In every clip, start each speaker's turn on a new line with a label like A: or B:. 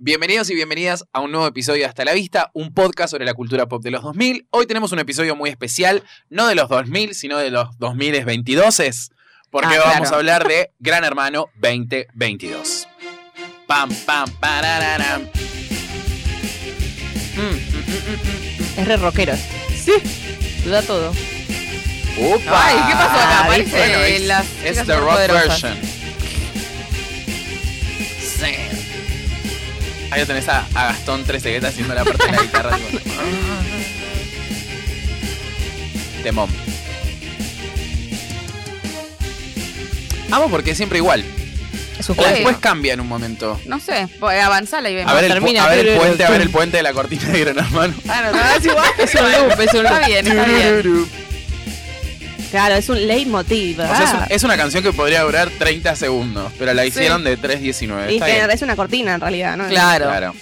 A: Bienvenidos y bienvenidas a un nuevo episodio de Hasta la Vista, un podcast sobre la cultura pop de los 2000. Hoy tenemos un episodio muy especial, no de los 2000, sino de los 2022, porque
B: Ah, claro.
A: vamos a hablar de Gran Hermano 2022. Pam, pam, parararam. Mm,
B: Es re rockero. Sí. Lo da todo.
A: mm, mm, mm. ¡Upa!
B: Ay, ¿qué pasó acá? Parece
A: Bueno, es,
B: las
A: es
B: chicas
A: the rock
B: superpoderosas.
A: version. Sí. Ahí lo tenés a, a Gastón Tresegueta haciendo la parte de la guitarra. tipo, Temón. Amo porque es siempre igual.
B: Es un
A: O
B: clásico.
A: después cambia en un momento.
C: No sé, voy a avanzarla Pues, y vemos.
A: A ver, el, pu-
B: termina,
A: a ver el
B: pero-
A: puente, a ver el puente de la cortina de Gran Hermano.
C: Claro, Ah, no, es igual.
B: Es un loop, es un
C: Está
B: loop.
C: bien, está bien.
B: Claro, es un leitmotiv.
A: O sea, es, un-
C: Ah.
B: ¿verdad?
A: es una canción que podría durar 30 segundos, pero la hicieron de 3.19.
D: Y
A: Está
D: que
A: bien.
D: es una cortina en realidad, ¿no?
B: Claro.
A: Claro.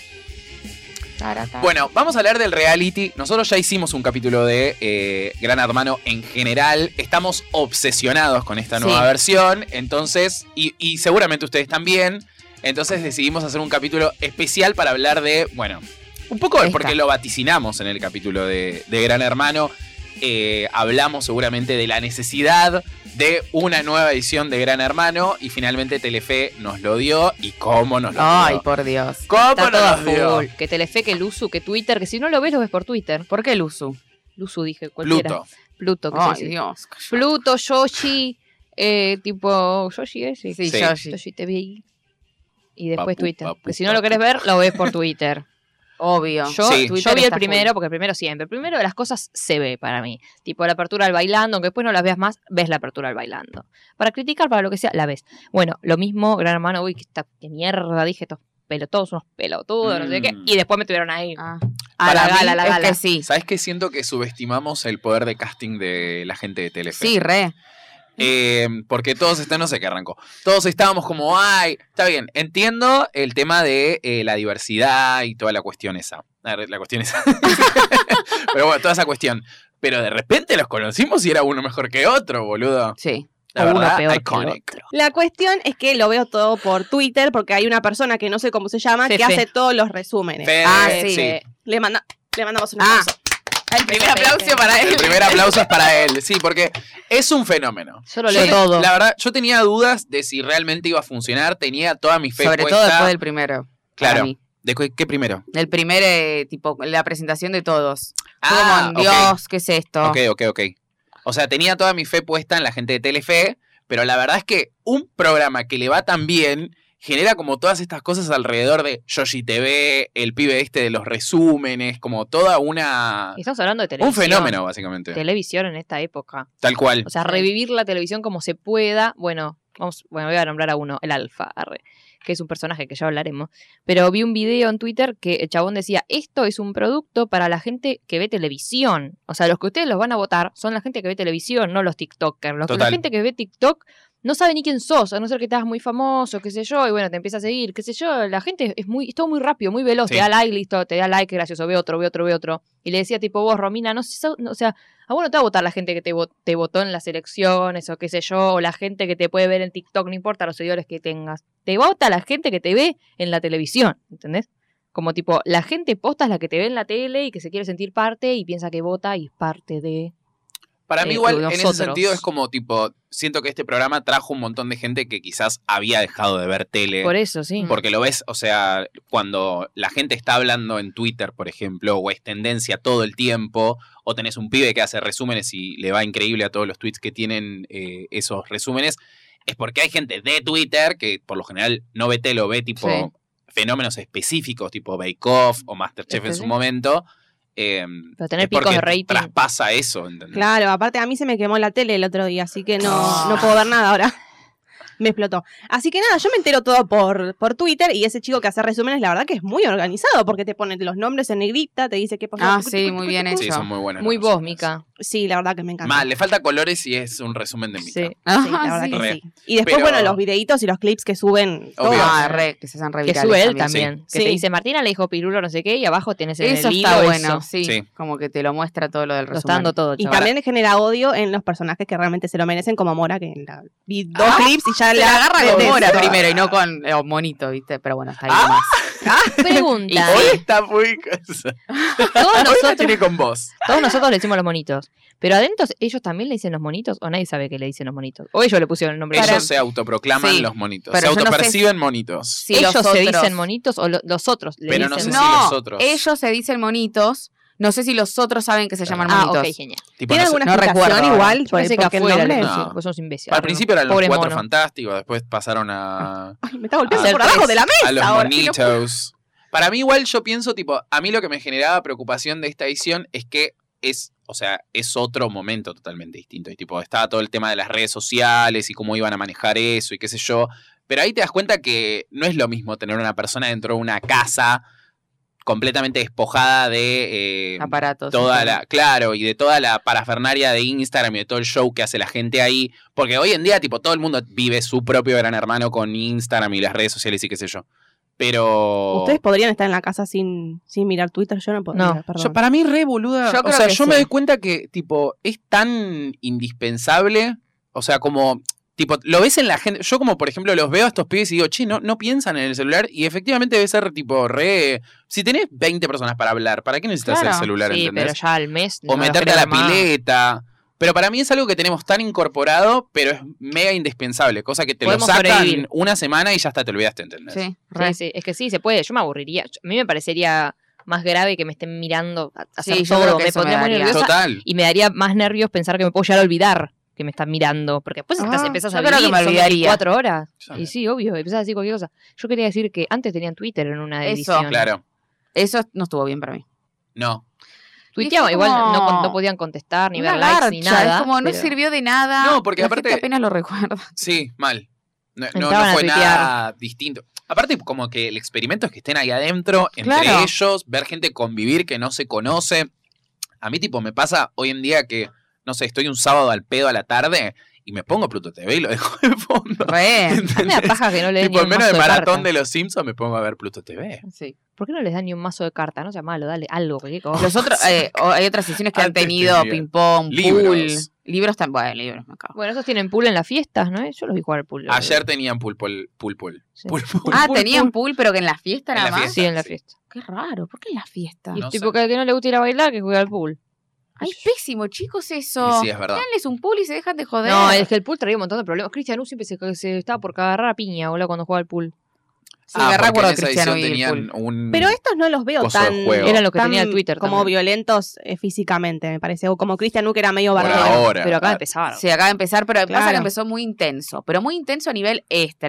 A: Bueno, vamos a hablar del reality. Nosotros ya hicimos un capítulo de eh, Gran Hermano en general. Estamos obsesionados con esta nueva
B: Sí.
A: versión. Entonces, y, y seguramente ustedes también. Entonces decidimos hacer un capítulo especial para hablar de, bueno, un poco
B: Esta.
A: porque lo vaticinamos en el capítulo de, de Gran Hermano. Eh, hablamos seguramente de la necesidad de una nueva edición de Gran Hermano y finalmente Telefe nos lo dio y cómo nos lo
C: Ay,
A: dio.
C: por Dios.
A: ¿Cómo
B: Está
A: nos
B: todo
A: lo dio?
B: full. Que Telefe, que Luzu, que Twitter, que si no lo ves, lo ves por Twitter.
C: ¿Por qué Luzu?
B: Luzu dije, cualquiera.
A: Pluto.
B: Pluto, que
C: Ay, Dios.
B: Pluto, Yoshi, eh, tipo Yoshi ese.
C: Sí,
A: Sí.
C: Yoshi.
B: Yoshi TV. Y después
A: Papu,
B: Twitter.
A: papu,
B: que si no lo
A: papu.
B: querés ver, lo ves por Twitter.
C: Obvio.
B: Yo,
A: Sí.
B: yo
C: Twitter
B: vi el
C: está
B: primero,
C: full.
B: porque el primero siempre. El primero de las cosas se ve para mí. Tipo la apertura al bailando, aunque después no las veas más, ves la apertura al bailando. Para criticar, para lo que sea, la ves. Bueno, lo mismo, gran hermano, uy, que esta qué mierda, dije estos pelotudos, unos pelotudos, no sé qué.
A: Mm.
B: Y después me tuvieron ahí.
C: Ah.
B: A la
C: Para
B: gala,
C: mí
B: a la
C: es
B: gala.
C: que sí.
A: ¿Sabes qué? Siento que subestimamos el poder de casting de la gente de Telefe.
C: Sí, re.
A: Eh, porque todos están, no sé qué arrancó. Todos estábamos como, ay, está bien, entiendo el tema de eh, la diversidad y toda la cuestión esa. La, la cuestión esa. Pero bueno, toda esa cuestión. Pero de repente los conocimos y era uno mejor que otro, boludo.
C: Sí.
A: La
B: O uno
A: verdad,
B: peor que
A: iconic.
D: La cuestión es que lo veo todo por Twitter porque hay una persona que no sé cómo se llama
B: Fefe.
D: que hace todos los resúmenes.
A: Fede,
C: Ah,
A: sí.
C: sí.
B: Eh,
D: Le, manda, le mandamos un
C: Ah.
D: abrazo.
C: El primer aplauso para
A: El
C: él.
A: primer aplauso es para él, sí, porque es un fenómeno.
B: Yo lo
A: Yo
B: leo
A: te-
B: todo.
A: La verdad, yo tenía dudas de si realmente iba a funcionar, tenía toda mi fe
C: Sobre
A: puesta.
C: todo después del primero. para
A: Claro.
C: mí.
A: ¿De cu- qué primero?
C: El primer, eh, tipo, la presentación de todos. Fue
A: Ah,
C: como, Dios, ¿qué es esto?
A: ok, ok, ok. ok. O sea, tenía toda mi fe puesta en la gente de Telefe, pero la verdad es que un programa que le va tan bien genera como todas estas cosas alrededor de Yoshi TV, el pibe este de los resúmenes, como toda una...
B: Estamos hablando de
A: Un
B: televisión.
A: fenómeno, básicamente.
B: Televisión en esta época.
A: Tal cual.
B: O sea, revivir la televisión como se pueda. Bueno, vamos, bueno, voy a nombrar a uno, el Alfa, arre, que es un personaje que ya hablaremos. Pero vi un video en Twitter que el chabón decía, esto es un producto para la gente que ve televisión. O sea, los que ustedes los van a votar son la gente que ve televisión, no los TikTokers. Los que- la
A: Total.
B: gente que ve TikTok no sabe ni quién sos, a no ser que estás muy famoso, qué sé yo, y bueno, te empieza a seguir, qué sé yo. La gente es muy, es todo muy rápido, muy veloz.
A: Sí.
B: Te da like, listo, te da like, qué gracioso, ve otro, ve otro, ve otro. Y le decía tipo, vos, Romina, no sé, so- no- o sea, a vos no te va a votar la gente que te, vo- te votó en las elecciones o qué sé yo, o la gente que te puede ver en TikTok, no importa los seguidores que tengas. Te vota la gente que te ve en la televisión, ¿entendés? Como tipo, la gente posta es la que te ve en la tele y que se quiere sentir parte y piensa que vota y es parte de...
A: Para mí
B: eh,
A: igual, en
B: nosotros.
A: ese sentido, es como tipo, siento que este programa trajo un montón de gente que quizás había dejado de ver tele.
B: Por eso, sí.
A: Porque lo ves, o sea, cuando la gente está hablando en Twitter, por ejemplo, o es tendencia todo el tiempo, o tenés un pibe que hace resúmenes y le va increíble a todos los tweets que tienen eh, esos resúmenes, es porque hay gente de Twitter que por lo general no ve tele, o ve tipo
C: Sí.
A: fenómenos específicos, tipo Bake Off o Masterchef en
C: Este
A: su
C: sí.
A: momento. eh,
B: Pero tener
A: es porque
B: picos de rating.
A: Traspasa eso, ¿entendés?
D: Claro, aparte a mí se me quemó la tele el otro día, así que
C: Ah.
D: no, no puedo ver nada ahora. Me explotó. Así que nada, yo me entero todo por, por Twitter y ese chico que hace resúmenes, la verdad que es muy organizado porque te pone los nombres en negrita, te dice qué pasó.
C: Ah, sí, muy bien
A: Sí,
C: hecho.
A: son muy buenos.
B: Muy
A: los
B: vos,
A: resúmenes.
B: Mica.
D: Sí, la verdad que me encanta.
A: Mal, le falta colores y es un resumen de Mica.
B: Sí.
D: Sí, la
C: Ah,
D: verdad
C: sí.
D: que
A: Re.
D: sí. Y después,
A: Pero-
D: bueno, los videitos y los clips que suben. todo.
A: Obvio.
C: Ah, re, que se hacen
B: Que
C: revirales
B: sube él también. Que
D: Sí.
B: te dice, Martina le dijo pirulo no sé qué y abajo tenés en
C: Eso
B: el
C: está
B: hilo
C: bueno,
B: eso.
C: sí.
A: Sí.
C: Como que te lo muestra todo lo del
B: Lo está
C: resumen.
B: dando todo,
D: Y
B: chaval.
D: también genera odio en los personajes que realmente se lo merecen, como Mora, que la- vi dos clips y ya
C: Ah, La agarra con
D: detesto.
A: Ah,
C: Mora primero y no con eh, o Monito, ¿viste? Pero bueno, está ahí nomás.
B: Pero encanta.
A: Hoy está muy.
B: Todos
A: Hoy la
B: nosotros,
A: tiene con vos.
B: todos nosotros le decimos los monitos. Pero adentro, ¿ellos también le dicen los monitos? ¿O nadie sabe que le dicen los monitos? ¿O ellos le pusieron el nombre?
C: Para-
A: Ellos se autoproclaman
C: Sí,
A: los monitos.
C: pero
A: se
C: yo no sé
A: autoperciben monitos.
C: Si
B: ¿Ellos
C: los
B: se
C: otros-
B: dicen monitos o lo- los otros le
A: Pero no
B: dicen
A: sé si
B: monitos?
C: No,
A: los otros.
C: ellos se dicen monitos. No sé si los otros saben que se llaman
B: Ah,
C: monitos.
B: ok, genial.
A: Tipo, no
D: ¿Tiene
A: sé,
D: alguna
C: no
D: explicación
C: recuerdo ahora.
D: igual?
B: Yo
D: por-
B: pensé que
D: porque el
B: afuera le
D: nombre-
A: No.
B: decían, vos sos imbécil.
A: al principio eran los
B: Pobre
A: cuatro
B: mono.
A: fantásticos, después pasaron a,
D: Ay, me está golpeando
A: Ah,
D: por
B: tres.
D: abajo de la mesa
A: a los
D: ahora.
A: monitos. Para mí, igual yo pienso, tipo, a mí lo que me generaba preocupación de esta edición es que es, o sea, es otro momento totalmente distinto. Y tipo, estaba todo el tema de las redes sociales y cómo iban a manejar eso y qué sé yo. Pero ahí te das cuenta que no es lo mismo tener una persona dentro de una casa completamente despojada de eh,
C: Aparatos.
A: toda
C: sí.
A: la, claro, y de toda la parafernaria de Instagram y de todo el show que hace la gente ahí, porque hoy en día tipo todo el mundo vive su propio gran hermano con Instagram y las redes sociales y qué sé yo. Pero
D: Ustedes podrían estar en la casa sin, sin mirar Twitter, yo no podría,
B: No,
D: perdón.
A: yo, para mí re boluda,
C: Yo
A: o
C: creo
A: sea,
C: que
A: yo me
C: sí.
A: doy cuenta que tipo es tan indispensable, o sea, como tipo lo ves en la gente, yo como por ejemplo los veo a estos pibes y digo, "Che, no no piensan en el celular" y efectivamente debe ser tipo re si tenés 20 personas para hablar, ¿para qué necesitas
C: Claro,
A: el celular,
B: Sí,
A: ¿entendés?
B: pero ya al mes.
A: o
B: no los
A: meterte a
B: querés
A: la
B: ver más.
A: pileta. Pero para mí es algo que tenemos tan incorporado, pero es mega indispensable. Cosa que te
B: Podemos
A: lo sacan
B: sobrevivir.
A: una semana y ya hasta te olvidaste, ¿entendés?
C: Sí,
B: Sí,
C: re.
B: sí, Es que sí, se puede. Yo me aburriría. Yo- A mí me parecería más grave que me estén mirando a- a hacer
C: Sí, yo creo
B: todo.
C: que
B: Me
C: eso me
B: pondría muy
C: daría.
B: nerviosa
A: Total.
B: y me daría más nervios pensar que me puedo llegar a olvidar que me están mirando. Porque después estás,
C: Ah,
B: empezás
C: yo
B: a
C: creo que
B: vivir,
C: me
B: son
C: olvidaría.
B: 24
A: Yo
B: horas. Y
A: también.
B: sí, obvio, empezás a decir cualquier cosa. Yo quería decir que antes tenían Twitter en una
C: Eso.
B: edición.
A: Claro.
C: Eso no estuvo bien para mí.
A: No.
B: Tuiteaba,
C: Es
B: igual no,
C: como-
B: no podían contestar, ni ver
C: Una
B: likes, ni
C: garcha,
B: nada.
C: Es como no
B: pero-
C: sirvió de nada.
A: No, porque
C: La
A: aparte-
C: gente apenas lo recuerda.
A: Sí, mal. No, no- no
B: Entraban a
A: fue
B: tuitear.
A: nada distinto. Aparte, como que el experimento es que estén ahí adentro, entre
C: Claro.
A: ellos, ver gente convivir que no se conoce. A mí, tipo, me pasa hoy en día que, no sé, estoy un sábado al pedo a la tarde y me pongo Pluto TV y lo dejo de fondo.
C: Re.
B: A mí me da paja que no le den
A: Tipo,
B: ni
A: en
B: un
A: menos
B: mazo
A: de
B: de
A: maratón
B: cartas.
A: de los Simpsons me pongo a ver Pluto TV.
C: Sí.
B: ¿Por qué no les dan ni un mazo de cartas? No sea malo, dale algo, cualquier cosa.
C: Los otros, eh, o- hay otras sesiones que han
A: Antes
C: tenido
A: tenía.
C: ping-pong, pool.
A: Libros.
C: Libros también. Bueno, libros, me cago.
B: Bueno, esos tienen pool en las fiestas, ¿no? Yo los vi jugar al pool.
A: Ayer tenían pulpo, el- pulpo, el-
B: Sí. Ah,
A: pulpo.
C: Ah, tenían pool, pero que en la fiesta
A: En
C: nada
A: la
C: más.
A: fiesta.
B: Sí, en la
A: Sí.
B: fiesta.
C: Qué raro. ¿Por qué en la fiesta?
B: Y
A: No
B: tipo
A: sé.
B: que al que no le gusta ir a bailar, que juega al pool.
C: Ay, pésimo, chicos, eso.
A: Y sí, es verdad.
C: Denles un pool y se dejan de joder.
B: No, es que el pool traía un montón de problemas. Cristian U siempre se, se estaba por cagar a piña, boludo, cuando jugaba al pool.
C: Sí, me
A: Ah, porque
C: recuerdo
A: en esa
C: Cristiano
A: edición
C: y el
A: tenían un...
D: Pero estos no los veo
A: Coso de
D: tan.
A: juego.
B: Era lo que
D: tan
B: tenía el Twitter
D: Como
B: también.
D: violentos eh, físicamente, me parece. O como Christian Uke era medio
A: Por
D: barbón.
A: ahora.
B: Pero acá
A: Ah,
B: empezaron.
C: Se acaba de empezar, pero pasa
D: Claro.
C: que empezó muy intenso. Pero muy intenso a nivel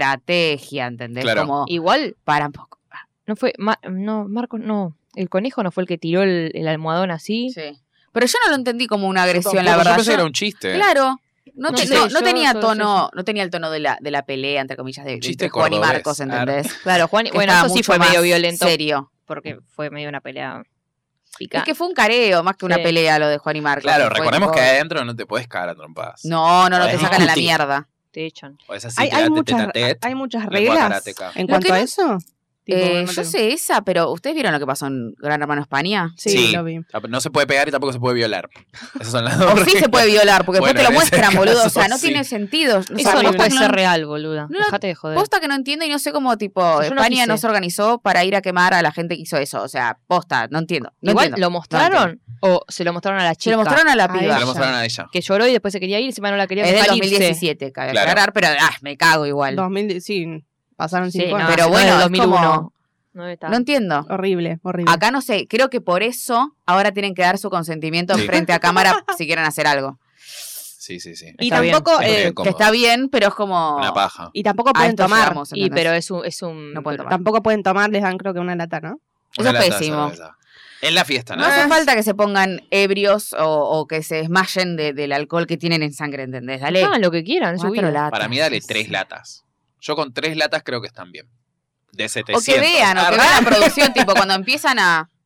C: estrategia, ¿entendés?
A: Claro.
C: Como,
B: Igual,
C: para un poco. Ah,
B: no fue. Ma- no, Marcos, no. El conejo no fue el que tiró el, el almohadón así.
C: sí. Pero yo no lo entendí como una agresión,
A: tampoco,
C: la verdad.
A: Yo pensé
C: Yo-
A: que era un chiste.
C: Claro. No,
B: No
C: te-
B: sé,
C: no- no
B: yo
C: tenía
B: todo
C: tono, no tenía el tono de la, de la pelea, entre comillas, de, de
A: Chiste
C: entre Juan y
A: cordobés,
C: Marcos, ¿entendés?
B: Claro, Juan.
C: Que
B: Bueno,
C: estaba
B: eso sí
C: mucho
B: fue medio
C: más
B: violento.
C: Serio.
B: Porque fue medio una pelea
C: Es
B: picante.
C: que fue un careo más que una
B: Sí.
C: pelea lo de Juan y Marcos.
A: Claro,
C: Fue
A: recordemos
C: tipo-
A: que adentro no te puedes cagar a trompadas.
C: No, no, no, te
A: Podés
C: sacan a la
A: discutir.
C: mierda.
B: Te echan.
A: O es así,
D: Hay,
A: te
D: hay
A: date
D: muchas,
A: tete a tete.
D: hay muchas
A: lengua
D: reglas
A: karateca.
D: en
C: Lo
D: cuanto
C: que
D: a
C: no-
D: eso. Tipo,
C: Eh,
D: no
C: yo
D: tengo-
C: sé esa, pero ¿ustedes vieron lo que pasó en Gran Hermano España?
D: Sí,
A: Sí.
D: lo vi.
A: ah, No se puede pegar y tampoco se puede violar. Esas son las dos
C: O sí
A: reglas.
C: se puede violar, porque
A: Bueno,
C: después te
A: en
C: lo
A: ese
C: muestran, boludo. O
A: caso,
C: sea, no
A: sí.
C: tiene sentido. O sea,
B: Eso no
C: posta
B: puede
C: que
B: ser real, boluda.
C: no lo-
B: Dejate de joder.
C: Posta que no entiendo y no sé cómo, tipo,
B: Yo no
C: España
B: quise.
C: no se organizó para ir a quemar a la gente que hizo eso. O sea, posta, no entiendo. No
B: Igual,
C: entiendo.
B: ¿lo mostraron o se lo mostraron a la
C: Se
B: chica?
C: lo mostraron a la
B: A
C: piba.
A: Se
B: ella.
A: lo mostraron a ella.
B: Que lloró y después se quería ir, encima no la quería
C: Es del
B: dejar irse.
C: 2017, cabe
A: Claro.
C: aclarar, pero ah, me cago igual.
D: 2000, sí, pasaron
B: Sí,
D: cinco
B: no,
D: años.
C: Pero
B: pero
C: bueno,
B: bueno,
C: es
B: 2001.
C: como-
B: No está.
C: No entiendo.
D: Horrible, horrible.
C: Acá no sé, creo que por eso ahora tienen que dar su consentimiento
A: Sí.
C: frente a cámara si quieren hacer algo.
A: Sí, sí, sí.
D: y
B: está bien.
D: tampoco,
A: Está
D: eh,
A: bien. Cómodo.
C: Que está bien, pero es como.
A: Una paja.
D: y tampoco
C: a
D: pueden
C: esto
D: tomar.
C: llegamos,
B: y,
C: ¿entendés?
B: pero es un. Es un
C: No pueden tomar.
D: Tampoco pueden tomar, les dan creo que una lata, ¿no?
C: Eso
A: Una
C: es
A: lata de
C: pésimo.
A: cerveza. En la fiesta,
C: No
A: nada
C: hace
A: más.
C: falta que se pongan ebrios o, o que se desmayen de- del alcohol que tienen en sangre, ¿entendés? Dale.
B: Hagan lo que quieran, es su
C: cuatro
B: vida.
C: latas.
A: Para mí, dale tres latas. Yo con tres latas creo que están bien. De 700.
C: O que vean, o
A: Ah,
C: que vean la producción, tipo, cuando empiezan a.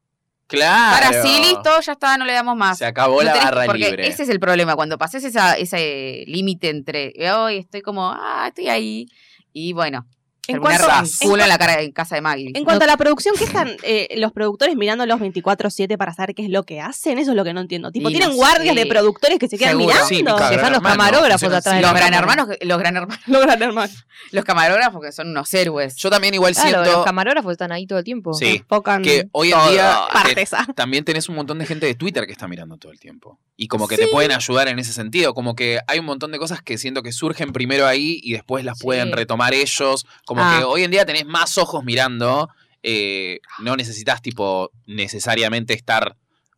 A: Claro.
C: Para sí, listo, ya está, no le damos
B: Ah,
C: más.
A: Se acabó
C: No
A: la
C: tenés-
A: barra
C: porque
A: libre.
C: ese es el problema, cuando pases esa, ese límite entre hoy estoy como, ah, estoy ahí. Y bueno,
D: En
C: Terminar
D: cuanto-
C: con culo en la cara en casa de Maggie.
D: En cuanto a la producción, ¿qué están eh, los productores mirando los 24-7 para saber qué es lo que hacen? Eso es lo que no entiendo. Tipo,
C: Y
D: tienen
C: no
D: guardias
C: sé.
D: de productores que se quedan
C: Seguro.
D: mirando.
A: Sí,
B: Que
A: Gran
B: están
A: Hermano,
B: los camarógrafos
A: funciona
B: atrás
A: así.
B: de
C: los
B: la
C: gran
B: cámara.
C: hermanos, que- los gran hermanos,
D: Logran, hermano.
C: los camarógrafos que son unos héroes.
A: Yo también igual
B: Claro,
A: siento
B: los camarógrafos están ahí todo el tiempo.
A: Sí.
D: Enfocan
A: que hoy en
C: todo.
A: día te-
C: eh,
D: parte esa.
A: también tenés un montón de gente de Twitter que está mirando todo el tiempo. Y como que te
B: Sí.
A: pueden ayudar en ese sentido. Como que hay un montón de cosas que siento que surgen primero ahí y después las
B: Sí.
A: pueden retomar ellos. Como
C: Ah.
A: que hoy en día tenés más ojos mirando. eh, no necesitas, tipo, necesariamente estar.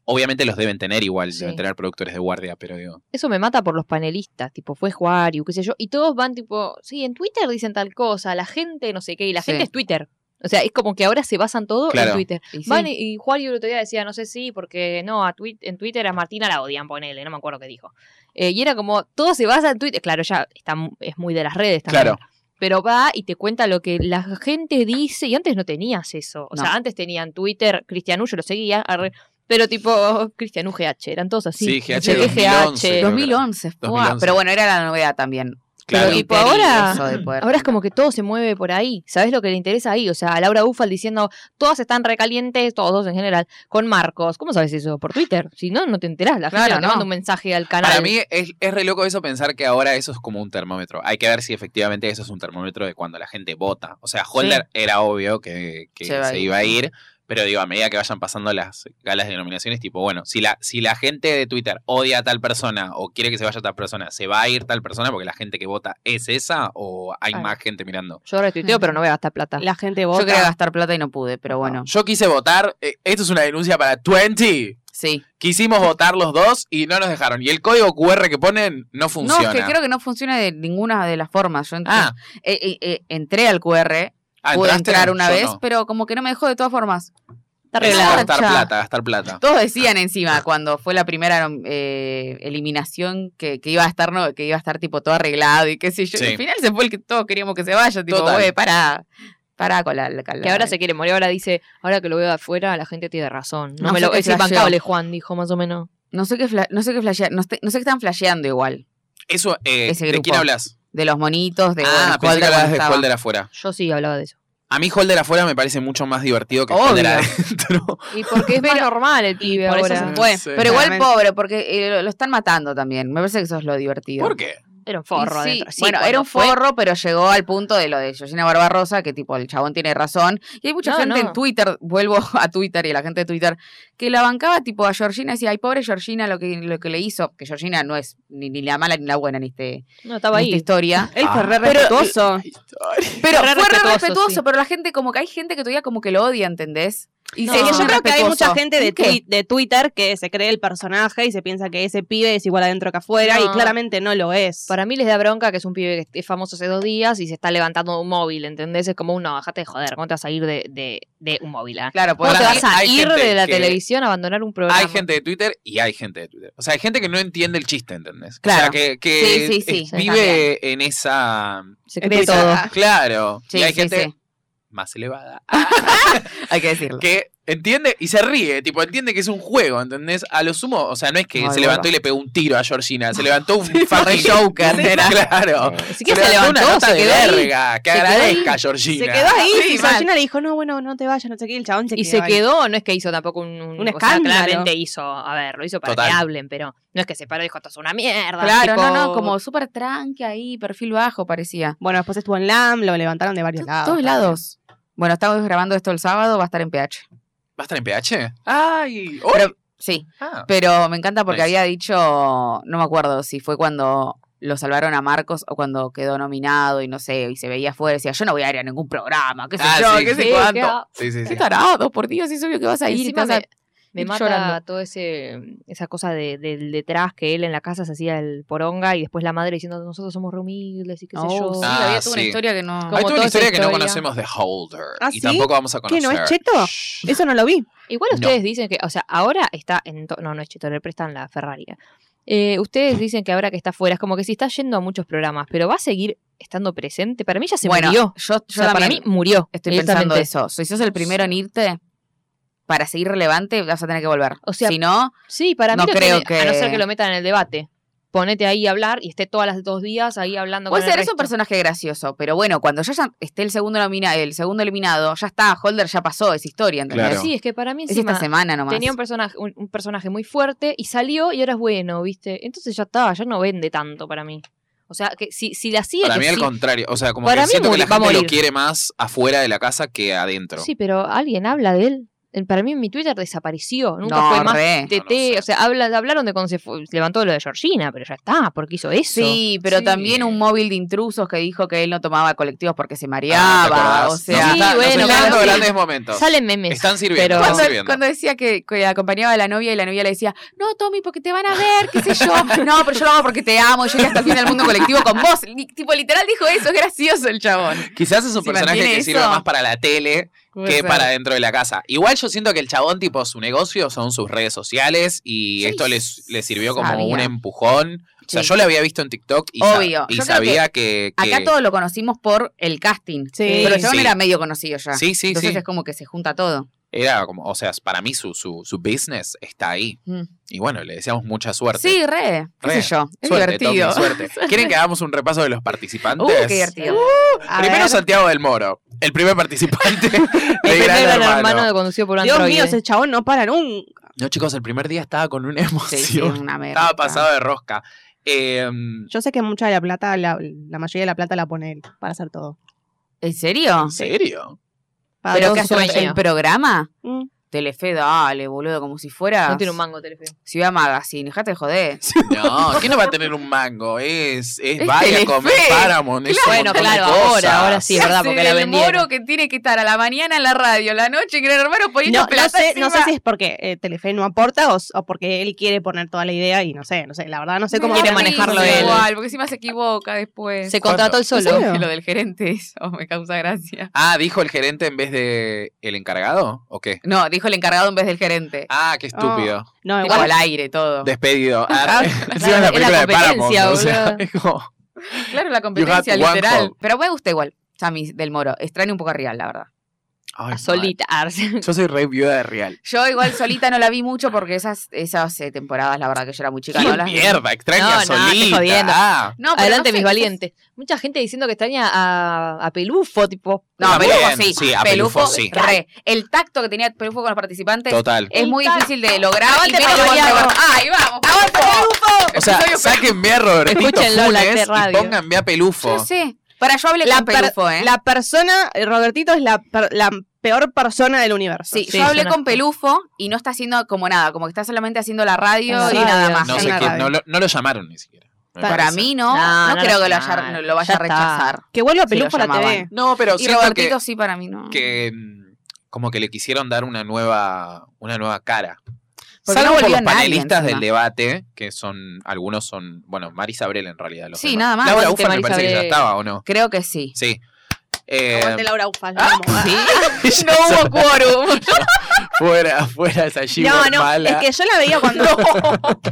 A: Obviamente los deben tener igual,
B: Sí.
A: deben tener productores de guardia, pero digo.
B: Eso me mata por los panelistas, tipo, fue Juario, qué sé yo, y todos van tipo, sí, en Twitter dicen tal cosa, la gente no sé qué, y la
C: Sí.
B: gente es Twitter. O sea, es como que ahora se basan todo
A: Claro.
B: en Twitter.
C: Y sí.
B: Van y, y Juario el otro día decía, no sé si, porque no, a Twi- en Twitter a Martina la odian, ponele, no me acuerdo qué dijo. Eh, y era como, todo se basa en Twitter. Claro, ya está, mu- es muy de las redes también.
A: Claro,
B: Pero va y te cuenta lo que la gente dice, y antes no tenías eso. O
C: No.
B: sea, antes tenían Twitter, Cristian yo lo seguía, arre, pero tipo, Cristian UGH, eran todos así.
A: Sí, GH,
B: No sé qué,
A: 2011,
B: GH.
A: creo.
C: 2011, fue, ah,
A: 2011.
C: pero bueno, era la novedad también.
A: claro.
B: Pero- tipo,
C: Twitter y
B: ahora-
C: eso de poder-
B: Ahora es como que todo se mueve por ahí. ¿Sabes lo que le interesa ahí? O sea, a Laura Ufal diciendo, todas están recalientes, todos en general, con Marcos. ¿Cómo sabes eso? Por Twitter. Si no, no te enterás. La gente
C: Claro,
B: no te
C: no.
B: manda un mensaje al canal.
A: Para mí es, es re loco eso pensar que ahora eso es como un termómetro. Hay que ver si efectivamente eso es un termómetro de cuando la gente vota. O sea, Holder era obvio que, que
C: Se va
A: se,
C: a ir.
A: iba a ir, pero digo, a medida que vayan pasando las galas de nominaciones, tipo, bueno, si la, si la gente de Twitter odia a tal persona o quiere que se vaya tal persona, ¿se va a ir tal persona porque la gente que vota es esa o hay
B: Claro.
A: más gente mirando?
B: Yo retuiteo, pero no voy a gastar plata.
D: La gente
C: Yo
D: vota.
C: quería gastar plata y no pude, pero bueno,
A: Yo quise votar, eh, esto es una denuncia para 20.
C: sí.
A: Quisimos votar los dos y no nos dejaron. Y el código QR que ponen no funciona.
C: No, es que creo que no funciona de ninguna de las formas. Yo ent-
A: Ah,
C: eh, eh, eh, entré al QR,
A: ah,
C: pude
A: ¿entraste?
C: entrar una
A: Yo
C: vez,
A: no.
C: pero como que no me dejó de todas formas.
B: Está
A: Es
B: arreglado.
A: gastar
C: Garcha.
A: plata, gastar plata.
C: Todos decían encima cuando fue la primera eh, eliminación que, que iba a estar no, que iba a estar tipo todo arreglado y qué sé yo.
A: Sí.
C: Y al final se fue el que todos queríamos que se vaya, tipo,
A: Total.
C: güey, pará, pará con la, con la-
B: Que ahora se quiere morir, ahora dice, ahora que lo veo de afuera, la gente tiene razón. No,
C: No
B: me
C: sé
B: lo
C: qué
B: es imbancable,
C: flasheo.
B: Juan, dijo más o menos.
C: no sé qué fla- no sé qué flashea- no, sé- no sé qué están flasheando igual.
A: Eso, eh,
C: Ese
A: ¿de
C: grupo.
A: quién hablas?
C: De los monitos, de
A: ah,
C: bueno,
A: pensé
C: Holder
A: que hablabas
C: cuando
A: de
C: estaba.
A: Holder afuera.
B: Yo sí hablaba de eso.
A: A mí Holder afuera me parece mucho más divertido que
C: Obvio.
A: Holder adentro.
B: Y porque es más normal el pibe
D: por eso
B: ahora.
A: se-
D: Fue.
A: Ah, Sí.
C: Pero igual
D: Claramente.
C: pobre, porque eh, lo- lo están matando también. Me parece que eso es lo divertido.
A: ¿Por qué?
B: Era un
C: Y
B: forro
C: sí,
B: adentro. Sí,
C: bueno,
B: cuando
C: era un
B: fue-
C: forro, pero llegó al punto de lo de Georgina Barbarosa, que tipo, el chabón tiene razón. Y hay mucha
B: No,
C: gente
B: no.
C: en Twitter, vuelvo a Twitter y a la gente de Twitter, que la bancaba tipo a Georgina y decía, ay, pobre Georgina, lo que, lo que le hizo, que Georgina no es ni, ni la mala ni la buena en, este,
B: No, estaba
C: en esta
B: ahí.
C: historia.
D: Él fue
A: Ah.
D: re
A: Pero-
D: respetuoso.
C: Pero
B: Re
C: fue re
B: respetuoso,
C: respetuoso,
B: sí.
C: pero la gente, como que hay gente que todavía como que lo odia, ¿entendés? Y
B: No.
C: dice,
D: Es que
C: "Es
D: yo creo que hay
C: irrespetuoso".
D: mucha gente de,
C: ¿Qué?
D: twi- de Twitter que se cree el personaje y se piensa que ese pibe es igual adentro que afuera
B: No.
D: y claramente no lo es.
B: Para mí les da bronca que es un pibe que es famoso hace dos días y se está levantando de un móvil, ¿entendés? Es como una bajate de joder, ¿cómo te vas a ir de, de, de un móvil? ah?
C: Claro,
B: ¿Cómo
C: porque
A: Para
B: te
A: mí
B: vas a
A: hay
B: ir
A: gente
B: de la
A: que-
B: televisión a abandonar un programa?
A: Hay gente de Twitter y hay gente de Twitter. O sea, hay gente que no entiende el chiste, ¿entendés? O sea,
C: Claro.
A: que, que
C: Sí, sí, sí,
A: es-
B: sí,
A: vive en esa...
B: Se
D: en
B: cree
D: Twitter.
B: todo.
D: Ah.
A: Claro.
C: Sí,
A: y hay
C: sí,
A: gente
C: sí.
A: más elevada
C: hay que decirlo.
A: que entiende y se ríe, tipo, entiende que es un juego, ¿entendés? A lo sumo, o sea, no es que
C: Ay,
A: se levantó
C: boluda.
A: y le pegó un tiro a Georgina, se levantó un
C: re
A: fucking
C: Joker, era.
A: claro.
B: Ni siquiera se levantó,
A: una nota
B: se
A: de
B: quedó ahí.
A: verga, que
B: Se quedó
A: agradezca
B: ahí.
A: Georgina.
D: Se quedó ahí.
C: Sí,
D: y
C: mal.
D: Georgina le dijo, no, bueno, no te vayas, no sé qué. y El chabón se
B: y
D: quedó.
B: se
D: ahí.
B: quedó, no es que hizo tampoco un, un-
D: Un
B: o sea,
D: escándalo.
B: claramente hizo, a ver, lo hizo para
A: Total.
B: que hablen, pero no es que se paró y dijo, esto es una mierda.
C: Claro,
B: tipo-
C: no, no, como súper tranqui ahí, perfil bajo parecía.
D: Bueno, después estuvo en LAM, lo levantaron de varios lados.
C: Todos lados. Bueno, estamos grabando esto el sábado, va a estar en PH.
A: ¿Va a estar en PH? ¡Ay! ¡Uy!
C: Pero- Sí,
A: Ah.
C: pero me encanta porque
A: Nice.
C: había dicho, no me acuerdo si fue cuando lo salvaron a Marcos o cuando quedó nominado y no sé, y se veía afuera, decía, yo no voy a ir a ningún programa, qué sé
A: Ah,
C: yo,
A: sí,
C: qué sé
B: Sí,
C: cuánto.
B: queda-
A: Sí, sí, sí.
C: Qué tarado, por Dios, es obvio que vas a ir y te
B: Encima
C: vas a-
B: me, me
C: ir
B: mata
C: llorando.
B: todo ese mm, esa cosa de, del detrás que él en la casa se hacía el poronga y después la madre diciendo nosotros somos re humildes y qué sé
C: Oh,
B: yo.
C: sí,
A: Ah,
C: había toda una
A: sí.
C: historia que no...
B: Como
A: Hay toda
B: toda
A: una
B: esa
A: historia que no
B: historia.
A: conocemos de Holder.
D: ¿Ah,
A: Y
D: sí?
A: tampoco vamos a
D: ¿Qué,
A: conocer.
D: no es cheto?
A: Shh.
D: Eso no lo vi.
B: Igual
A: No.
B: ustedes dicen que, o sea, ahora está en to- no, no es cheto, le prestan la Ferrari. Eh, ustedes dicen que ahora que está fuera, es como que si está yendo a muchos programas, pero va a seguir estando presente. Para mí ya se
C: bueno,
B: murió.
C: yo, yo
B: O sea, para mí
C: también
B: murió.
C: estoy pensando
B: directamente.
C: eso. Si sos el primero en irte, para seguir relevante vas a tener que volver.
B: O sea,
C: si no,
B: Sí, para mí
C: No
B: lo
C: creo
B: tiene- a no
C: que-
B: ser que lo metan en el debate. ponete ahí a hablar y esté todas las dos días ahí hablando
C: Puede
B: con el
C: ser, es un
B: resto.
C: personaje gracioso, pero bueno, cuando ya, ya esté el segundo, nomina- el segundo eliminado, ya está, Holder ya pasó esa historia, ¿entendés?
A: Claro.
B: Sí, es que para mí
C: Es
B: encima
C: esta semana nomás.
B: tenía un personaje, un, un personaje muy fuerte y salió y ahora es bueno, ¿viste? Entonces ya está, ya no vende tanto para mí. O sea, que si, si la sigue...
A: Para
B: que
A: mí al
B: sí-
A: contrario. O sea, como
B: Para
A: que
B: mí
A: siento que la
B: muri- va a
A: gente lo
B: morir.
A: quiere más afuera de la casa que adentro.
B: Sí, pero alguien habla de él. El- Para mí en mi Twitter desapareció. Nunca
C: no,
B: fue más
C: re.
A: No lo
B: TT.
A: sé.
B: o sea, habla- hablaron de cuando se fue- levantó lo de Georgina, pero ya está, porque hizo eso.
C: Sí, pero
A: Sí.
C: también un móvil de intrusos que dijo que él no tomaba colectivos porque se
A: Ah, ¿te
C: mareaba.
A: acordás?
C: o
A: Nos
C: sea,
B: Sí,
A: está- nos
B: bueno,
A: están
B: claro,
A: dando
B: sí.
A: grandes momentos.
B: Salen memes.
A: Están sirviendo,
B: pero-
A: están
C: cuando,
A: sirviendo.
C: cuando decía que, que acompañaba a la novia y la novia le decía, no, Tommy, porque te van a ver, qué sé yo. No, pero yo lo hago porque te amo, yo llegué hasta el fin del mundo colectivo con vos. Li- tipo, literal dijo eso, es gracioso el chabón.
A: Quizás es un
C: Si
A: personaje
C: mantiene
A: que sirve
C: eso.
A: más para la tele que para dentro de la casa. Igual yo siento que el chabón, tipo, su negocio son sus redes sociales y
C: Yo
A: esto les- le sirvió como
C: sabía.
A: un empujón. O sea,
C: Sí.
A: yo lo había visto en TikTok y, sa-
C: Obvio.
A: y
C: Yo creo
A: sabía que...
C: Acá
A: que-
C: todos lo conocimos por el casting.
D: Sí.
C: Pero el chabón
A: Sí.
C: era medio conocido ya.
A: Sí, sí,
C: Entonces
A: sí.
C: es como que se junta todo.
A: Era como, o sea, para mí su, su, su business está ahí.
C: Mm.
A: Y bueno, le deseamos mucha suerte.
C: Sí, re. ¿Qué
A: Re.
C: sé yo? Es
A: Suerte,
C: divertido.
A: Tommy, suerte. ¿Quieren que hagamos un repaso de los
C: Uh,
A: participantes?
C: qué divertido.
B: A
A: Primero
B: ver,
A: Santiago del Moro, el primer participante de
B: el
A: Gran
B: primer Este gran
A: Hermano.
B: hermano de conducido por un
D: Dios
B: androide.
D: mío, ese chabón no para nunca.
A: No, chicos, el primer día estaba con una
C: Sí,
A: emoción.
C: sí, una merda.
A: estaba pasado de rosca. Eh,
D: Yo sé que mucha de la plata, la, la mayoría de la plata la pone él para hacer todo.
C: ¿En serio?
A: ¿En serio?
D: Para
C: ¿Pero
D: todo
C: qué
D: su
C: hace
D: sueño.
C: el programa?
D: Mm.
C: Telefe, dale, boludo, como si
A: Ah.
C: fuera
B: No tiene un mango, Telefe.
C: Ciudad Magazine. Dejate de joder.
A: No, ¿quién no va a tener un mango? Es, es,
C: Es
A: vaya a
C: Telefe.
A: comer Paramount. es un
B: Bueno,
A: montón de
B: claro,
A: cosas.
B: ahora, ahora sí, es verdad,
C: Hace
B: porque la
C: del
B: vendieron.
C: moro que tiene que estar a la mañana en la radio, la noche en Gran Hermano poniendo
D: No, no
C: plata
D: sé, no sé
C: encima.
D: si es porque eh, Telefe no aporta o, s- o porque él quiere poner toda la idea y no sé, no sé, la verdad no sé cómo
C: Me da
B: quiere
D: manejar.
C: risa
B: manejarlo él.
C: Igual, porque encima se equivoca después.
B: Se contrató el
D: ¿En
B: solo.
D: serio?
C: Que lo del gerente, eso me causa gracia.
A: Ah, ¿dijo el gerente en vez de el encargado? ¿O qué?
C: No, dijo el encargado en vez del gerente.
A: Ah, qué estúpido.
D: No,
C: Tipo, al
D: igual.
C: aire, todo.
A: Despedido. Ah,
B: Oh. Ah,
A: encima es la
B: es la
A: película de Paramount.
B: competencia,
A: o sea,
B: boludo.
A: es como-
C: Claro, la
A: You
C: competencia,
A: had one
C: literal.
A: call.
C: Pero me gusta igual, Sammy del Moro. Extraño un poco a Real, la verdad.
A: Ay, mal.
B: Solita.
A: Yo soy re viuda de Real.
C: Yo igual solita no la vi mucho porque esas, esas eh, temporadas, la verdad que yo era muy chica.
A: ¡Qué
C: No, las-
A: mierda! Extraña a
B: No, no, te
A: Solita.
B: jodiendo.
A: Ah.
C: No, pero
B: Adelante,
C: no sé,
B: mis
C: quizás-
B: valientes. Mucha gente diciendo que extraña a, a Pelufo, tipo.
C: No,
A: También,
C: Pelufo sí.
A: sí, a
C: Pelufo,
A: Pelufo sí.
C: Re. El tacto que tenía Pelufo con los participantes
A: Total.
C: es muy
B: El tacto.
C: difícil de lograr. y
B: Aguante,
C: menos
B: Mariano.
C: cuando- ¡Ay, vamos! ¡Aguante, Pelufo!
A: O sea,
C: Episodio
A: sáquenme a Robertito
B: Escúchenlo en la
A: Funes y
B: T-Radio.
A: pónganme a
C: Pelufo.
A: Pelufo.
C: Yo sé. Para yo hablé
D: La
C: con
D: per-
C: Pelufo, ¿eh?
D: La persona, eh, Robertito es la, per- la peor persona del universo.
C: Sí,
B: Sí,
C: yo hablé
B: suena.
C: con Pelufo y no está haciendo como nada, como que está solamente haciendo la radio
D: En
C: y
D: la
C: nada
D: radio,
C: más.
A: No
D: Es
A: sé
D: una
A: qué,
D: rabia.
A: no lo, no lo llamaron ni siquiera. me
D: Para
C: Para
A: parece.
C: mí no,
B: No,
C: no,
B: no
C: creo
B: lo
C: que lo,
B: llaman.
C: haya- lo vaya
B: Ya
C: a
B: está.
C: rechazar.
D: Que vuelva
C: Sí, lo
D: Ah, Pelufo a la TV.
C: llamaban.
A: No, pero
C: Y
A: siento
C: Robertito
A: que,
C: sí para mí no.
A: que, mm, como que le quisieron dar una nueva, una nueva cara.
C: Porque no
A: Salvo por
C: volvió
A: los
C: nadie
A: panelistas del
C: encima.
A: debate, que son, algunos son, bueno, Marisa Abrel en realidad. Los
C: Sí,
A: demás.
C: nada más.
A: Laura
B: Aguante,
A: Ufer me
B: Marisa
A: parece que ya
B: Abrel.
A: estaba, ¿o no?
C: Creo que sí.
A: Sí. Eh,
D: Aguante Laura Ufas, vamos.
C: Sí.
A: ella
C: No hubo quórum.
A: fuera, fuera esa
D: No,
A: gibor
D: no,
A: mala.
D: es que yo la veía cuando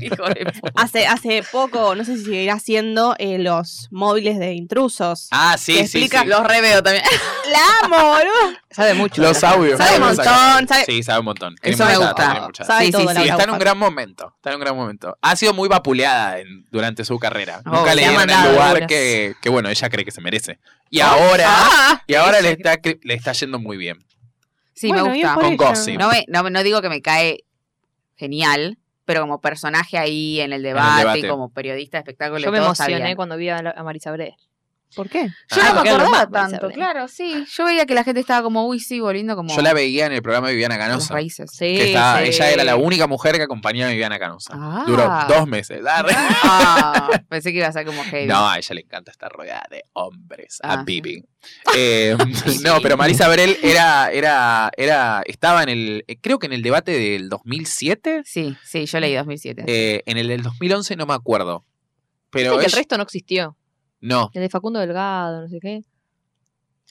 C: Hijo de puta.
D: hace, hace poco, no sé si seguirá haciendo eh, los móviles de intrusos.
A: Ah, sí,
D: Te
A: sí,
D: explica
A: sí.
C: Los reveo también.
D: La amo, boludo.
B: Sabe mucho.
A: Los audios.
D: Sabe un
A: Los audios.
D: montón, sabe-
A: Sí, sabe un montón. Tiene
C: Eso me
A: mucha data,
C: gusta.
A: tiene mucha data.
D: Sabe
C: Sí,
D: todo
C: sí,
D: la
C: sí,
A: Sí,
D: Laura
A: está en un
D: Ufas.
A: gran momento, está en un gran momento. Ha sido muy vapuleada en- durante su carrera.
C: Oh,
A: Nunca
C: se
A: le
C: ha
A: dieron el
C: mandado Oh,
A: lugar
C: algunas.
A: que, que, bueno, ella cree que se merece. Y ahora,
C: ah,
A: y ahora le está, cre- le está yendo muy bien.
C: Sí,
D: Bueno,
C: me
D: bien pues.
C: gusta.
D: por
A: Con
D: ella.
A: Gossip.
C: No, me- no, no digo que me cae genial, pero como personaje ahí en el debate,
A: debate.
C: y como periodista de espectáculo,
B: Yo me
C: todo está
B: emocioné
C: bien.
B: cuando vi a, la- a Marisa Bré.
D: ¿Por qué?
A: Ah,
C: Yo no me
B: porque era lo
C: acordaba
B: más, Marisa
C: tanto,
B: Brey.
C: claro, sí. Yo veía que la gente estaba como, uy, sí, volviendo como
A: Yo la veía en el programa de Viviana
C: a las
A: Canosa.
C: raíces.
B: Sí,
A: que estaba-
B: sí.
A: Ella era la única mujer que acompañaba a Viviana Canosa.
C: Ah.
A: Duró dos meses. Ah, re-
C: Ah, pensé que iba a ser como heavy.
A: No, a ella le encanta estar rodeada de hombres, a
C: Ah,
A: Bibi. Eh, no, pero Marisa Brel era, era, era, estaba en el, eh, creo que en el debate del 2007,
C: Sí, sí, yo leí 2007.
A: eh, en el del 2011 no me acuerdo. Pero
B: Viste que el
A: ella-
B: resto no existió.
A: no,
B: El de Facundo Delgado, no sé qué.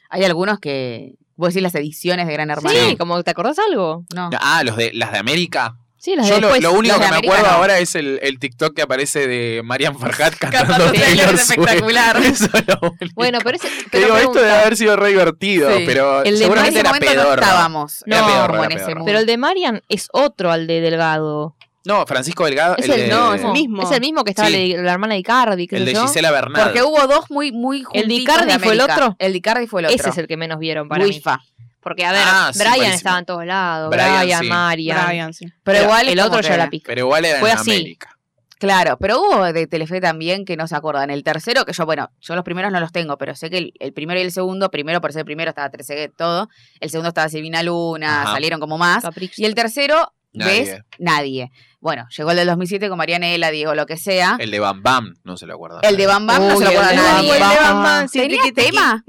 C: Hay algunos que... ¿Vos decís las ediciones de Gran Hermano?
B: Sí, como te acordás algo.
C: No.
A: no, ah, los de, las de América.
B: Sí, las de
A: Yo lo,
B: después.
A: lo único
C: las de
A: que me
C: América
A: acuerdo
C: no.
A: ahora es el, el TikTok que aparece de Marian Farhat cantando
C: Cantando Taylor
A: Taylor
C: es
A: Swift.
C: espectacular.
A: Eso es lo único.
B: Bueno, pero ese.
A: Te
B: Pero,
A: digo, esto debe
B: pregunta,
A: haber sido re divertido,
C: Sí.
A: pero
B: El de
C: En
A: seguramente
C: ese
A: era
C: momento no
A: pedorro.
C: estábamos
A: Era
C: no,
A: pedorro,
C: como
A: era
C: en ese
A: pedorro.
C: mundo.
B: pero el de Marian es otro al de Delgado.
A: No, Francisco Delgado.
B: Es
A: Ah, el,
B: el-
A: de,
D: no, es el mismo.
B: Es el mismo que estaba
A: Sí.
B: la, la hermana de Icardi, creo
A: el de
B: yo.
A: Gisela Bernal.
C: Porque hubo dos muy, muy juntitos de
B: Icardi fue el
C: América.
B: otro?
C: El Icardi fue el otro.
B: Ese es el que menos vieron para mí.
C: Buifa.
B: Porque, a ver,
A: Ah, sí,
B: Brian
A: buenísimo.
B: estaba en todos lados.
A: Brian,
B: Brian,
A: sí.
B: Marian.
D: Brian, sí.
C: Pero
B: Era-
C: igual
B: El
C: como
B: otro
C: que
B: yo la
C: era.
B: pica.
A: Pero igual era
B: Fue
A: en
B: así.
A: América.
C: Claro, pero hubo de Telefe también que no se acuerdan. El tercero, que yo, bueno, yo los primeros no los tengo, pero sé que el, el primero y el segundo, primero por ser el primero estaba Trezeguet, todo. El segundo estaba Silvina Luna,
A: Ajá.
C: salieron como más.
B: Capricho.
C: Y el tercero,
A: Nadie.
C: ¿ves? Nadie. Bueno, llegó el del 2007 con Marianela, Diego, lo que sea. El,
A: El de Bam Bam, no se lo acuerda.
C: de Bam Bam no
B: Uy,
C: se lo
B: Ah. el
C: acuerda
B: de
C: nadie.
B: Bam Bam.
C: ¿Tenía tema?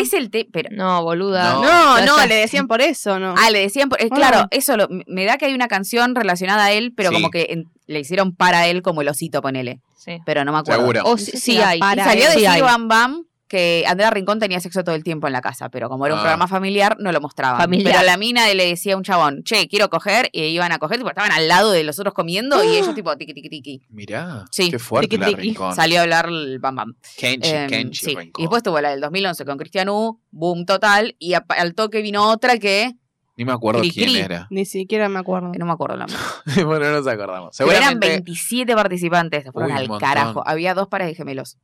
C: Ese es el tema. Pero,
B: No, boluda.
A: No.
D: No,
B: Ya
D: no,
B: está.
D: le decían por eso, ¿no?
C: ah, le decían, por- eh,
D: Ah.
C: claro, eso lo- me da que hay una canción relacionada a él, pero
A: Sí.
C: como que en- le hicieron para él como el osito, ponele.
B: Sí.
C: Pero no me acuerdo.
A: Seguro. Oh,
B: O
D: sé
B: sí,
D: si
B: sí
D: era
B: hay.
D: para
C: Y salió
B: sí
C: de
B: hay.
C: Sí Bam Bam que Andrea Rincón tenía sexo todo el tiempo en la casa, pero como era un
A: Ah.
C: programa familiar, no lo mostraban.
B: Familiar.
C: Pero la mina le decía a un chabón, che, quiero coger, y iban a coger, tipo, estaban al lado de los otros comiendo, y ellos tipo, tiqui, tiqui,
B: Oh,
C: tiqui.
A: Mirá,
C: Sí.
A: qué fuerte
D: Tiki,
A: la
D: tiki.
A: Rincón.
C: Salió a hablar el Bam Bam.
A: Kenchi,
C: Em,
A: Kenchi
C: sí.
A: Rincón.
C: Y después tuvo la del 2011 con Cristian U, boom total, y a- al toque vino otra que,
A: Ni me acuerdo
C: Cri,
A: quién
C: cri.
A: era.
D: Ni siquiera me acuerdo.
C: no me acuerdo la nombre.
A: bueno, no nos acordamos.
C: Pero eran
A: Seguramente.
C: 27 participantes, se fueron
A: Uy, un
C: al
A: montón.
C: carajo. Había dos pares de gemelos.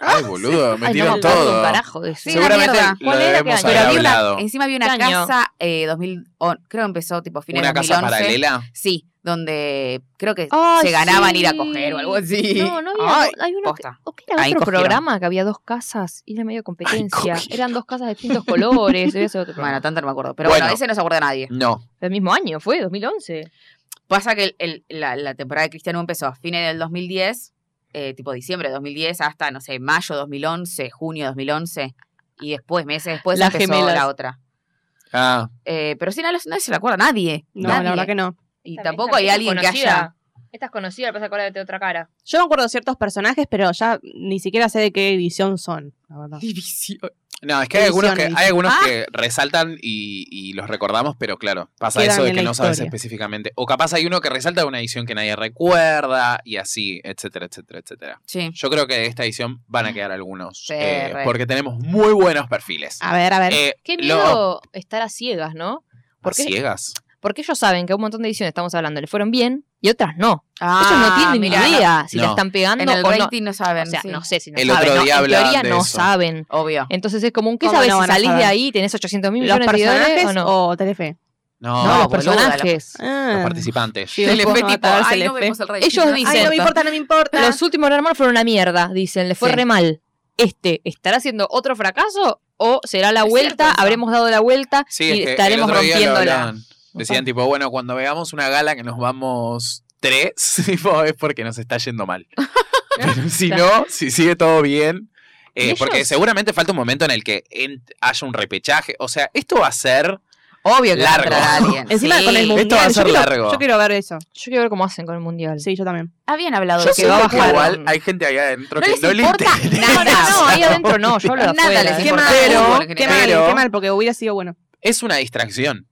A: Ay, boludo,
B: Ay, no
A: metieron
B: me acuerdo un
A: todo. ¿ah?
B: carajo de
C: Sí,
B: eso.
C: una
A: Seguramente
C: mierda.
A: lo
B: ¿Cuál era?
A: debemos
B: ¿Qué año?
A: haber
C: Pero había una-
A: hablado.
C: encima había una
B: ¿Qué año?
C: casa, eh, 2011, creo que empezó tipo final
A: ¿Una
C: 2011.
A: casa paralela?
C: Sí, donde creo que
B: Ay,
C: se ganaban
B: sí.
C: ir a coger o algo así.
B: No, no había.
C: Ay,
B: no, hay uno que,
C: posta.
B: ¿o qué era
C: Ahí
B: otro
C: cogieron.
B: programa que había dos casas y era medio competencia.
A: cogieron.
B: Eran dos casas de distintos colores. era ese otro
C: Bueno,
B: programa.
C: tanto no me acuerdo. Pero bueno,
A: Bueno.
C: ese no se acuerda nadie.
A: No.
B: Del mismo año, fue 2011.
C: Pasa que el- el- la, la temporada de Cristiano empezó a fines del 2010, eh, tipo diciembre de 2010, hasta, no sé, mayo 2011, junio 2011. Y después, meses después,
B: Las
C: empezó
B: gemelas.
C: la otra.
A: Ah,
C: Eh, pero sí, no, no se la acuerda nadie.
D: No,
C: nadie.
D: la verdad que no.
C: Y tampoco hay alguien que haya.
B: Esta es conocida, pero acordar de otra cara.
D: Yo me acuerdo de ciertos personajes, pero ya ni siquiera sé de qué edición son, la verdad.
A: no, es que hay
D: Edición,
A: algunos que,
D: edición.
A: hay algunos
C: Ah.
A: que resaltan y, y los recordamos, pero claro, pasa
D: Quedan
A: eso de
D: en
A: que
D: la
A: no sabes
D: historia.
A: específicamente. O capaz hay uno que resalta una edición que nadie recuerda y así, etcétera, etcétera, etcétera.
C: Sí.
A: Yo creo que de esta edición van a quedar algunos,
C: Sí,
A: eh,
C: re.
A: porque tenemos muy buenos perfiles.
D: A ver, a ver.
A: Eh,
B: Qué
A: lo-
B: miedo estar a ciegas, ¿no?
A: a
B: Porque,
A: ciegas.
B: porque ellos saben que un montón de ediciones estamos hablando le fueron bien y otras no.
C: Ah,
B: ellos no tienen
C: mirá,
B: ni idea si la
A: No.
B: están pegando
C: En el
B: o no.
C: rating no saben.
B: O sea,
C: sí.
B: no sé si no
A: El
B: saben.
A: otro
B: ¿no?
A: día
B: En
A: hablaban
B: teoría
A: de
B: no
A: eso.
B: saben.
C: Obvio.
B: Entonces es como un qué
D: ¿Cómo
B: sabes
D: no
B: si
D: van a
B: salís de
D: saber?
B: ahí y tenés 800 mil
D: ¿Los
B: millones de
D: personajes
B: seguidores o no.
D: o Telefe?
A: No,
B: no, los
C: boluda, la-
B: personajes.
D: Ah.
A: los participantes.
D: Sí, después
C: Telefe
D: no va a
C: tipo,
D: acabarse
C: ay,
D: el
C: no
D: F.
C: vemos el rating.
B: Ellos dicen-
D: Ay, no me importa, no me importa.
B: Los últimos hermanos fueron una mierda, dicen. Le fue
C: Sí.
B: re mal. Este, ¿estará haciendo otro fracaso o será la
C: Es
B: vuelta?
C: cierto eso.
B: ¿Habremos dado la vuelta
A: Sí,
B: y
A: es que
B: estaremos
A: el otro día lo
B: rompiéndola?
A: hablaban. Decían tipo, bueno, cuando veamos una gala que nos vamos tres, tipo, es porque nos está yendo mal. Pero si no, si sigue todo bien. eh,
B: ¿Y ellos?
A: porque seguramente falta un momento en el que en- haya un repechaje. O sea, esto va a ser.
C: Obvio que va a
A: Largo.
C: entrar alguien.
D: Encima
C: Sí.
D: con el mundial.
A: Esto va a
D: yo
A: ser
D: quiero-
A: largo.
D: Yo quiero ver eso.
B: Yo quiero ver cómo hacen con el mundial.
D: Sí, yo también.
C: Habían hablado
A: Yo
C: de que va a
A: siento que
C: bajar.
A: Igual hay gente allá adentro
C: No
A: que
C: les
A: no le
C: importa
A: interesa.
B: No, no, no, ahí adentro no, yo hablo de
C: Nada
B: afuera.
C: les
B: ¿eh?
C: importa.
A: Pero-
D: Pero,
C: fútbol,
D: qué
C: creo.
D: mal,
A: Pero-
D: qué mal, porque hubiera sido bueno.
A: Es una distracción.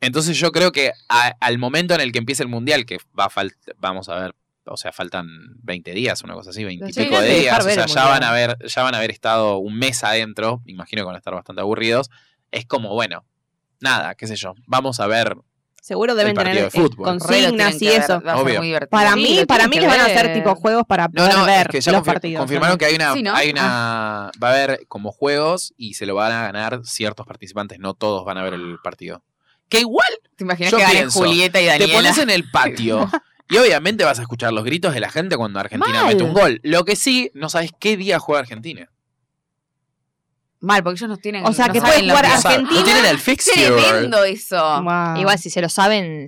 A: Entonces yo creo que a- al momento en el que empiece el mundial, que va a fal- vamos a ver, o sea, faltan 20 días, una cosa así, 20 y
B: Sí,
A: pico
B: hay
A: de
B: que
A: días,
B: dejar
A: o
B: ver
A: sea,
B: el
A: ya van,
B: mundial.
A: a haber, ya van a haber estado un mes adentro, me imagino que van a estar bastante aburridos, es como, bueno, nada, qué sé yo, vamos a ver,
D: Seguro deben
A: partido
D: tener
A: de
D: eh,
A: fútbol.
C: Re lo tienen
D: consignas
C: que
D: y
C: ver,
D: eso.
C: va a ser
A: Obvio.
C: muy divertido.
D: Para
B: Sí,
D: mí,
B: lo
D: para
B: tienen
D: mí
B: que
D: les van a
B: ver.
D: hacer tipo juegos para
A: No,
D: poder
A: no, es
D: ver
A: que ya
D: los
A: confir-
D: partidos.
A: confirmaron que hay una,
C: Sí, ¿no? Ah.
A: hay una va a haber como juegos y se lo van a ganar ciertos participantes, no todos van a ver el partido. Que igual
C: ¿Te imaginas
A: Yo
C: que gane
A: pienso,
C: Julieta y
A: te
C: Daniela?
A: pones en el patio y obviamente vas a escuchar los gritos de la gente cuando Argentina
B: Mal.
A: mete un gol. Lo que sí, no sabes qué día juega Argentina.
C: Mal, porque ellos nos tienen.
D: O sea,
C: no
D: que
C: saben
D: puede
C: lo
D: jugar
A: No
C: que-
A: saben,
D: Argentina,
A: No tienen el
C: Es
A: fixture.
C: tremendo eso.
D: Wow.
B: Igual si se lo saben,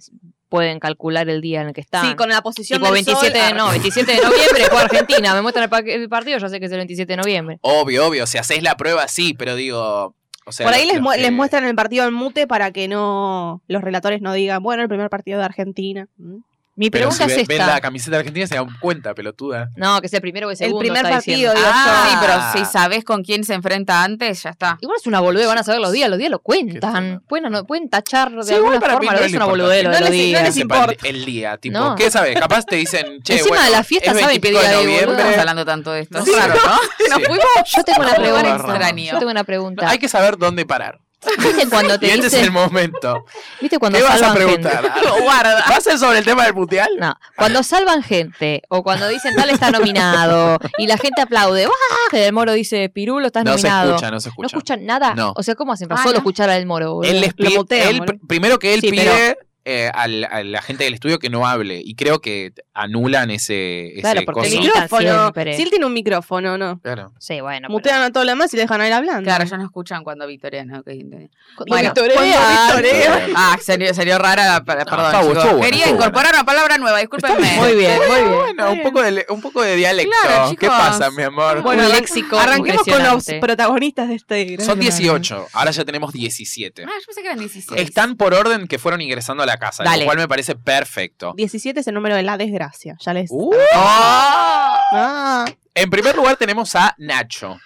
B: pueden calcular el día en el que están.
D: Sí, con la posición
B: Tipo
D: del sol,
B: 27 de,
D: ah,
B: no, 27 de noviembre juega Argentina. Me muestran el, pa- el partido, yo sé que es el 27 de noviembre.
A: Obvio, obvio. Si haces la prueba, sí, pero digo. O sea,
D: Por ahí les,
A: los
D: mu-
A: que-
D: les muestran el partido en mute para que no los relatores no digan, bueno, el primer partido de Argentina. Mm.
B: Mi
A: Pero si
B: pregunta
A: ve-
B: es
A: ven la
B: esta.
A: camiseta argentina se dan cuenta, pelotuda.
B: No, que sea el primero o el segundo.
D: primer
B: está diciendo.
D: partido, digo
C: Ah,
D: yo.
C: sí, pero si sabés con quién se enfrenta antes, ya está.
B: Igual es una boludez, van a saber los días, los días lo cuentan.
A: tema.
B: Pueden, ano- pueden tachar de
A: Sí, igual
B: alguna
A: para mí
B: forma,
A: no
B: lo
A: es
B: es una
A: importante.
B: boludez lo
A: No
B: de los
D: les- no
B: días.
D: les
A: Que sepan
D: importa.
A: El día, tipo,
B: No.
A: ¿qué sabes? Capaz te dicen, che,
B: Encima
A: bueno,
B: de la fiesta
A: es
B: saben qué
A: 25
B: día
A: de
B: hay, boludo.
C: No estamos
A: noviembre.
C: hablando tanto de esto.
A: Sí.
C: Es raro, ¿no?
A: Sí.
C: Nos fuimos
B: Yo tengo una
A: Raro,
B: pregunta.
A: raro.
C: extraño.
B: Yo tengo una pregunta.
A: Hay que saber dónde parar.
B: ¿Viste cuando
A: Y
B: te
A: este es
B: dice,
A: el momento.
B: ¿viste cuando
A: ¿Qué vas a
B: salvan
A: preguntar?
B: gente?
A: guarda. ¿Va a ser sobre el tema del mundial?
B: No, cuando salvan gente o cuando dicen tal está nominado y la gente aplaude, ¡Bah! el moro dice Pirulo estás
A: No se
B: nominado.
A: escucha, no se
B: ¿No
A: escucha.
B: escuchan nada?
A: No.
B: O sea, ¿cómo hacen para
C: Ah,
B: solo
C: no.
B: escuchar al moro? boludo?
A: Él les
D: Lo
A: pide-
D: mutean,
A: él-
D: boludo.
A: primero que él
B: Sí,
A: pide
B: pero-
A: eh, al- a la gente del estudio que no hable. Y creo que anulan ese, ese
B: Claro, porque
A: coso.
D: El
B: Sí,
D: micrófono.
B: siempre.
D: Si él tiene un micrófono, ¿no.
A: Claro.
B: Sí, bueno. pero-
D: Mutean a todo lo demás y le dejan a él hablando.
C: Claro, ya no escuchan cuando victorian. ¿no? Ok, entendí.
B: Cuando-
C: Bueno,
D: Victoria.
C: cuando victorian.
A: Victoria.
C: Ah, salió, salió rara la pa- perdón.
B: Ah,
A: estuvo
C: chicos.
A: bueno,
C: Quería
A: estuvo
C: incorporar una palabra nueva, discúlpenme.
B: Muy bien, muy bien.
A: Bueno, un poco, de, un poco de dialecto.
C: Claro,
A: ¿Qué
C: chicos.
A: pasa, mi amor?
B: Bueno,
D: Bueno, arran-
B: léxico
D: Arranquemos con los
B: impresionante.
D: protagonistas de este gran
A: Son
D: hermano.
A: 18, ahora ya tenemos 17.
C: Ah, yo pensé que eran 16.
A: Están por orden que fueron ingresando a la casa,
C: Dale.
A: lo cual me parece perfecto.
D: 17 es el número de la desgracia. Ya les.
A: Uh.
D: Ah.
A: En primer lugar tenemos a Nacho.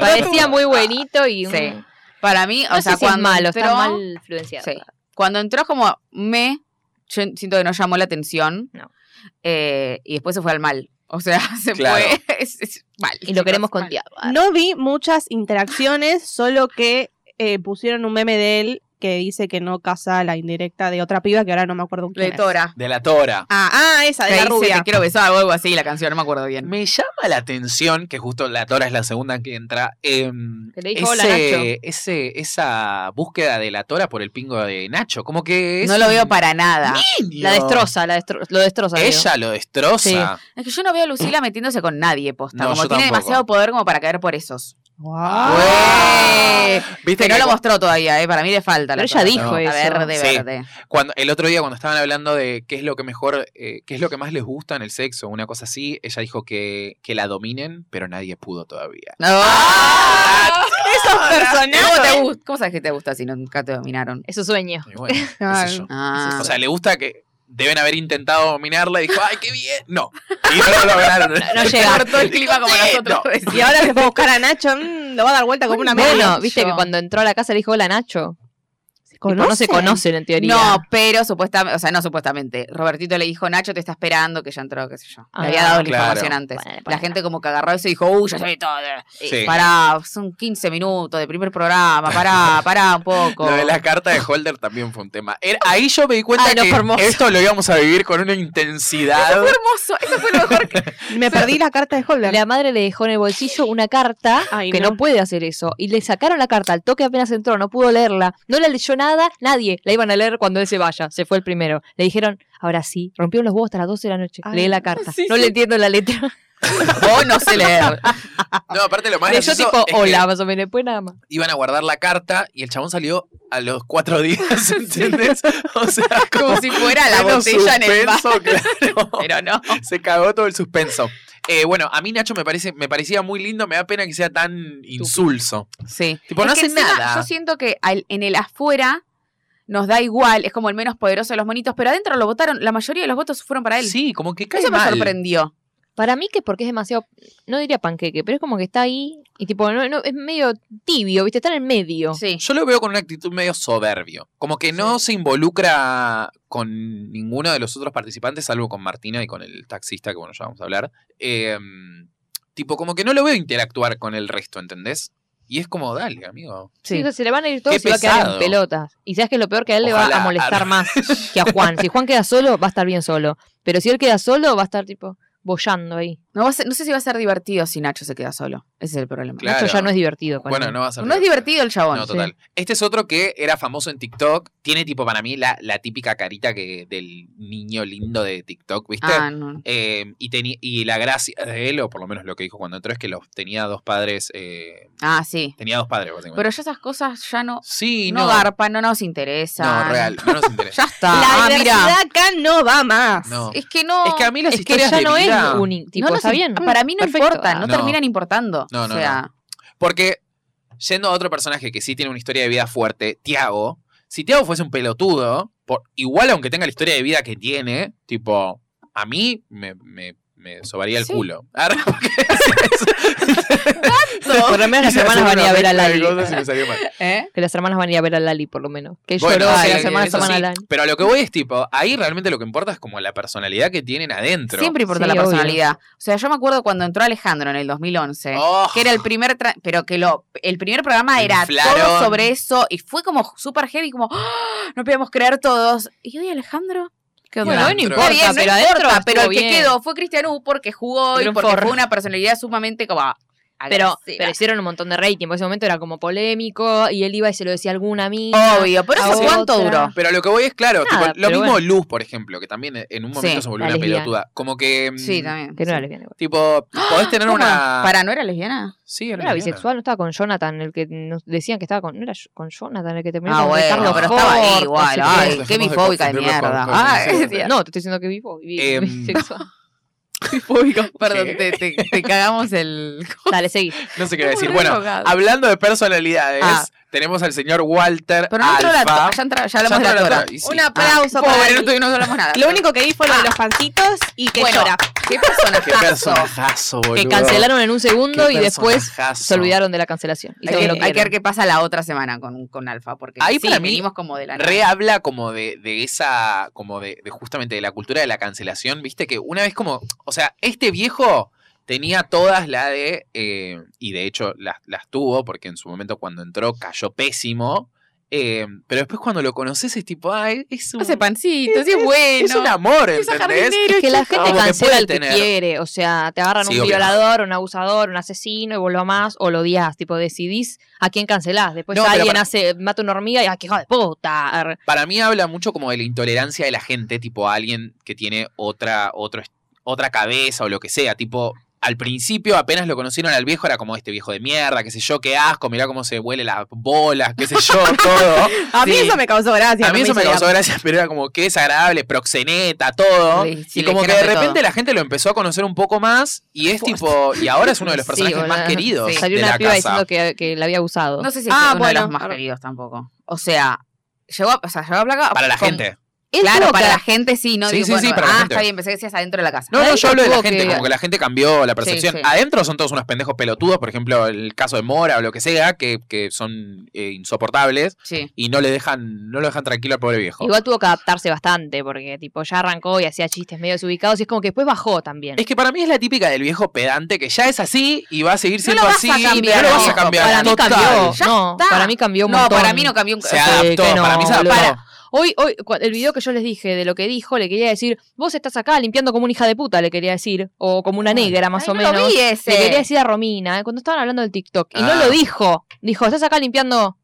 B: Parecía muy buenito y... un-
C: Sí. Para mí,
B: No
C: o sea,
B: sé si es
C: cuando
B: malo,
C: entró-
B: está mal influenciado.
C: Sí. Cuando entró como me, yo siento que no llamó la atención.
B: No.
C: Eh, y después se fue al mal. O sea, se
A: Claro.
C: fue es- es mal.
B: Y lo queremos
C: Mal.
B: contigo.
D: Ah, No vi muchas interacciones, solo que eh, pusieron un meme de él que dice que no casa la indirecta de otra piba que ahora no me acuerdo quién
C: De
D: es.
C: Tora.
A: De la Tora.
D: Ah, ah, esa,
C: Que
D: de la
C: dice,
D: rubia.
C: Te quiero besar o algo así, la canción, no me acuerdo bien.
A: Me llama la atención que justo la Tora es la segunda que entra. em,
B: Que le dijo, "Hola, Nacho".
A: ese- esa búsqueda de la Tora por el pingo de Nacho, como que es
C: No lo veo
A: un
C: para nada.
A: niño.
B: La destroza, la destro- lo destroza. digo.
A: Ella lo destroza.
C: Es que yo no veo a Lucila metiéndose con nadie, posta.
A: No,
C: como
A: yo
C: tiene
A: tampoco.
C: demasiado poder como para caer por esos.
D: Guau.
B: ¡Ah!
C: Ué.
A: Viste
C: Pero
A: que
C: no lo
A: cu-
C: mostró todavía, ¿eh? Para mí le falta. la
B: Pero ella
C: cosa.
B: dijo
A: No.
B: eso.
C: A verde,
A: Sí.
C: verde.
A: cuando el otro día cuando estaban hablando de qué es lo que mejor, eh, qué es lo que más les gusta en el sexo, una cosa así, ella dijo que, que la dominen, pero nadie pudo todavía.
C: No. Ah,
D: Esos
C: ¿Cómo, te
D: personajes.
C: gust- cómo sabes que te gusta si nunca te dominaron?
B: Es su sueño.
A: Y bueno, qué sé yo.
C: Ah.
A: O sea, le gusta que deben haber intentado dominarla y dijo, ¡ay, qué bien! No. Y no lo lograron.
B: no llega.
C: todo el clima como
A: Sí,
C: nosotros.
A: no.
D: Y ahora se fue a buscar a Nacho. mm, lo va a dar vuelta como una
B: Bueno,
D: media.
B: viste que
C: Nacho.
B: cuando entró a la casa le dijo, hola Nacho.
D: ¿Se
B: Tipo, No se conocen en teoría.
C: No, pero supuestamente, o sea, no supuestamente. Robertito le dijo, Nacho te está esperando, que ya entró, qué sé yo.
B: Ah,
C: le había dado la
A: claro.
C: información antes.
B: Ponele,
C: La
B: ponele.
C: gente como que agarró eso y dijo, uy, ya sé todo.
A: Sí.
C: Pará, son 15 minutos de primer programa, pará, pará un poco.
A: Lo de la carta de Holder también fue un tema. Era- ahí yo me di cuenta
B: Ay, no,
A: que
B: fue hermoso.
A: esto lo íbamos a vivir con una intensidad.
C: hermoso, eso fue lo mejor que...
D: Me perdí la carta de Holder.
B: La madre le dejó en el bolsillo una carta
D: Ay,
B: que
D: no.
B: no. puede hacer eso. Y le sacaron la carta al toque apenas entró, no pudo leerla. No la leyó nada, nadie. La iban a leer cuando él se vaya. Se fue el primero. Le dijeron, ahora sí, rompieron los huevos hasta las 12 de la noche.
D: Ay,
B: Lee la carta.
C: sí,
B: no
C: sí.
B: le entiendo la letra.
C: Vos no sé leer.
A: No, aparte lo más
B: Leyó
A: gracioso
B: tipo,
A: es que
B: hola, más o menos. Después nada más.
A: iban a guardar la carta y el chabón salió a los cuatro días, ¿entendés? O sea, como,
C: Como si fuera la
A: pleno
C: botella en el bar.
A: suspenso, claro.
C: Pero no.
A: Se cagó todo el suspenso. Eh, bueno, a mí Nacho me parece, me parecía muy lindo, me da pena que sea tan insulso.
C: Sí.
A: Tipo, no
C: Es que
A: hace
C: encima
A: nada.
C: Yo siento que al- en el afuera nos da igual, es como el menos poderoso de los monitos, pero adentro lo votaron, la mayoría de los votos fueron para él.
A: Sí, como que cae
C: Eso me
A: mal.
C: sorprendió.
B: Para mí que es porque es demasiado, no diría panqueque, pero es como que está ahí y tipo, no, no, es medio tibio, ¿viste? Está en el medio.
C: Sí.
A: Yo lo veo con una actitud medio soberbio. Como que no se involucra con ninguno de los otros participantes, salvo con Martina y con el taxista, que bueno, ya vamos a hablar. Eh, tipo, como que no lo veo interactuar con el resto, ¿entendés? Y es como, dale, amigo.
B: Sí, o sea, se le van a ir todos
A: Qué
B: y se va a quedar
A: pesado.
B: en pelotas. Y sabes que lo peor que a él le va
A: Ojalá.
B: a molestar más que a Juan. Si Juan queda solo, va a estar bien solo. Pero si él queda solo, va a estar tipo bollando ahí.
C: No, va a ser- no sé si va a ser divertido si Nacho se queda solo. Ese es el problema.
A: Claro.
B: Esto ya no es divertido. para
A: Bueno,
B: mí.
A: no va a ser.
C: No es divertido el chabón.
A: No, total. Este es otro que era famoso en TikTok. Tiene, tipo, para mí, la, la típica carita que del niño lindo de TikTok, ¿viste?
C: Ah, no.
A: Eh, y, teni- y la gracia de él, o por lo menos lo que dijo cuando entró, es que los tenía dos padres. eh,
C: Ah, sí.
A: tenía dos padres, básicamente.
C: Pero ya esas cosas ya no,
A: sí,
C: no,
A: no.
C: garpan, no nos interesan.
A: No, real, no nos interesa.
C: Ya está.
D: La
C: ah, mira.
D: diversidad acá no va más.
A: No.
C: Es que no.
A: Es que a mí las
B: es que
A: historias
B: ya
A: de
B: no
A: vida-
B: es un tipo,
C: no nos
B: está
C: in-
B: bien.
C: Para mí no
B: Perfecto. Ah,
C: importan, no,
A: No.
C: terminan importando.
A: No, no,
C: o sea,
A: Porque, yendo a otro personaje que sí tiene una historia de vida fuerte, Tiago. Si Tiago fuese un pelotudo, por, igual aunque tenga la historia de vida que tiene, tipo, a mí me, me- me sobaría el
C: Sí.
A: culo. Arre, porque-
B: Por lo menos las
A: Hice
B: hermanas
A: hacer
B: van a ir
A: una
B: a ver
A: mezcla
B: a
A: de
B: Lali.
A: cosas y me salió mal.
C: ¿Eh?
B: Que las hermanas van a ir a ver a Lali, por lo menos. Que
A: Bueno,
B: lloró,
C: sí,
B: que las hermanas
A: eso
B: aman a
A: sí,
B: Lali.
A: pero a lo que voy es tipo, ahí realmente lo que importa es como la personalidad que tienen adentro.
C: Siempre importa
B: Sí,
C: la
B: obvio.
C: personalidad. O sea, yo me acuerdo cuando entró Alejandro en el 2011.
A: Oh,
C: que era el primer tra- pero que lo el primer programa era
A: Inflaron.
C: todo sobre eso y fue como súper heavy como ¡Ah! no podíamos creer todos y hoy Alejandro ¿Qué
A: Bueno, hoy no
C: Está
A: importa,
C: bien, no
B: pero
C: importa,
B: adentro
C: pero el
B: estuvo
C: que
B: bien.
C: quedó fue Cristian U porque jugó
B: Era
C: y
B: un
C: porque
B: forro.
C: fue una personalidad sumamente como ah,
B: Pero,
C: agresiva.
B: pero hicieron un montón de rating. Por ese momento era como polémico y él iba y se lo decía a alguna amiga.
C: obvio por
B: a
C: eso cuánto
B: otra.
C: duró
A: Pero a lo que voy es claro, tipo,
B: Nada,
A: lo
B: pero
A: mismo
B: bueno.
A: Luz, por ejemplo, que también en un momento
C: Sí,
A: se volvió
B: la
A: una
B: lesbiana.
A: pelotuda. Como que. mm,
C: sí también
B: Que no era
C: sí.
B: lesbiana. igual.
A: Tipo, podés tener
C: ¿Cómo?
A: una.
C: para no era lesbiana
A: Sí,
B: No
A: era lesbiana.
B: era bisexual, no estaba con Jonathan, el que nos decían que estaba con. No era con Jonathan, el que terminó
C: ah
B: con
C: bueno
B: Ricardo
C: pero
B: Ford,
C: estaba ahí
B: no sé
C: igual
B: qué.
C: ay
A: Dejemos
C: qué
A: de
C: bifóbica de
A: confundirlo con-
C: mierda
A: con-
C: ay
A: con-
C: Dios.
B: No, te estoy diciendo que vivo. vi-
A: Em.
B: bisexual.
C: perdón
A: ¿Qué?
C: te, te- te cagamos el
B: Dale, seguí.
A: No sé qué iba a decir.
C: Muy
A: Bueno,
C: drogado.
A: hablando de personalidades,
C: Ah.
A: tenemos al señor Walter.
C: Pero no entró la
A: Alfa.
C: tora, ya, entra- ya
A: Ya
C: hablamos de la
A: entró la
C: tora.
A: tora, y sí.
C: Un aplauso
D: Ah,
C: para
D: pobre.
C: el y no hablamos nada.
D: Lo único que vi fue lo de los pancitos y que
C: Bueno,
D: llora.
C: ¿Qué
A: Qué
C: personajazo?
A: personajazo, boludo.
B: Que cancelaron en un
A: Qué
B: segundo y después
A: personajazo.
B: se olvidaron de la cancelación. Y
C: Hay
B: todo
C: que,
B: lo
C: hay que ver
B: quieren.
C: qué pasa la otra semana con, con Alfa, porque
A: Ahí
C: sí,
A: para mí
C: venimos como de la nada.
A: Re habla como de, de esa, como de, de justamente de la cultura de la cancelación, viste que una vez como, o sea, este viejo tenía todas la de, eh, y de hecho las, las tuvo, porque en su momento cuando entró cayó pésimo, eh, pero después cuando lo conoces es tipo, ay, es un,
C: Hace pancito, sí es
A: es un
C: bueno.
A: amor,
C: Es un
A: ¿entendés?
C: jardinero,
B: Es que la
C: chico.
B: gente
A: Como que
B: cancela
A: puede
B: al que
A: tener.
B: quiere. O sea, te agarran
A: Sí,
B: un
A: obvio.
B: violador, un abusador, un asesino y vos lo amás o lo odias. Tipo, decidís a quién cancelás. Después
A: No, pero
B: alguien
A: para-
B: hace, mata una hormiga y ¡ah, qué hijo de puta! Ar-
A: Para mí habla mucho como de la intolerancia de la gente, tipo a alguien que tiene otra, otro, est- otra cabeza o lo que sea, tipo... Al principio, apenas lo conocieron al viejo, era como este viejo de mierda, qué sé yo, qué asco, mirá cómo se huele las bolas, qué sé yo, todo.
D: A mí
A: Sí.
D: eso me causó gracia.
A: A mí
D: no
A: eso me
D: hizo
A: causó
D: gracia.
A: gracia, pero era como que desagradable, proxeneta, todo.
C: Sí, sí,
A: y
C: le
A: como que
C: dijeron
A: de
C: de todo.
A: repente la gente lo empezó a conocer un poco más y es tipo, y ahora es uno de los
B: Sí,
A: personajes
B: boludo.
A: más queridos
C: Sí.
A: de
B: Salió
A: la
B: una piba
A: casa.
B: diciendo que, que la había abusado.
C: No sé si es
D: Ah,
C: uno de los
D: bueno.
C: más queridos tampoco. O sea, llegó a, o sea, llegó a placa.
A: Para la
C: con-
A: gente.
B: Él
C: Claro,
B: tuvo
C: para
B: que-
C: la gente sí, no
A: Sí,
C: digo,
A: sí,
C: bueno,
A: sí, para la
C: ah,
A: gente.
C: está bien, pensé que decías adentro de la casa.
A: No, no,
B: Adentro
A: yo hablo de la
B: tuvo
A: gente,
B: que-
A: como que la gente cambió la percepción.
C: sí.
A: Adentro son todos unos pendejos pelotudos, por ejemplo, el caso de Mora o lo que sea, que, que son eh, insoportables
C: Sí.
A: y no le dejan, no lo dejan tranquilo al pobre viejo.
B: Igual tuvo que adaptarse bastante, porque tipo ya arrancó y hacía chistes medio desubicados y es como que después bajó también.
A: Es que para mí es la típica del viejo pedante que ya es así y va a seguir siendo
C: vas a
A: así. no
C: cambiar,
A: lo vas a
C: viejo.
A: cambiar.
B: para mí
A: total.
B: cambió.
C: Ya
B: no,
C: está.
B: para mí cambió un
C: No,
B: montón.
C: para mí no cambió un
A: Se
B: Sí,
A: adaptó,
B: que no,
A: para mí se adaptó.
B: boludo. Hoy, hoy, cua- el video que yo les dije de lo que dijo, le quería decir, vos estás acá limpiando como una hija de puta, le quería decir, o como una negra más
C: Ay,
B: o
C: no
B: menos.
C: Lo vi
B: Le quería
C: ese.
B: decir a Romina, eh, cuando estaban hablando del TikTok, y no
A: Ah.
B: lo dijo. Dijo, estás acá limpiando.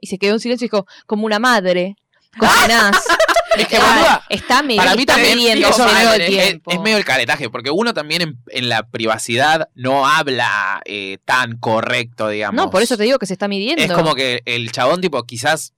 B: Y se quedó en silencio y dijo, como una madre. Cocinás.
A: Ah. Es que,
B: Ah,
A: boluda,
B: está medio,
A: Para mí
B: está
A: también
B: midiendo
A: eso
B: medio
A: medio-
B: el
A: es,
B: tiempo.
A: es medio el caretaje, porque uno también en, en la privacidad no habla eh, tan correcto, digamos.
B: No, por eso te digo que se está midiendo.
A: Es como que el chabón, tipo, quizás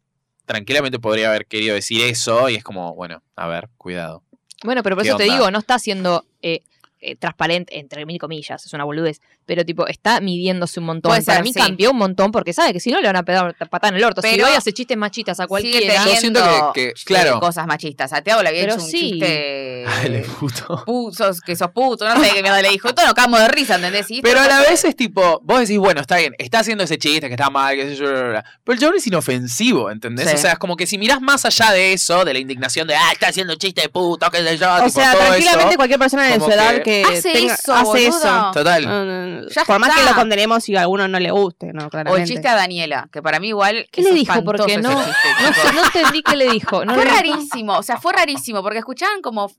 A: tranquilamente podría haber querido decir eso y es como, bueno, a ver, cuidado.
B: Bueno, pero por
A: ¿Qué
B: eso te
A: onda?
B: digo, no está siendo eh, eh, transparente, entre mil comillas, es una boludez, pero tipo, está midiéndose un montón.
C: Puede
B: Para
C: ser,
B: mí
C: sí.
B: cambió un montón porque sabe que si no le van a pegar una patada en el orto. si
C: Pero
B: hoy hace chistes machitas a
C: Sigue
B: cualquiera.
A: Yo siento que-
C: teniendo,
A: que-
C: sí,
A: claro.
C: cosas machistas. A Teo le había
B: Pero
C: hecho un
B: sí.
C: chiste.
A: Dale, puto.
C: putos, que sos puto, no sé qué mierda le dijo. Todos nos cagamos de risa, ¿entendés? Y
A: Pero a
C: esto-
A: la vez es tipo, vos decís, bueno, está bien, está haciendo ese chiste que está mal, qué sé yo, bla, bla, bla. pero el chabón es inofensivo, ¿entendés?
C: Sí.
A: O sea, es como que si mirás más allá de eso, de la indignación de, ah, está haciendo chiste de puto, qué sé yo,
D: O
A: tipo,
D: sea,
A: todo
D: tranquilamente
A: eso.
D: cualquier persona de
A: como
D: su edad
A: que-
D: que,
C: Hace
D: tenga-
C: eso,
D: hace
C: boludo.
D: eso.
A: Total.
D: No, no, no.
C: Ya
D: Por más que
C: está.
D: lo condenemos y a alguno no le guste, ¿no?
C: O el
D: Claramente.
C: chiste a Daniela, que para mí igual.
B: ¿Qué
C: es
B: le dijo?
C: espantoso
B: Porque
C: ese
B: no-
C: chiste,
B: No,
C: tipo.
B: sé, no entendí qué le dijo. No
C: fue
B: lo-
C: rarísimo, o sea, fue rarísimo, porque escuchaban como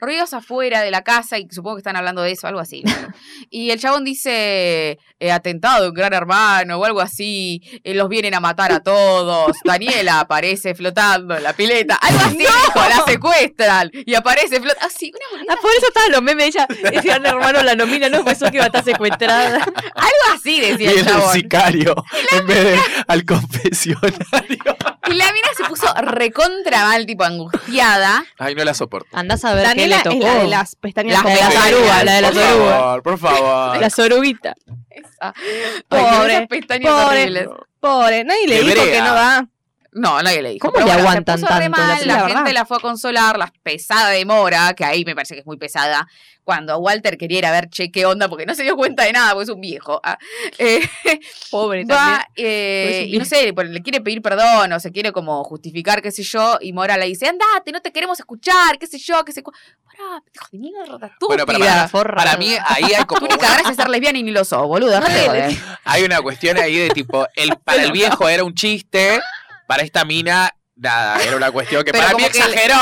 C: ruidos afuera de la casa y supongo que están hablando de eso, algo así. ¿no? Y el chabón dice, eh, atentado, un gran hermano o algo así, eh, los vienen a matar a todos, Daniela aparece flotando en la pileta, algo así, dijo, la secuestran y aparece flotando. Así, una
B: Ah, por eso estaban los memes ella. Decían, hermano, la nomina no pensó que iba a estar secuestrada.
C: algo así decía el
A: Viene el
C: chabón.
A: sicario en vez de al confesionario.
C: Y la mina se puso recontra mal, tipo angustiada.
A: Ay, no la soporto.
B: Andás a ver
D: Daniela
B: qué le
D: es
B: tocó.
D: la de las pestañas
C: Las
D: como
C: de las
D: que-
C: orugas,
D: la de las
A: por
D: orugas.
A: favor, por favor.
B: Las oruguitas.
C: Esa. Ay, con
D: Pobre,
C: esas pestañas
D: pobre.
C: horribles.
D: Pobre, nadie le dijo
A: Hebrea.
D: que no va.
C: No, nadie le dijo.
B: ¿Cómo
C: Pero
B: le
C: bueno, se
B: aguantan
C: puso re
B: tanto?
C: mal,
B: Sí,
C: la,
B: la
C: gente
B: verdad.
C: la fue a consolar, la pesada de Mora, que ahí me parece que es muy pesada, cuando Walter quería ir a ver che qué onda, porque no se dio cuenta de nada, porque es un viejo. ah. Eh,
B: Pobre
C: va, eh,
B: Por eso
C: y no sé, por- le quiere pedir perdón o se quiere como justificar, qué sé yo, y Mora le dice, andate, no te queremos escuchar, qué sé yo, qué sé cu-". Pará, hijo de mierda,
A: Bueno, para-
C: estúpida.
B: forra.
A: Para mí ahí hay como
C: Tu única gracia es ser lesbiana y ni lo sos, boludo.
B: Re,
A: Hay una cuestión ahí de tipo, el, para el viejo era un chiste, para esta mina, nada, era una cuestión que
C: Pero
A: para mí
C: como que-
A: exageró.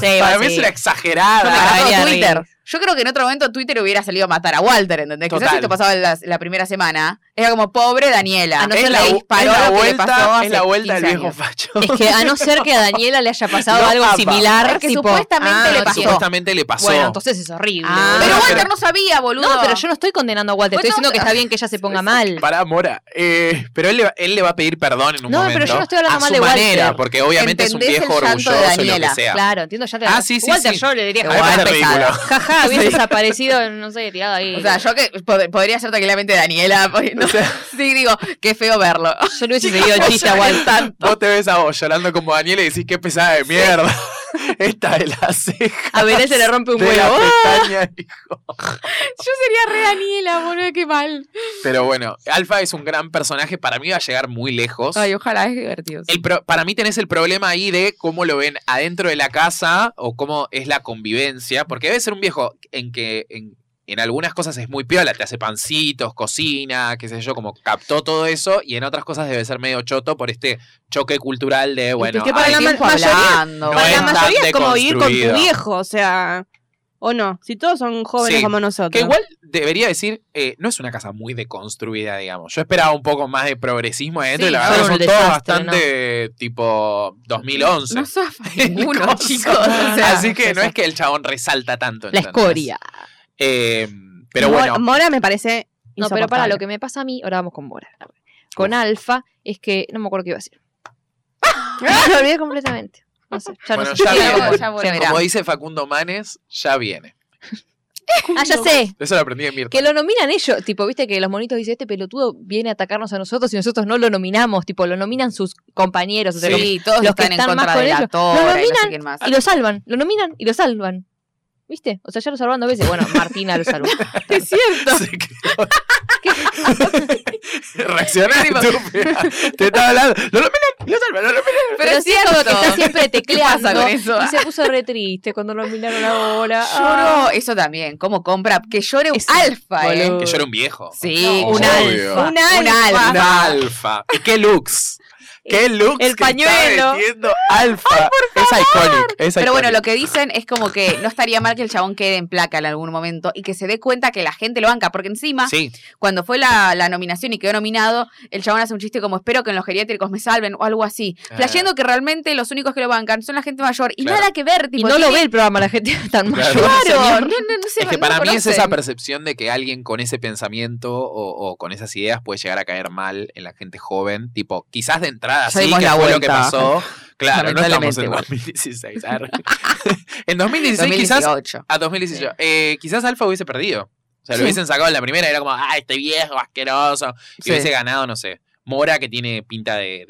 B: Sí,
A: Para
B: va,
A: mí
B: sí.
A: es una
C: Yo me
A: exagerada.
B: Ay,
C: acuerdo
B: Ari.
C: Twitter. Yo creo que en otro momento Twitter hubiera salido a matar a Walter, ¿entendés? Quizás
A: Total.
C: esto pasaba la, la primera semana. Era como, pobre Daniela.
B: Ah, no
C: Es
B: sé,
A: es
C: la
A: la,
B: le
A: vu-
C: disparó
A: es la
C: lo que le pasó
A: vuelta,
C: hace
A: es la vuelta del
C: 15
A: viejo
C: años.
A: facho.
B: Es que a no ser que a Daniela le haya pasado
A: No,
B: algo
A: papa.
B: similar,
C: Es que
B: tipo,
C: supuestamente
B: ah,
C: le
B: no
C: pasó.
B: entiendo.
A: Supuestamente le pasó.
B: Bueno, entonces es horrible.
C: Ah,
B: boludo.
C: pero
A: No,
C: Walter
A: pero-
C: no sabía, boludo.
B: No, pero Pues yo no estoy condenando a Walter. Estoy
C: Bueno,
B: diciendo que
C: no-
B: está bien que ella se ponga mal.
A: Pará, Mora. eh, pero él le, va, él le va a pedir perdón en un
B: No, pero
A: momento.
B: yo no estoy hablando
A: a
B: mal
A: su
B: de Walter.
A: manera, porque obviamente es un
C: ¿Entendés
A: viejo
C: el llanto de
A: orgulloso y lo
C: Daniela?
A: que sea.
B: Claro, entiendo, ya te
A: Ah, sí, sí,
B: Walter,
A: sí.
B: yo le diría,
A: A mí me
B: jaja,
A: parece
C: pesada.
A: ridículo.
B: jaja, hubiese desaparecido, no sé, tirado ahí.
C: O sea, yo que pod- podría ser tranquilamente Daniela. porque no- sí, digo, qué feo verlo.
B: Yo le hubiese seguido el chiste a Walter.
A: Vos te ves a vos llorando como Daniel y decís qué pesada de mierda. Esta de la ceja.
B: A ver, él se le rompe un
A: de la
B: huevo.
A: pestaña, hijo.
C: Yo sería re Daniela, boludo, qué mal.
A: Pero bueno, Alfa es un gran personaje. Para mí va a llegar muy lejos.
C: Ay, ojalá es divertido. sí.
A: El pro- para mí tenés el problema ahí de cómo lo ven adentro de la casa o cómo es la convivencia, porque debe ser un viejo en que en, en algunas cosas es muy piola, te hace pancitos, cocina, qué sé yo, como captó todo eso, y en otras cosas debe ser medio choto por este choque cultural
C: Este,
A: de, bueno,
D: que para
A: ay,
D: la ma-
C: Tiempo
D: mayoría-
C: hablando.
A: No
D: Para la
A: es tan
D: mayoría es como vivir con tu
A: deconstruido.
D: viejo, o sea. O no, si todos son jóvenes
A: Sí,
D: como nosotros.
A: que igual debería decir, eh, no es una casa muy deconstruida, digamos. Yo esperaba un poco más de progresismo adentro
B: Sí,
A: y la verdad que
B: son
A: son
B: un
A: todos
B: desastre,
A: bastante tipo 2011.
C: No zafa ninguno,
A: Cosa.
C: chicos. o sea.
A: Así que no es que el chabón resalta tanto.
B: La
A: ¿entendés?
B: escoria.
A: Eh, pero
D: Mo-
A: bueno,
D: Mora me parece.
B: No, pero para
D: insoportable.
B: lo que me pasa a mí, ahora vamos con Mora. Con Alfa, es que no me acuerdo qué iba a decir. Lo olvidé completamente. No sé, ya
A: Bueno,
B: no sé.
A: ya
B: Sí,
A: viene.
B: ya
C: volverá.
B: volverá.
A: como dice Facundo Manes, ya viene.
B: Ah, ya sé.
A: Eso lo aprendí de Mirta.
B: Que lo nominan ellos, tipo, viste que los monitos dicen, este pelotudo viene a atacarnos a nosotros y nosotros no lo nominamos, tipo, lo nominan sus compañeros, entre
A: Sí.
B: comillas,
C: Sí, todos
B: Los que
C: están,
B: están
C: en
B: más
C: contra
B: con
C: de la
B: ellos,
C: Torre
B: lo
C: y no sé
B: dominan
C: quién más.
B: y lo salvan, lo nominan y lo salvan. ¿Viste? O sea, ya lo salvaron dos veces. Bueno, Martina lo salvó.
C: Es cierto.
A: Se quedó- Reaccioná, estúpida. Te estaba hablando. No lo miren, lo salvan, no lo miren.
C: Pero,
B: Pero
C: es
B: sí es como
C: cierto.
B: que está siempre
C: ¿Qué pasa
B: tecleando.
C: con eso?
B: Y se puso re triste cuando nominaron ahora. Ah.
C: Lloró. Eso también. ¿Cómo compra? Que llore un
D: Eso,
C: alfa, ¿eh?
B: boludo.
A: Que yo era un viejo.
C: Sí,
A: No,
C: un,
A: obvio.
C: alfa,
D: Un
C: un alfa.
D: alfa.
A: Un alfa. ¿Y qué looks? ¿Qué looks?
B: el
A: que está
B: pañuelo.
A: vendiendo alfa. Es icónico. es
C: Pero bueno,
A: icónico.
C: lo que dicen es como que no estaría mal que el chabón quede en placa en algún momento y que se dé cuenta que la gente lo banca, porque encima,
A: Sí,
C: cuando fue la, la nominación y quedó nominado, el chabón hace un chiste como espero que en los geriátricos me salven o algo así,
A: Ah.
C: flasheando que realmente los únicos que lo bancan son la gente mayor y
A: Claro.
C: nada que ver,
B: Y
C: tipo,
B: no lo
C: tiene-
B: ve el programa, la gente tan
A: Claro.
B: mayor.
C: Claro, no,
B: señor.
C: no, no se-
A: es que
C: no
A: para
C: lo
A: mí es esa
C: conocen.
A: percepción de que alguien con ese pensamiento o, o con esas ideas puede llegar a caer mal en la gente joven. Tipo, quizás de entrada
C: Ya
A: sí,
C: dimos
A: que
C: la
A: fue lo que
C: vuelta.
A: pasó. Claro, no estamos
C: Lamentablemente,
A: en
C: igual.
A: 2016. arre. ¿eh? en 2016 quizás...
C: 2018.
A: A 2018. Eh, quizás Alfa hubiese perdido. O sea,
C: Sí.
A: lo hubiesen sacado en la primera. Era como, ah, este viejo asqueroso. Y
C: Sí.
A: hubiese ganado, no sé, Mora, que tiene pinta de,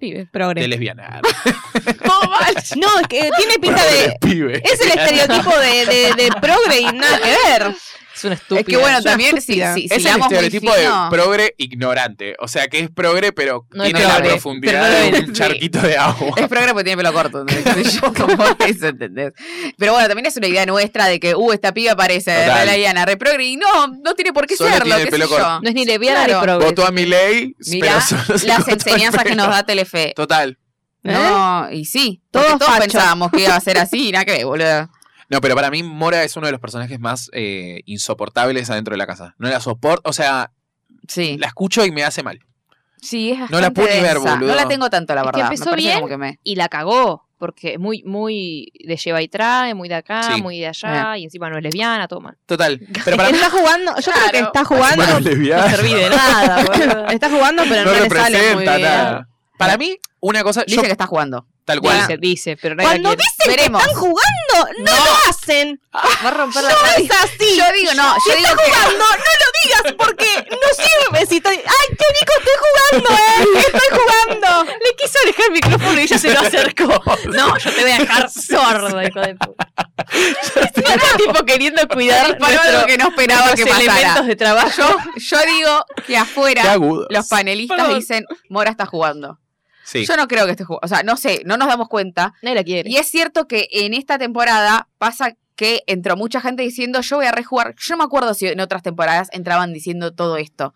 A: de,
D: Progre.
A: de lesbiana.
C: Todo mal.
D: No, es que tiene pinta de.
A: pibe.
D: Es el estereotipo de, de, de progre y nada que ver.
B: Es una estúpida.
C: Es que bueno,
D: Es una
C: también si,
D: estúpida.
C: si, si
A: Es el
C: leamos muy
A: estereotipo de
C: fino-
A: progre ignorante. O sea, que es progre, pero
B: No es
A: tiene la
B: progre,
A: profundidad
C: pero no
A: de
C: es-
A: un charquito de
C: Es
A: agua.
C: progre porque tiene pelo corto, ¿entendés? Yo como eso, ¿entendés? Pero bueno, también es una idea nuestra de que, uh, esta piba parece
A: Total.
C: re lesbiana, re progre, y no, no tiene por qué
A: Solo
C: serlo,
A: tiene el
C: qué
A: pelo
C: sé
A: corto.
C: yo.
B: No es ni lesbiana
C: Claro.
B: ni progre.
A: Votó a mi ley,
C: Mirá
A: pero solo se
C: Las
A: cortó el
C: enseñanzas que
A: pelo. ¿Eh?
C: nos da Telefe.
A: Total.
C: No, y sí,
D: Todos
C: todos, todos
D: fachos.
C: pensábamos que iba a ser así, y nada que ver, boludo.
A: No, pero para mí Mora es uno de los personajes más eh, insoportables adentro de la casa. No la soporto, o sea,
C: Sí,
A: la escucho y me hace mal.
C: sí, es
A: No la
C: bastante
A: pude ver,
C: densa.
A: boludo.
C: No la tengo tanto, la
B: Es que
C: verdad.
B: empezó
C: me parece
B: bien.
C: como que me...
B: Y la cagó. Porque es muy, muy de lleva y trae, muy de acá,
A: Sí.
B: muy de allá, y encima no es lesbiana, todo mal.
A: Total. Pero para mí
D: está jugando, yo creo que
C: Claro.
D: está jugando.
A: Bueno, lesbiana.
D: serví de nada, boludo. Está jugando, pero
A: no
D: no, le sale muy
A: representa
D: bien.
A: nada. Para mí, una cosa,
C: Dice
A: yo-
C: que está jugando.
A: tal cual.
B: Dice, dice, pero no
D: Cuando dicen que
C: Veremos.
D: están jugando, no, lo hacen.
B: va a romper la
D: No es así.
C: Yo digo, no,
D: Si
C: yo digo
D: está
C: que...
D: jugando, no lo digas porque no sirve. besito y. ¡Ay, qué Nico, estoy jugando, eh! ¡Estoy jugando!
B: Le quiso dejar el micrófono y ella se lo acercó. No, yo te voy a dejar sordo, hijo de puta. Era tipo queriendo cuidar
C: Disparó algo
B: nuestro-
C: que no esperaba que
B: nuestros elementos
C: pasara.
B: de trabajo.
C: Yo, yo digo que
A: Qué
C: afuera
A: agudos.
C: los panelistas
B: Perdón.
C: dicen Mora está jugando.
A: Sí.
C: Yo no creo que esté jugando. O sea, no sé, no nos damos cuenta.
B: Nadie la quiere.
C: Y es cierto que en esta temporada pasa que entró mucha gente diciendo yo voy a rejugar. Yo no me acuerdo si en otras temporadas entraban diciendo todo esto.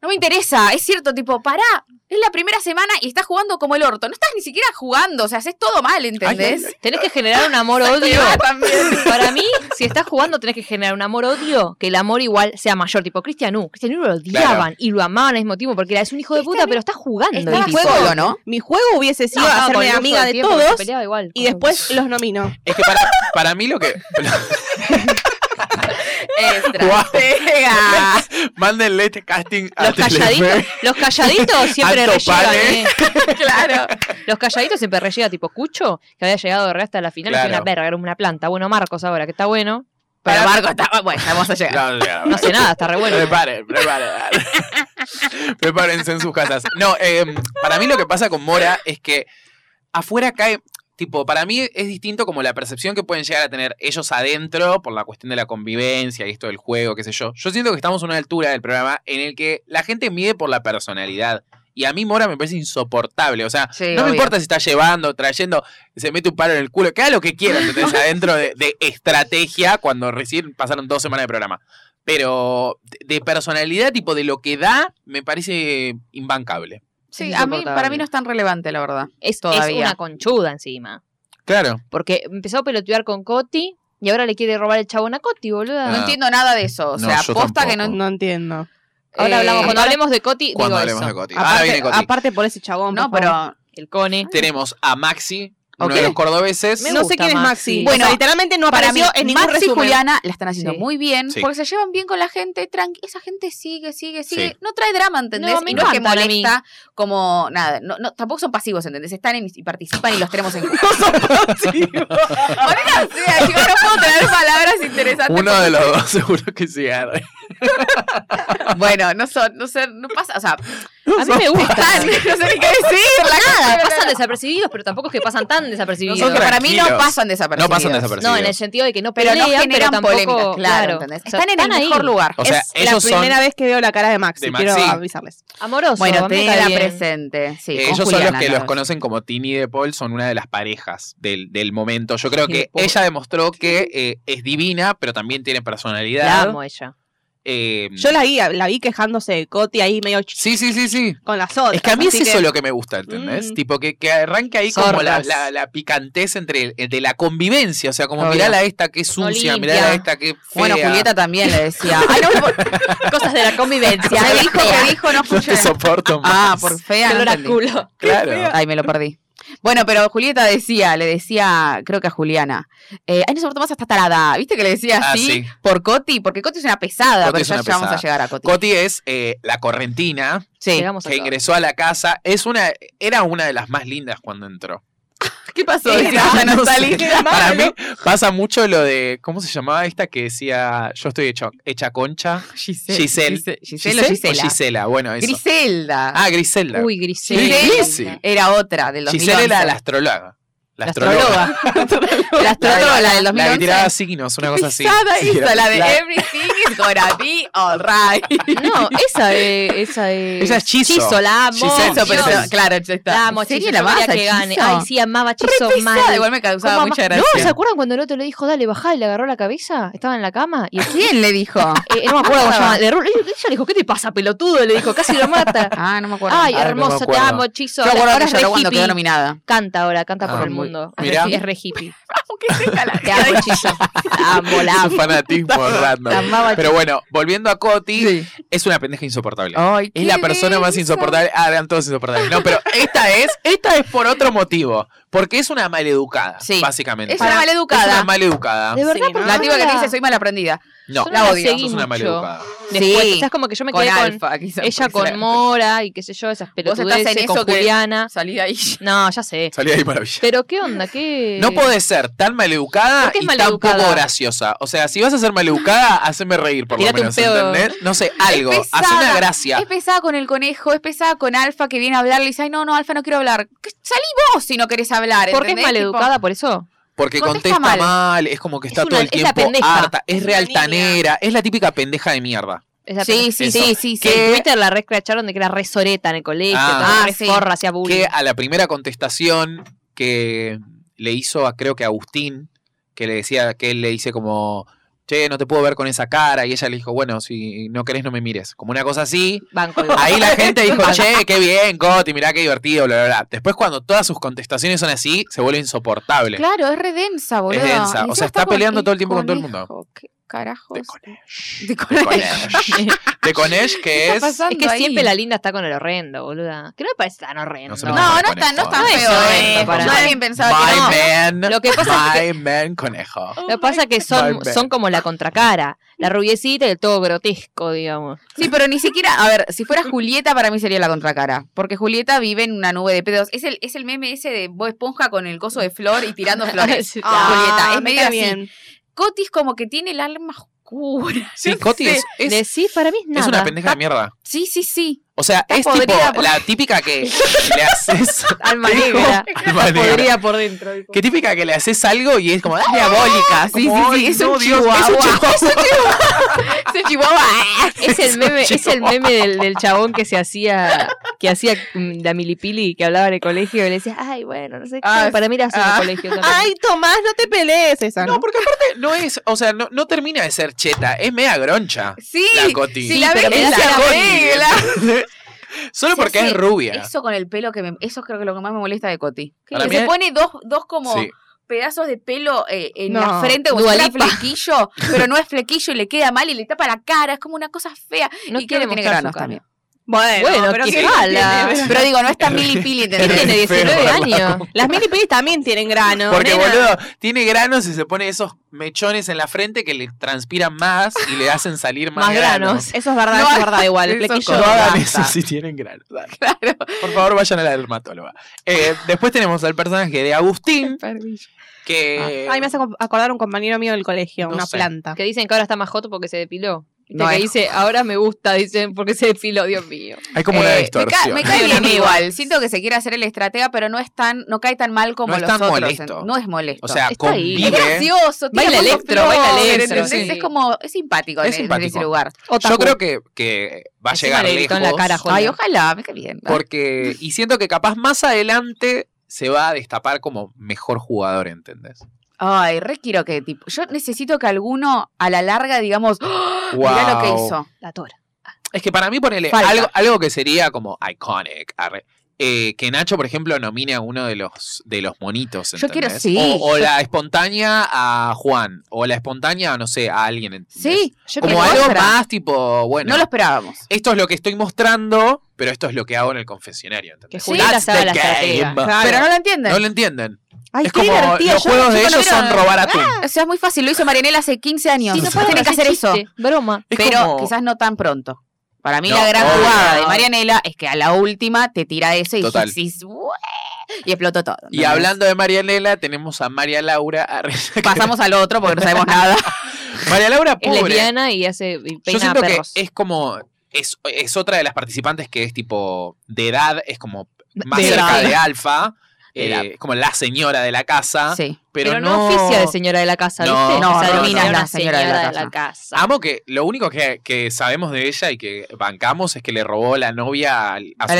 C: No me interesa, es cierto, tipo, pará, es la primera semana y estás jugando como el orto. No estás ni siquiera jugando, o sea, haces todo mal, ¿entendés?
B: Tenés que generar un amor-odio.
C: Yo también.
B: Para mí, si estás jugando, tenés que generar un amor-odio, que el amor igual sea mayor. Tipo, Cristian U. Cristian U lo odiaban
A: Claro.
B: y lo amaban al mismo tiempo porque era, es un hijo de puta,
D: Cristian U
B: pero está jugando.
D: estaba
B: el tipo.
D: jugando.
C: Solo, ¿no?
D: Mi juego hubiese sido
B: No, no, con
D: hacerme
B: el uso
D: amiga
B: del
D: de
B: tiempo, porque se
D: todos
B: peleaba igual,
D: y
B: con-
D: después los nomino.
A: Es que para, para mí lo que.
C: Estratega.
A: Mándenle este casting a
B: Los calladitos, los calladitos siempre
A: Alto
B: rellegan,
A: pane.
B: eh.
C: claro.
B: Los calladitos siempre rellega tipo Cucho, que había llegado de re hasta la final,
A: Claro.
B: que era una verga, era una planta. Bueno, Marcos ahora, que está bueno.
C: Pero Marco está. Bueno, vamos a llegar.
B: No hace nada, está re bueno.
A: Preparen, preparen. Prepárense en sus casas. No, eh, para mí lo que pasa con Mora es que afuera cae. Tipo, para mí es distinto como la percepción que pueden llegar a tener ellos adentro por la cuestión de la convivencia y esto del juego, qué sé yo. Yo siento que estamos a una altura del programa en el que la gente mide por la personalidad. Y a mí Mora me parece insoportable. O sea,
C: Sí,
A: no me
C: obvio.
A: importa si está llevando, trayendo, se mete un palo en el culo, que haga lo que quiera, ¿entendés? Adentro de, de estrategia, cuando recién pasaron dos semanas de programa. Pero de de personalidad, tipo de lo que da, me parece imbancable.
C: Sí,
B: Es
C: a mí,
B: insoportable.
C: para mí no es tan relevante, la verdad.
B: Es, es
C: Todavía.
B: una conchuda encima.
A: Claro.
B: Porque empezó a pelotear con Coti y ahora le quiere robar el chabón a Coti, boludo.
A: Ah.
C: No entiendo nada de eso. O
A: No,
C: sea,
A: yo
C: aposta que no.
A: tampoco.
D: No entiendo.
B: Ahora
C: eh,
B: hablamos, cuando hablemos de Coti, digo
A: Cuando hablemos
B: eso.
A: de Coti. Ah, Ahora
D: Aparte,
A: viene Coti.
D: aparte por ese chabón.
C: No,
D: por favor.
C: pero.
B: El Cone.
A: Tenemos a Maxi, uno
C: Ok.
A: de los cordobeses.
B: Me
D: no
B: gusta
D: sé quién es
B: Maxi.
D: Maxi.
C: Bueno,
D: Bueno, literalmente no
C: Para mí,
D: apareció en ningún
C: Max y
D: resumen.
C: Juliana la están haciendo
B: Sí.
C: muy bien
A: Sí.
C: porque se llevan bien con la gente. tranqui- esa gente sigue, sigue, sigue.
A: Sí.
C: No trae drama, ¿entendés?
B: No, me
C: y no es que
B: encantan a mí.
C: molesta como nada. No, no, tampoco son pasivos, ¿entendés? Están en- y participan y los tenemos en cuenta. Ahora, sí, yo no puedo traer palabras interesantes.
A: Uno de los dos seguro que sí. arre.
C: Bueno, no son, no sé, no pasa, o sea,
B: A mí me gusta.
C: están, no sé ni qué decir. la
B: Nada,
C: cara.
B: pasan desapercibidos, pero tampoco es que pasan tan desapercibidos.
A: Son
C: para mí no
A: tranquilos.
C: pasan desapercibidos.
A: No pasan desapercibidos.
B: No, en el sentido de que no
C: Pero
B: pelean,
C: no
B: pero,
C: generan
B: tampoco...
C: polémica, claro, ¿entendés?
B: O sea,
C: Están en el mejor lugar.
A: O sea,
D: es
A: ellos
D: la
A: son.
D: primera vez que veo la cara de Maxi,
A: de
D: quiero
A: Maxi.
D: avisarles.
B: Amoroso, a
C: Bueno,
B: mí me
C: tenela
B: cae bien.
C: presente. Sí,
A: Eh,
C: con
A: ellos son
C: Juliana,
A: los que
C: claro.
A: los conocen como Tini de Paul, son una de las parejas del, del momento. Yo creo
B: Tini
A: que
B: Paul.
A: ella demostró que eh, es divina, pero también tiene
B: La
A: personalidad.
B: amo a ella.
A: Eh,
D: Yo la vi, la vi quejándose de Coti ahí medio ch-
A: Sí, sí, sí, sí.
D: con las otras.
A: Es que a mí es
D: así
A: eso lo que me gusta, ¿entendés?
D: Mm.
A: Tipo, que, que arranque ahí como la,
B: Sordas.
A: la- la picantez entre el- de la convivencia. O sea, como
C: Obvio.
A: mirá la esta que es
B: No
A: sucia,
B: limpia.
A: mirá la esta que fea.
C: Bueno, Julieta también le decía. Ay, no, por-
B: Cosas de la convivencia.
C: me dijo, me dijo, no
A: No
C: escuché.
A: te soporto
C: Ah,
A: más.
C: por fea. no
B: Olor a
C: entendí.
B: culo.
A: Claro.
C: Ay, me lo perdí. Bueno, pero Julieta decía, le decía, creo que a Juliana, eh, ay, no soporto más a esta tarada. ¿Viste que le decía
A: Ah,
C: así?
A: sí.
C: Por Coti, porque Coti es una pesada,
A: Coti
C: pero
A: es
C: ya,
A: una
C: ya vamos a
A: pesada.
C: llegar a Coti.
A: Coti es eh, la correntina
C: sí.
B: Llegamos a
A: que
B: todo.
A: ingresó a la casa. Es una, era una de las más lindas cuando entró.
C: ¿Qué pasó?
A: Era,
C: Decía, ya no
A: no sé.
C: salí.
A: Para mí pasa mucho lo de, ¿cómo se llamaba esta que decía, yo estoy hecho, hecha concha?
C: Giselle.
A: Giselle.
C: Giselle, Giselle o Gisela.
A: o Gisela, bueno, eso.
C: Griselda.
A: Ah, Griselda.
B: Uy,
A: Sí,
B: Grisel.
C: Giselle.
A: Grisi.
C: Era otra del 2011.
A: Gisela era la astróloga. La astróloga.
C: astróloga. La astróloga, la del
A: La que
C: 2011.
A: tiraba signos, una cosa así.
C: Pisada
A: Sí,
C: hizo
A: era-
C: la de
A: la-
C: Everything is gonna be alright.
B: No, esa es. Esa es.
A: Esa es Chizo.
B: la amo.
A: Chizo,
C: Eso, pero
A: Dios.
C: eso, claro, ya está.
B: La amo,
C: ¿En serio
B: Chizo.
C: la
B: yo quería
C: vas a
B: que gane.
C: Chizo?
B: Ay, sí, amaba a
C: Re
B: Chizo
C: pesada,
B: mal.
C: Igual me causaba
B: ¿Cómo
C: mucha
B: ama-
C: gracia.
B: No, ¿se acuerdan cuando el otro le dijo, dale, bajá? Y le agarró la cabeza. Estaba en la cama. Y el-
C: ¿Quién le dijo?
B: eh, no me acuerdo cómo se
C: Ah.
B: llamaba. Le, ru- ella le dijo, ¿qué te pasa, pelotudo? Le dijo, casi lo mata.
C: Ah, no me acuerdo.
B: Ay,
A: Ay, no me
B: hermosa, te
A: acuerdo.
B: amo, Chizo.
C: yo me acuerdo
B: Ahora
C: que
B: es re
C: lloró cuando quedó
B: hippie.
C: nominada.
B: Canta ahora, canta
A: Ah,
B: por el
A: muy-
B: mundo.
A: mirá.
B: Es re hippie.
C: Aunque tenga la
B: Te amo, Chizo. La amo, la
A: Su
B: amo.
A: fanatismo
B: La
A: random.
B: amaba,
A: Pero bueno, volviendo a Coti,
C: Sí.
A: es una pendeja insoportable.
C: Ay,
A: Es la
C: qué
A: persona más
C: denso.
A: insoportable. Ah, eran todos insoportables. No, pero esta es, esta es por otro motivo. Porque es una maleducada,
C: Sí.
A: básicamente.
C: Es una
A: Es una
C: maleducada.
A: maleducada.
B: De verdad,
D: Sí,
B: por
D: ¿no?
C: La
B: favor,
C: tipa que te
B: la-
C: dice soy mal aprendida.
A: No,
B: Yo
C: la
B: la
C: odio.
B: seguí
A: sos una
B: mucho.
A: maleducada.
B: Después,
C: Sí.
B: o sea, es como que yo me
C: con
B: quedé con,
C: Alfa, quizás.
B: ella
C: puede
B: con
C: ser.
B: Mora y qué sé yo, esas
C: estás en
B: pelotudeces con
C: eso que-
B: Juliana.
C: Salí de ahí.
B: No, ya sé.
A: Salí de ahí maravilla.
B: Pero qué onda, qué...
A: No podés ser tan maleducada
B: ¿Por qué es
A: y
B: maleducada?
A: tampoco graciosa. O sea, si vas a ser maleducada, haceme reír por
B: Tirate un
A: lo menos,
B: pedo.
A: ¿entendés? No sé, algo.
C: Es pesada.
A: Haceme una
C: Es
A: gracia.
C: pesada con el conejo, es pesada con Alfa que viene a hablar. Le dice, ay, no, no, Alfa, no quiero hablar. ¿Qué- Salí vos si no querés hablar.
B: ¿Por qué es
C: ¿entendés? Tipo,
B: maleducada por eso?
A: Porque
C: contesta
A: contesta,
C: mal.
A: mal. es como que
B: Es
A: está
B: una-
A: todo el
B: es la
A: tiempo
B: pendeja.
A: harta, es
D: Es una
A: realtanera, es la típica pendeja de mierda.
B: Es la
C: Sí,
B: pendeja.
C: sí,
A: Eso.
C: sí, sí, sí.
B: Que en Twitter la rescracharon de que era resoreta en el colegio,
A: Ah.
B: toda
C: Ah,
B: re
C: sí.
B: forra, hacía bullying.
A: Que a la primera contestación que le hizo a creo que a Agustín, que le decía, que él le dice como, che, no te puedo ver con esa cara, y ella le dijo, bueno, si no querés no me mires. Como una cosa así,
B: Banco igual.
A: Ahí la gente dijo, che, qué bien, Coti, mirá qué divertido, bla, bla, bla. Después, cuando todas sus contestaciones son así, se vuelve insoportable.
C: Claro, es redensa, boludo.
A: densa, o sea, está peleando todo el tiempo con todo el
C: ¿Qué carajos?
A: De
C: De
A: De
C: conejo.
A: Conesh. De Conesh, que es.
C: pasando?
B: Es que
C: ahí.
B: siempre la linda está con el horrendo, boluda. Que no me parece tan horrendo.
A: No se
C: No,
A: lo
C: no,
A: Vamos con
C: está, no
A: esto.
C: está
B: No es
C: feo
B: eso,
C: esto.
B: para
C: Yo
B: nada.
C: también pensaba que
A: My
C: no.
A: man.
B: Lo que pasa
A: my man, conejo.
D: Oh
B: Lo que pasa es que son,
A: My bad.
B: son como la contracara, la rubiecita y el todo grotesco, digamos.
C: Sí, pero ni siquiera, a ver, si fuera Julieta para mí sería la contracara, porque Julieta vive en una nube de pedos. Es el, es el meme ese de Bob Esponja con el coso de flor y tirando flores.
B: Sí. Ah,
C: Julieta, es
D: Ah, me
C: medio
D: cae
C: así.
D: bien.
C: Cotis como que tiene el alma oscura.
A: Sí,
C: No
A: Coti
C: sé.
A: es, es-
B: Decís, para mí es nada.
A: es una pendeja de mierda.
C: Sí, sí, sí.
A: O sea,
C: Está
A: es tipo
C: podrida por-
A: la típica que le haces.
B: Alma
A: ¿Qué dijo?
B: negra.
A: Alma negra.
B: Podría por dentro. dijo.
A: Que típica que le haces algo y es como, ¡ah, diabólica!
C: Sí,
A: como,
C: sí, sí,
A: "Ay,
C: es un
A: no, Dios,
C: chihuahua.
A: Es un chihuahua.
C: Ese chihuahua.
B: Es el
A: un
B: meme, es el
A: chihuahua.
B: meme del, del chabón que se hacía, que hacía mm, la milipili que hablaba en el colegio y le decía, ay, bueno, no sé qué.
C: Ah,
B: para mí era así en el
C: ah.
B: colegio también.
D: Ay, Tomás, no te pelees esa. ¿no?
A: No, porque aparte no es, o sea, no, no termina de ser cheta, es mea groncha.
C: Sí,
A: La Coti.
C: si la
B: Sí,
C: ves,
B: pero
C: es
B: es
C: la
B: la Coti.
C: regla.
A: Solo
C: Se
A: porque
C: hace
A: es rubia.
C: Eso con el pelo que me, eso creo que es lo que más me molesta de Coti. Que
A: Para mí
C: se
A: es-
C: pone dos, dos como
A: Sí.
C: pedazos de pelo eh, en
D: No,
C: la frente como si
B: Dua
C: fuera
B: Lipa.
C: flequillo, pero no es flequillo y le queda mal y le tapa la cara, es como una cosa fea.
B: No
C: y creo
B: quiere
C: que tiene
B: mostrar
C: granos
B: su cara.
C: también. Ah,
D: Bueno,
B: Bueno,
D: pero
B: qué
D: sí,
B: mala.
D: tiene-
C: Pero digo, no es tan mili pili,
B: ¿Qué
C: ¿entendés?
B: tiene
A: Es feo,
B: 19
A: ¿verdad?
B: años.
D: Las mini pelis también tienen grano.
A: Porque,
D: nena.
A: boludo, tiene granos y se pone esos mechones en la frente que le transpiran más y le hacen salir más,
B: Más granos.
D: Eso es verdad,
C: No,
D: eso es verdad igual.
C: eso
D: El
A: No
D: flequillo.
A: hagan
D: basta.
A: eso si tienen granos. Dale. Por favor, vayan a la dermatóloga. Eh, después tenemos al personaje de Agustín, que...
D: Ah, Ay, me hace co- acordar un compañero mío del colegio,
A: No
D: una
A: sé.
D: planta.
B: Que dicen que ahora está más joto porque se depiló. Viste
C: No
B: que
C: es-
B: dice, ahora me gusta, dicen, porque se depiló, Dios mío.
A: Hay como una
C: Eh, me ca-
A: distorsión.
C: Me, cae
B: Hay una
C: bien
B: amiga.
C: igual. Siento que se quiere hacer el estratega, pero no es tan, no cae tan mal como
A: No es
C: los
A: tan
C: otros.
A: molesto.
C: No es molesto.
A: o sea,
B: Está ahí.
A: convive...
C: es gracioso, tiene
B: Baila
C: cosas
B: electro, baila
C: flores,
B: electro,
C: ¿entendés?
B: sí.
C: Es como, es simpático,
A: Es
C: en- en
A: simpático.
C: ese lugar.
A: Yo creo que, que va a
B: Encima
A: llegar
B: le gritó
A: lejos.
B: en la cara, joder.
C: Ay, ojalá, me cae bien.
A: Porque, y siento que capaz más adelante se va a destapar como mejor jugador, ¿entendés?
C: Ay, re quiero que tipo. Yo necesito que alguno a la larga digamos, ¡Ah! mirá lo que
A: Guau.
C: hizo.
D: La tora.
A: Es que para mí ponele
C: Falta.
A: algo, algo que sería como iconic, arre, eh, que Nacho, por ejemplo, nomine a uno de los, de los monitos.
C: Yo quiero,
A: ¿entendés?
C: sí,
A: O, o
C: yo-
A: la espontánea a Juan, o la espontánea, no sé, a alguien. ¿entendés?
C: Sí, yo
A: Como
C: quiero
A: algo
C: otra.
A: más tipo, bueno,
C: No lo esperábamos.
A: esto es lo que estoy mostrando, pero esto es lo que hago en el confesionario. ¿entendés?
B: Que Julieta
A: That's
B: sea
A: the
B: la estratega.
A: game.
C: Pero no lo entienden.
A: No lo entienden.
D: Ay,
A: es como los
D: yo-
A: juegos de
D: chicos, no
A: ellos son
D: vieron-
C: Ah,
A: robar atún.
C: O sea, es muy fácil. Lo hizo Marianela hace 15 años.
B: Sí, no puede
C: Tienen que hacer eso.
B: chiste, Broma.
A: Es
C: pero
A: como-
C: quizás no tan pronto. Para mí
A: No,
C: la gran
A: obvio.
C: jugada de Marianela es que a la última te tira eso y
A: Total.
C: decís, "Ué", y explotó todo.
A: Y
C: ¿entendés?
A: hablando de Marianela, tenemos a María Laura. arre,
C: Pasamos al otro porque no sabemos nada.
A: María Laura,
B: Es
A: pobre.
B: lesbiana y hace y
A: Yo
B: peina a
A: siento que
B: perros.
A: es como. Es, es otra de las participantes que es tipo. De edad, es como más
B: De
A: cerca
B: edad.
A: de Alfa.
C: De edad.
A: eh, es como la señora de la casa.
C: Sí.
A: Pero,
B: Pero no oficia de señora de la casa,
A: No,
B: ¿viste?
A: no,
B: o sea,
A: no,
B: termina
A: no,
B: una
C: no,
B: señora, de la, casa.
A: Amo que lo único que, que sabemos de ella y que bancamos es que le robó la novia al, a su
C: Al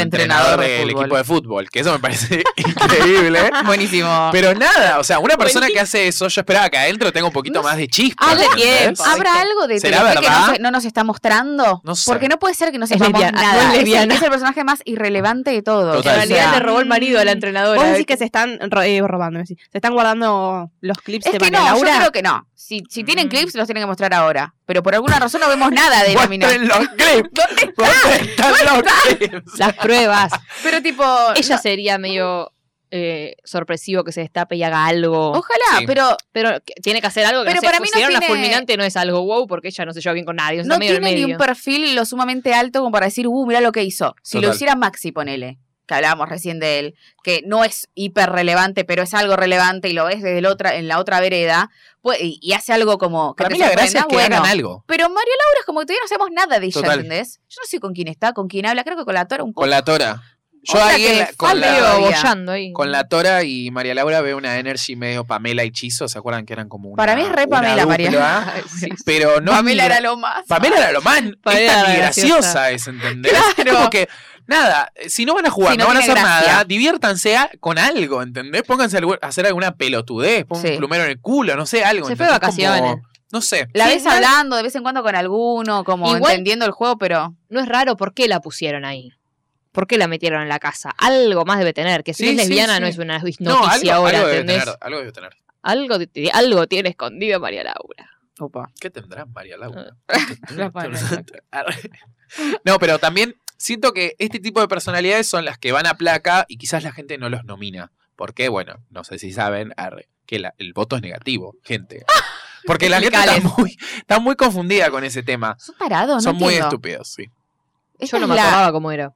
A: entrenador,
C: entrenador de
A: del
C: fútbol.
A: equipo de fútbol, que eso me parece increíble.
C: Buenísimo.
A: Pero nada, o sea, una persona que hace eso, yo esperaba que adentro tenga un poquito
C: No
A: más de chispa.
C: Habrá-
A: ¿entendés?
B: tiempo.
C: ¿Habrá algo de
A: ¿Será
C: Telefe que no,
A: verdad?
C: se- no nos está mostrando?
A: No sé.
C: Porque no puede ser que no
B: Es
C: sepamos
B: lesbiana,
C: nada.
B: no es
C: Es el-
B: lesbiana.
C: Es, el personaje más irrelevante de todo.
A: Total.
C: O
B: En realidad
C: sea,
B: le robó el marido a la entrenadora.
D: Vos decís que se están ro- eh, robando, decís. se están guardando los clips
C: es
D: de
C: que
D: María
C: no,
D: Laura.
C: yo creo que no. Si, si tienen
A: Mm.
C: clips, los tienen que mostrar ahora. Pero por alguna razón no vemos nada de la mina.
A: Muestren los clips.
C: ¿Dónde está?
A: ¿Dónde están los clips?
B: Las pruebas.
C: Pero tipo.
B: Ella
C: no-
B: sería medio eh, sorpresivo que se destape y haga algo.
C: Ojalá,
A: Sí.
C: pero
B: Pero que tiene que hacer algo que
C: Pero
B: no sé,
C: para mí no
B: fusionar una
C: tiene-
B: fulminante no es algo wow porque ella no se lleva bien con nadie. está
C: no
B: medio en el
C: tiene ni
B: medio.
C: un perfil lo sumamente alto como para decir, uh, mira lo que hizo. Si lo
A: Total.
C: hiciera Maxi, ponele, que hablábamos recién de él, que no es hiper relevante, pero es algo relevante y lo ves desde la otra, en la otra vereda, pues, y, y hace algo como que
A: Para
C: te
A: mí la gracia es
C: sorprenda,
A: que
C: bueno.
A: hagan algo.
C: Pero María Laura es como que todavía no sabemos nada de ella,
A: Total.
C: ¿entendés? Yo no sé con quién está, con quién habla, creo que con la Tora un poco.
A: Con la Tora. Yo
C: Otra
A: ahí
C: que
A: en
C: le
A: la- con,
C: falta
A: la,
B: Medio
C: todavía.
B: bollando ahí.
A: con la Tora y María Laura veo una energy medio Pamela y Chizo. ¿Se acuerdan que eran como una.
C: Para mí es re
A: una
C: Pamela, María.
A: dupla?
B: Ay, sí.
A: Pero no.
C: Pamela
A: migra-
C: era lo más.
A: Pamela era lo más.
B: Pamela
A: Esta ni
B: era
A: graciosa es, ¿entendés?
C: Claro.
A: Como que, nada, eh, si no van a jugar,
C: Si no
A: no, van a hacer
C: tiene gracia.
A: nada, diviértanse a- con algo, ¿entendés? Pónganse a algu- a hacer alguna pelotudez, pongan
C: Sí.
A: un plumero en el culo, no sé, algo.
B: Se fue de
A: ¿entendés? Como-
B: vacaciones.
A: no sé.
C: La
B: Sí,
C: ves
B: no-
C: hablando de vez en cuando con alguno, como
B: Igual-
C: entendiendo el juego, pero
B: No es raro por qué la pusieron ahí. ¿Por qué la metieron en la casa? Algo más debe tener, que si
A: Sí,
B: es
A: sí,
B: lesbiana no
A: sí.
B: es una noticia
A: No, algo,
B: ahora,
A: algo debe
B: ¿entendés?
A: tener, algo debe tener.
B: Algo, te- algo tiene escondido María Laura.
A: ¿Qué tendrá María Laura?
C: La Pamela.
A: no, pero también siento que este tipo de personalidades son las que van a placa y quizás la gente no los nomina. Porque, bueno, no sé si saben arre, que la- el voto es negativo, gente. Porque la gente está
B: Explicales.
A: muy, está muy confundida con ese tema.
C: son parados, no
A: Son muy
C: entiendo.
A: estúpidos, sí.
C: Esta
B: Yo no
C: es
B: me
C: la-
B: acordaba cómo era.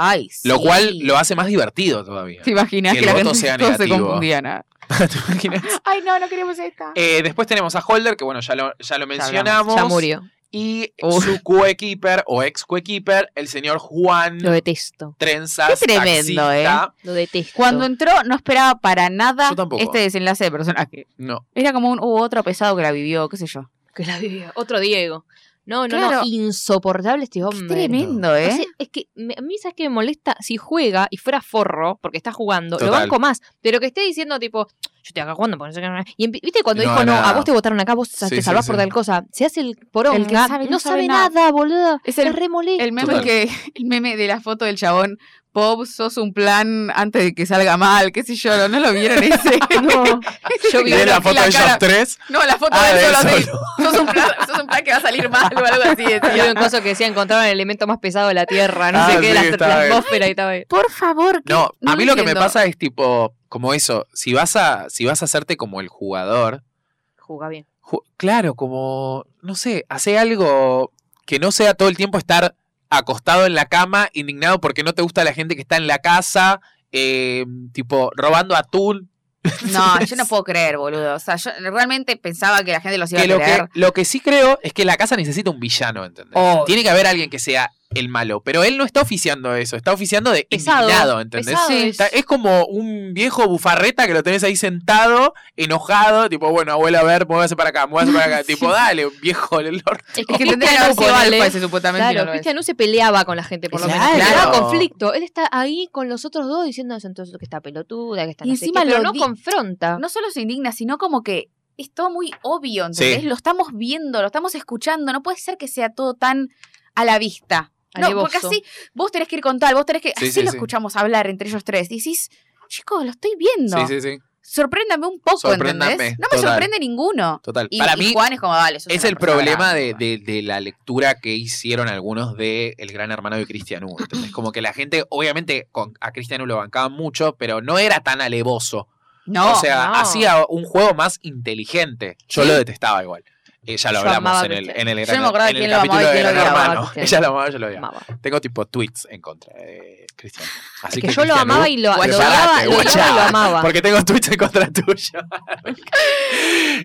C: Ay,
A: Lo
C: sí.
A: cual lo hace más divertido todavía.
C: ¿Te imaginas
A: Que el
C: que, la
A: voto
C: gente
A: sea
C: todos se
A: negativo.
C: confundían? ah?
A: ¿Te imaginas?
C: Ay, no, no queremos esta.
A: Eh, después tenemos a Holder, que bueno, ya lo, ya lo mencionamos.
B: Ya murió.
A: Y
C: Uh.
B: Uy.
A: su coequiper o ex coequiper, el señor Juan
B: Lo detesto.
A: Trenzas.
C: Qué tremendo, ¿eh?
A: taxista.
B: Mm. Lo detesto.
C: Cuando entró, no esperaba para nada
A: Yo tampoco.
C: este desenlace de personaje.
A: No,
C: Era como un hubo otro pesado que la vivió, qué sé yo.
B: Que la vivía. Otro Diego. No, no, no.
C: Claro.
B: Insoportable este
C: Qué
B: hombre.
C: tremendo, ¿eh?
B: Hace- es que me- a mí, ¿sabes qué me molesta? Si juega y fuera forro, porque está jugando, lo
A: Total.
B: banco más. Pero que esté diciendo, tipo, yo te acá jugando, porque no sé qué. Y empi- viste cuando
A: No,
B: dijo, no,
A: nada.
B: a vos te votaron acá, vos
A: Sí,
B: te
A: sí,
B: salvás por
A: sí.
B: tal cosa. Se hace el porón
C: El que sabe-
B: no, sabe nada, boludo.
C: Es
B: Es
C: el-
B: el remolé.
C: El meme
A: Total.
C: que el meme de la foto del chabón Pop, sos un plan antes de que salga mal, qué sé yo, no, ¿No lo vieron ese.
B: No. Yo vi
A: ¿Ves
B: uno
A: la
C: aquí
A: foto
C: la
A: de ellos
C: cara.
A: tres?
C: No, la foto
A: Ah,
C: de
A: de
C: él solo
A: él
C: así. Sos un, plan, sos un plan que va a salir mal o algo así. decía.
B: vi un coso que decía encontraron el elemento más pesado de la Tierra, no
A: Ah,
B: sé qué,
A: sí,
B: la,
A: está
B: la
A: bien.
B: atmósfera y tal.
C: Por favor, ¿qué?
A: No,
C: No
A: a mí
C: lo
A: lo que me
C: entiendo.
A: pasa es tipo, como eso, si vas a, si vas a hacerte como el jugador,
B: Juga bien.
A: ju- claro, como, no sé, hace algo que no sea todo el tiempo estar acostado en la cama, indignado porque no te gusta la gente que está en la casa, eh, tipo, robando atún.
C: No, yo no puedo creer, boludo. O sea, yo realmente pensaba que la gente los iba a
A: Que lo,
C: creer.
A: que, lo que sí creo es que la casa necesita un villano, ¿entendés?
C: Oh.
A: Tiene que haber alguien que sea el malo, pero él no está oficiando eso, está oficiando de
B: Pesado,
A: indignado, ¿entendés?
B: pesado
C: Sí.
B: es.
A: Está- es como un viejo bufarreta que lo tenés ahí sentado, enojado, tipo, bueno, abuela, a ver, muévase para acá, muévase para acá. Tipo, dale, viejo, el
B: Es
C: Es
B: que
C: que tendría que
B: Cristian
C: haber
B: no
C: sido
B: vale.
C: Alfa ese, supuestamente. no
B: Claro,
C: lo es.
B: Cristian no se peleaba con la gente, por lo
A: Claro.
B: menos.
A: Claro.
B: Creaba conflicto. Él está ahí con los otros dos diciendo "Es entonces que está pelotuda, que está
C: Y
B: no sé
C: encima
B: qué", pero
C: lo
B: no
C: di-
B: confronta.
C: no solo se indigna, sino como que es todo muy obvio, ¿entendés?
A: Sí.
C: Lo estamos viendo, lo estamos escuchando, no puede ser que sea todo tan a la vista. No,
B: Alevoso.
C: porque así vos tenés que ir con tal, vos tenés que...
A: Sí,
C: así
A: sí,
C: lo
A: sí.
C: escuchamos hablar entre ellos tres. Decís, chicos, lo estoy viendo.
A: Sí, sí, sí.
C: Sorpréndame un poco,
A: Sorpréndame,
C: ¿entendés? No me
A: total.
C: sorprende ninguno.
A: Total.
C: Y,
A: Para
C: y
A: mí
C: Juan es como, vale, sos
A: es
C: una
A: el
C: persona
A: problema de,
C: grande".
A: de- de la lectura que hicieron algunos de El Gran Hermano de Cristian U. ¿entendés? Como que la gente, obviamente, con, a Cristian U lo bancaban mucho, pero no era tan alevoso.
C: No,
A: o sea,
B: no.
A: hacía un juego más inteligente. Yo
C: Sí.
A: lo detestaba igual. Eh, ya lo
B: Yo amaba
A: hablamos
B: a
A: en el,
B: Cristian.
A: en el,
C: Yo
A: gran-
C: no me acordaba
A: en el
C: quién lo amaba y
A: capítulo de
C: quién lo
A: Gran
C: odiaba a
A: Hermano.
B: Cristian.
A: Ella lo amaba, yo lo odiaba.
B: Amaba.
A: Tengo tipo tweets en contra de Cristian.
B: Es
A: Así
B: que yo lo
A: Cristian
B: amaba
A: U,
B: y lo, lo
A: preparate,
B: odiaba, lo
A: guacha,
B: odiaba y lo amaba.
A: Porque tengo tweets en contra tuyo.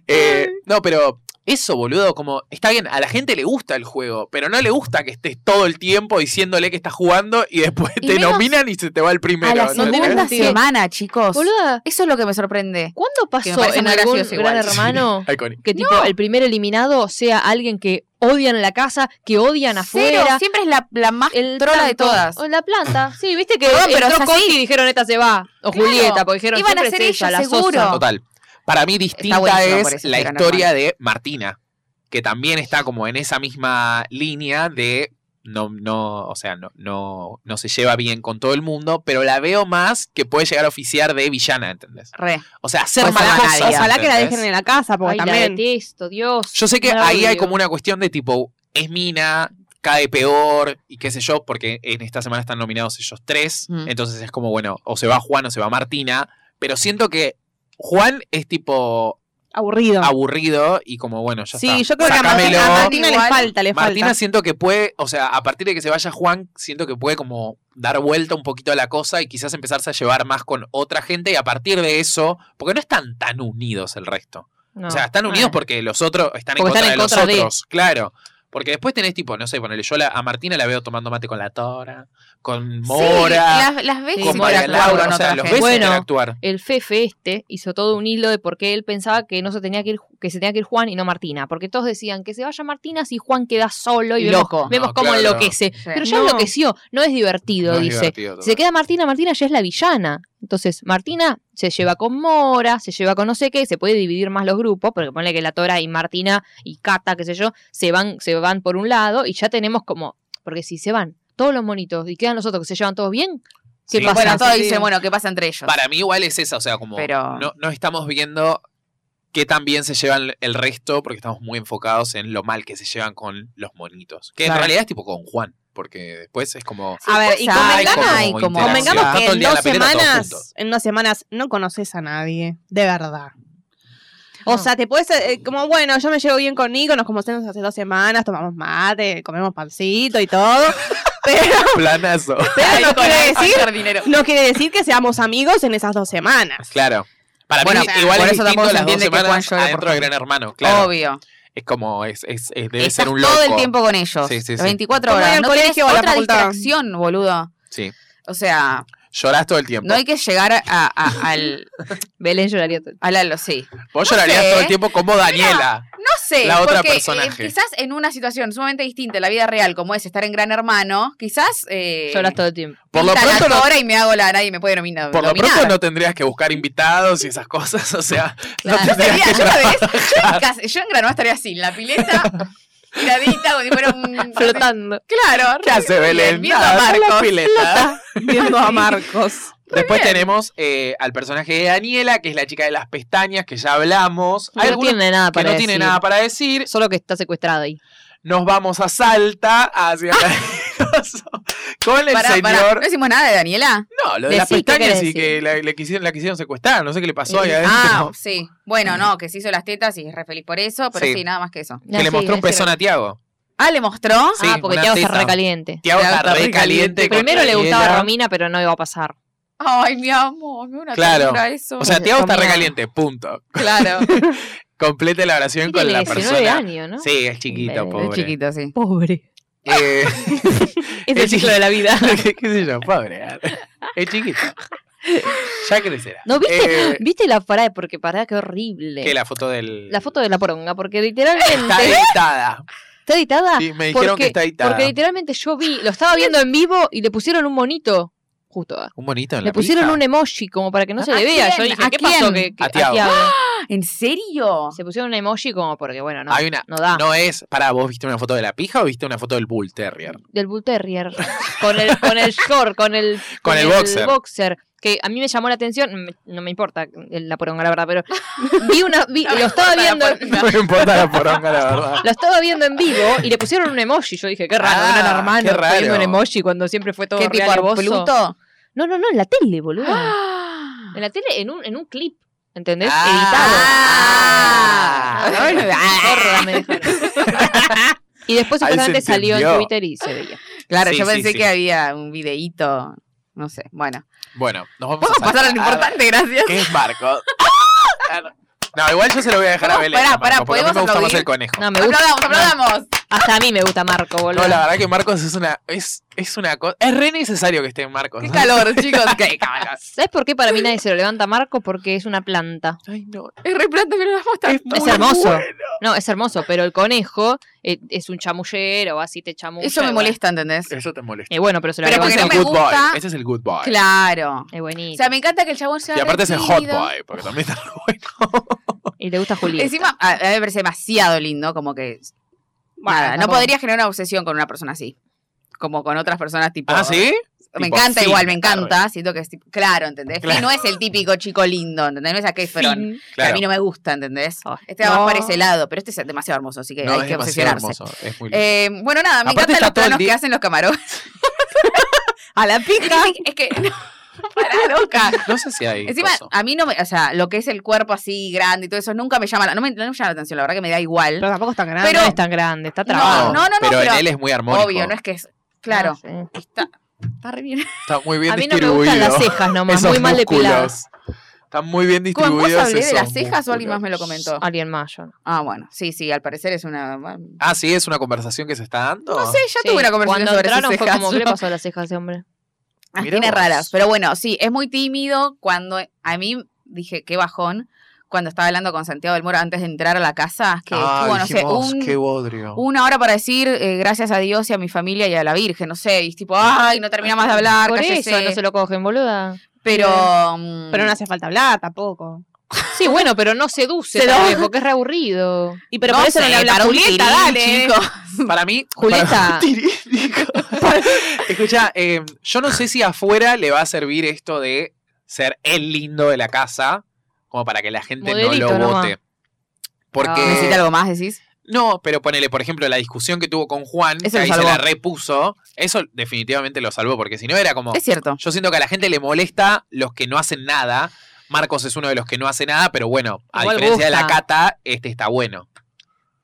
A: Eh, no, pero eso, boludo, como está bien, a la gente le gusta el juego, pero no le gusta que estés todo el tiempo diciéndole que estás jugando y después
C: Y
A: te
C: menos
A: nominan y se te va el primero.
C: a la
A: ¿entendés?
B: tiene
C: segunda
B: sentido.
C: semana, chicos.
B: Boluda,
C: Eso es lo que me sorprende.
B: ¿cuándo pasó
C: parece
B: en
C: muy
B: algún
C: gracioso igual.
B: gran
C: Sí.
B: hermano
A: Iconic.
B: que tipo el primer eliminado sea alguien que odian en la casa, que odian
C: Cero,
B: afuera?
C: siempre es la, la más
B: El
C: trola de
B: tanto,
C: todas.
B: O la planta. Sí, viste que
C: Perdón, pero
B: pero entró
C: es así.
B: Conti y dijeron esta se va. O
C: Claro.
B: Julieta, porque dijeron
C: Iban a
B: siempre
C: ser
B: es ella,
C: ellas,
B: la sosa.
C: seguro.
A: Total. Para mí distinta
C: buenísimo por
A: es
C: eso,
A: la
C: Gran
A: historia de Martina, que también está como en esa misma línea de no, no, o sea, no, no, no se lleva bien con todo el mundo, pero la veo más que puede llegar a oficiar de villana, ¿entendés?
C: Re.
A: O sea, hacer
C: Pues
A: malas
C: ojalá-
A: cosas.
D: Ojalá que la
A: ¿entendés?
D: dejen en la casa, porque
B: Ay, la
D: también.
B: detesto, Dios.
A: Yo sé que
B: no la
A: ahí hay
B: odio.
A: como una cuestión de tipo, es mina, cae peor y qué sé yo, porque en esta semana están nominados ellos tres,
C: Mm.
A: entonces es como, bueno, o se va Juan o se va Martina, pero siento que Juan es tipo
D: Aburrido.
A: aburrido y como, bueno, ya
D: sí,
A: está.
D: yo creo que a
A: Sacámelo.
D: Martina, a Martina le
C: Igual.
D: falta, le
A: Martina
D: falta.
A: siento que puede, o sea, a partir de que se vaya Juan, siento que puede como dar vuelta un poquito a la cosa y quizás empezarse a llevar más con otra gente y a partir de eso, porque no están tan unidos el resto.
B: No. Ah.
A: o sea, están unidos porque los otros están
B: Porque
A: en
B: están
A: contra
B: en
A: de
B: contra de.
A: los otros, claro. Porque después tenés tipo, no sé, ponele, yo la- a Martina la veo tomando mate con la Tora, con Mora,
C: Sí, las, las ves
B: Sí,
A: con
C: y
B: Mora
A: María Laura,
C: interactúan
A: o
C: con
A: sea,
C: otra
A: los
C: gente.
A: ves
B: Bueno,
A: interactuar.
B: el Fefe este hizo todo un hilo de por qué él pensaba que no se tenía que ir, que se tenía que ir Juan y no Martina, porque todos decían que se vaya Martina si Juan queda solo y vemos-
C: Loco.
B: vemos,
A: No,
B: cómo
A: claro.
B: enloquece. Pero ya
D: No.
B: enloqueció, no es divertido,
A: No es
B: dice.
A: divertido,
B: Si se queda Martina, Martina ya es la villana. Entonces, Martina se lleva con Mora, se lleva con no sé qué, se puede dividir más los grupos, porque ponle que la Tora y Martina y Cata, qué sé yo, se van, se van por un lado y ya tenemos como, porque si se van todos los monitos y quedan los otros que se llevan todos bien, ¿qué
A: Sí,
B: pasa?
C: Bueno, todos
D: Sí, sí.
C: dicen, bueno, ¿qué pasa entre ellos?
A: Para mí igual es esa, o sea, como
C: Pero-
A: no, no estamos viendo qué tan bien se llevan el resto, porque estamos muy enfocados en lo mal que se llevan con los monitos. Que en
C: Claro.
A: realidad es tipo con Juan, porque después es como...
D: A ver, y
C: Ay,
D: convengamos-
C: como-
A: hay como
D: Convengamos
A: Está
D: que
A: todo el
D: en
A: día en
D: dos,
A: la pileta, todos
D: semanas,
A: juntos.
D: en dos semanas no conoces a nadie, de verdad.
B: No.
D: O sea, te puedes, eh, como bueno, yo me llevo bien con Nico, nos conocemos hace dos semanas, tomamos mate, comemos pancito y todo. pero
A: Planazo.
D: pero
C: Ay,
D: no,
C: con
D: quiere
C: el
D: decir,
C: factor dinero.
D: no quiere decir que seamos amigos en esas dos semanas.
A: Claro. Para
C: Bueno,
A: mí igual
C: por
A: es
C: eso
A: distinto
C: tampoco se
A: las dos
C: entiende que Juan
A: semanas
C: llore
A: adentro
C: por
A: de
C: Juan.
A: Gran Hermano, claro.
C: Obvio.
A: Es como, es, es, es- debe
C: Estás
A: ser un loco.
C: todo el tiempo con ellos.
A: Sí, sí, sí.
C: 24
D: Como ir
C: horas.
D: al
C: No tenés
D: colegio o a la
C: otra
D: facultad.
C: distracción, boludo.
A: Sí,
C: O sea,
A: llorás todo el tiempo.
C: no hay que llegar a, a- al,
B: Belén lloraría. todo.
C: al, al- Sí.
A: Vos llorarías
C: sé. ¿eh?
A: todo el tiempo como Daniela.
C: No sé,
A: La otra
C: porque eh,
A: personaje.
C: quizás en una situación sumamente distinta, en la vida real, como es estar en Gran Hermano, quizás... Eh,
B: Lloras todo el tiempo.
A: Por lo
C: pintan
A: pronto no-
C: ahora y me hago la... Nadie me puede nominar.
A: Por lo
C: nominar.
A: pronto no tendrías que buscar invitados y esas cosas, o sea,
C: Claro.
A: no tendrías que
C: Sería- yo, una vez, yo en, casa- yo en Gran Hermano estaría así, en la pileta, tiradita, como si fuera un...
B: Flotando.
C: Claro.
A: ¿Qué hace Belén?
C: Viendo
A: Nada,
C: a
A: está en la
C: Marcos.
A: pileta.
D: Viendo a Marcos.
A: Después tenemos eh, al personaje de Daniela, que es la chica de las pestañas, que ya hablamos. Hay
B: No
A: algunos
B: tiene nada
A: que
B: para
A: no
B: decir.
A: tiene nada para decir.
B: Solo que está secuestrado ahí.
A: Nos vamos a Salta hacia
B: Ah.
A: Cariñoso, con el
C: Pará, pará,
A: señor.
C: No hicimos nada de Daniela.
A: No, lo de las
B: Decí, ¿qué
A: pestañas
B: querés
A: y que
B: decir?
A: la, le quisieron, la quisieron secuestrar. No sé qué le pasó ahí
B: Eh,
A: adentro.
C: Ah, sí. Bueno, no, que se hizo las tetas y es re feliz por eso, pero
A: Ah, Sí.
C: sí, nada más que eso.
A: que le mostró un pezón a Tiago.
C: Ah, le mostró.
A: Sí,
B: ah, porque
A: una
B: Tiago se
A: teta.
B: recaliente.
A: Tiago
C: Tiago
A: está
C: está
A: re
C: re
A: caliente. con
B: Primero le gustaba
A: Daniela.
B: Romina, pero no iba a pasar.
C: Ah, Ay, mi amor, me una
A: Claro.
C: ternura eso.
A: O sea, Tiago está
B: Romina.
A: recaliente, punto.
C: claro.
A: Complete la oración con
B: tiene
A: la
B: 19
A: persona.
B: años, ¿no?
A: Sí, es chiquito,
B: Es
A: pobre.
C: Es chiquito, sí.
B: Pobre.
A: Eh,
B: Es el ciclo de la vida.
A: ¿Qué, qué sé yo? Pobre. Es chiquito. Ya crecerá.
B: ¿No viste?
A: Eh,
B: ¿Viste la parada? Porque parada, qué horrible.
A: que
B: la...
A: la foto del.
B: foto de la poronga, porque literalmente
A: Está editada.
B: está editada.
A: Sí, me dijeron que
B: Ah, porque-
A: está editada.
B: Porque literalmente yo vi, lo estaba viendo en vivo y le pusieron un monito. Justo. ah.
A: Un bonito en la
B: Le pusieron
A: pija.
B: un emoji como para que no se
C: ¿A
B: le vea. Yo
C: quién?
B: dije,
C: ¿A
B: ¿qué
C: quién?
B: pasó? Que, que-
A: A Tiago.
C: ¿En serio?
B: Se pusieron un emoji como porque, bueno, no,
A: Hay una-
B: no da.
A: No es. Pará, ¿vos viste una foto de la pija o viste una foto del Bull Terrier?
B: Del Bull Terrier. Con el, con el short, con el,
A: Con el boxer.
B: Que a mí me llamó la atención, me- no me importa la poronga, la verdad, pero vi una, vi-
C: No me
B: lo estaba
C: importa la
B: viendo,
C: poronga.
A: No me importa la poronga, la verdad.
B: Lo estaba viendo en vivo y le pusieron un emoji. Yo dije, qué raro,
A: Ah,
B: gran hermano.
A: qué
B: está
A: raro.
B: viendo un emoji cuando siempre fue todo
C: ¿Qué tipo
B: real y
C: de
B: hermoso.
C: Pluto?
B: No, no, no, en la tele, boludo.
C: Ah.
B: En la tele, en un, en un clip. ¿Entendés?
A: Ah.
B: Editado.
C: Bueno, ah.
B: Zorra, me dijeron. y después
A: Ahí se
B: supuestamente salió en
A: entendió.
B: Twitter y se veía.
C: Claro,
A: Sí,
C: yo
A: sí,
C: pensé
A: sí.
C: que había un videíto. No sé. Bueno.
A: Bueno, nos vamos
C: Vamos a pasar
A: saltar.
C: a lo importante, gracias.
A: ¿Qué es Marco? No, igual yo se lo voy a dejar a
C: Vamos,
A: Belén.
C: pará,
A: a
C: pará,
A: Marco, porque a mí
C: ¿podemos
A: me gusta más
C: aplaudir?
A: el conejo.
B: No, me gusta.
C: Aplaudamos, aplaudamos.
B: Hasta a mí me gusta Marco, boludo.
A: No, la verdad que Marcos es una. Es, es una cosa. Es re necesario que esté en Marcos.
C: Qué calor, chicos. Qué calor.
B: ¿Sabes por qué para mí nadie se lo levanta a Marco? Porque es una planta.
A: Ay, no.
C: Es re planta que lo vamos a
A: muy
B: es hermoso.
A: bueno.
B: No, es hermoso, pero el conejo eh, es un chamullero, así te chamulla.
C: Eso me
B: y bueno.
C: molesta, ¿entendés?
A: Eso te molesta.
B: Eh, bueno, pero se lo
A: Ese
C: Pero porque
A: es
B: levanta.
A: el
C: no me
A: good boy.
C: gusta-
A: Ese es el good boy.
C: Claro.
B: Es
C: O
B: buenito.
C: sea, me encanta que el chabón sea
A: Y aparte es el hot
C: retimido.
A: boy, porque también está re bueno.
B: Y le gusta Julieta.
C: Encima, a, a mí me parece demasiado lindo, como que. nada, no
B: tampoco.
C: podría generar una obsesión con una persona así. Como con otras personas tipo.
A: ¿Ah, sí?
C: me
A: Tipo,
C: encanta
A: fin,
C: igual, me
A: arre.
C: encanta. Siento que es tipo- claro, ¿entendés? Flynn
A: Claro.
C: no es el típico chico lindo, ¿entendés? No es a Zac Efron,
B: Fin.
C: que A
A: Claro.
C: mí no me gusta, ¿entendés?
B: Ay,
C: Este va
D: no.
C: más para ese lado, pero este es demasiado hermoso, así que
A: No,
C: hay
A: es
C: que
A: demasiado
C: obsesionarse.
A: hermoso. Es muy lindo.
C: Eh, bueno, nada, me
A: Aparte
C: encantan
A: está
C: los
A: todo el
C: planos que
A: día-
C: hacen los camarones.
D: A la pija.
C: es que, no, pará, loca.
A: no sé si hay.
C: Encima,
A: coso.
C: a mí no me, o sea, lo que es el cuerpo así grande y todo eso, nunca me llama la, no me, no me llama la atención, la verdad que me da igual.
D: Pero tampoco es tan grande.
C: Pero-
B: no es tan grande, está
C: no,
B: trabado.
C: no, no, no,
A: pero,
C: pero-
A: en él es muy armónico.
C: Obvio, no es que es, claro,
B: Ah, sí.
C: está, está re bien.
A: Está muy bien
B: A mí no me
A: distribuido.
B: gustan las cejas nomás,
A: esos
B: muy mal
A: músculos.
B: depiladas.
A: Están muy bien
C: ¿Cómo
A: distribuidos.
C: vos hablé de
A: esos
C: las cejas o alguien más me lo
A: músculos.
C: comentó?
B: Alguien más, yo no.
C: Ah, bueno, sí, sí, al parecer es una... No
A: Ah, sí, es una conversación que se está dando.
C: sé, ya
B: Sí,
C: tuve una conversación
B: Cuando
C: sobre sus
B: entraron
C: cejas.
B: fue como, ¿qué le
C: yo-
B: pasó a las cejas de ese hombre?
C: Ah,
A: Mirá
C: tiene
A: vos.
C: raras. Pero bueno, sí, es muy tímido. Cuando a mí dije, qué bajón, cuando estaba hablando con Santiago del Moro antes de entrar a la casa, que
A: Ah,
C: estuvo, no sé,
A: dijimos,
C: un-
A: qué bodrio.
C: una hora para decir eh, gracias a Dios y a mi familia y a la Virgen, no sé. Y es tipo, ay, no termina más de hablar,
B: Por
C: cállese.
B: eso no se lo cogen, boluda.
C: Pero. mm,
D: Pero no hace falta hablar tampoco.
B: Sí, bueno, pero no seduce,
D: Se
B: tal
D: lo-
B: vez, porque es re aburrido.
D: Y pero por eso no le habla a Julieta, dale.
C: Chico.
A: Para mí,
B: Julieta.
A: para- Ah. Escucha, eh, yo no sé si afuera le va a servir esto de ser el lindo de la casa, como para que la gente
B: Modelito
A: no lo
B: nomás.
A: vote. Porque.
C: Ah. ¿Necesita algo más, decís?
A: No, pero ponele, por ejemplo, la discusión que tuvo con Juan,
C: Eso
A: que
C: lo
A: ahí se
C: salvó.
A: la repuso, eso definitivamente lo salvó, porque si no era como.
C: Es cierto.
A: Yo siento que a la gente le molesta los que no hacen nada. Marcos es uno de los que no hace nada, pero bueno, a
B: Igual
A: diferencia de la
B: gusta.
A: cata, este está bueno.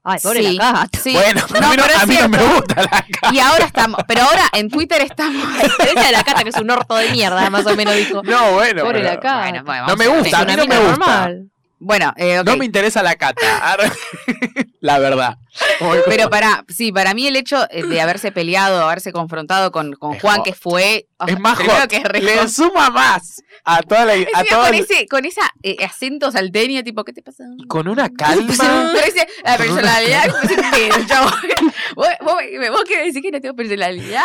B: Ay, pobre
C: Sí.
B: la gata.
C: Sí.
A: Bueno,
C: No,
A: a mí, no,
C: pero es
A: a mí no
C: cierto.
A: me gusta la cata.
C: Y ahora estamos. Pero ahora en Twitter estamos.
B: A diferencia de la cata, que es un orto de mierda, más o menos dijo.
A: No, bueno.
B: Pobre
A: pero-
B: la cata.
C: Bueno, bueno,
A: No
C: vamos
A: me
C: a-
A: gusta,
B: Es
A: a mí
B: una
A: no
B: mina
A: me gusta.
B: normal.
C: Bueno, eh, ok.
A: No me interesa la cata. Ar- La verdad. Como dijo-
C: Pero para, sí, para mí el hecho eh, de haberse peleado, haberse confrontado con, con
A: Es
C: Juan,
A: hot.
C: que fue.
A: Es más
C: primero
A: hot.
C: que es re
A: le
C: hot.
A: suma más a toda la. A
C: Encima
A: todo
C: con
A: el-
C: ese, con esa eh, acento salteño, tipo, ¿qué te pasa?
A: con una calma.
C: Pero dice, la personalidad, pues, ¿qué, chabón? ¿Vos, vos, me- vos querés decir que no tengo personalidad.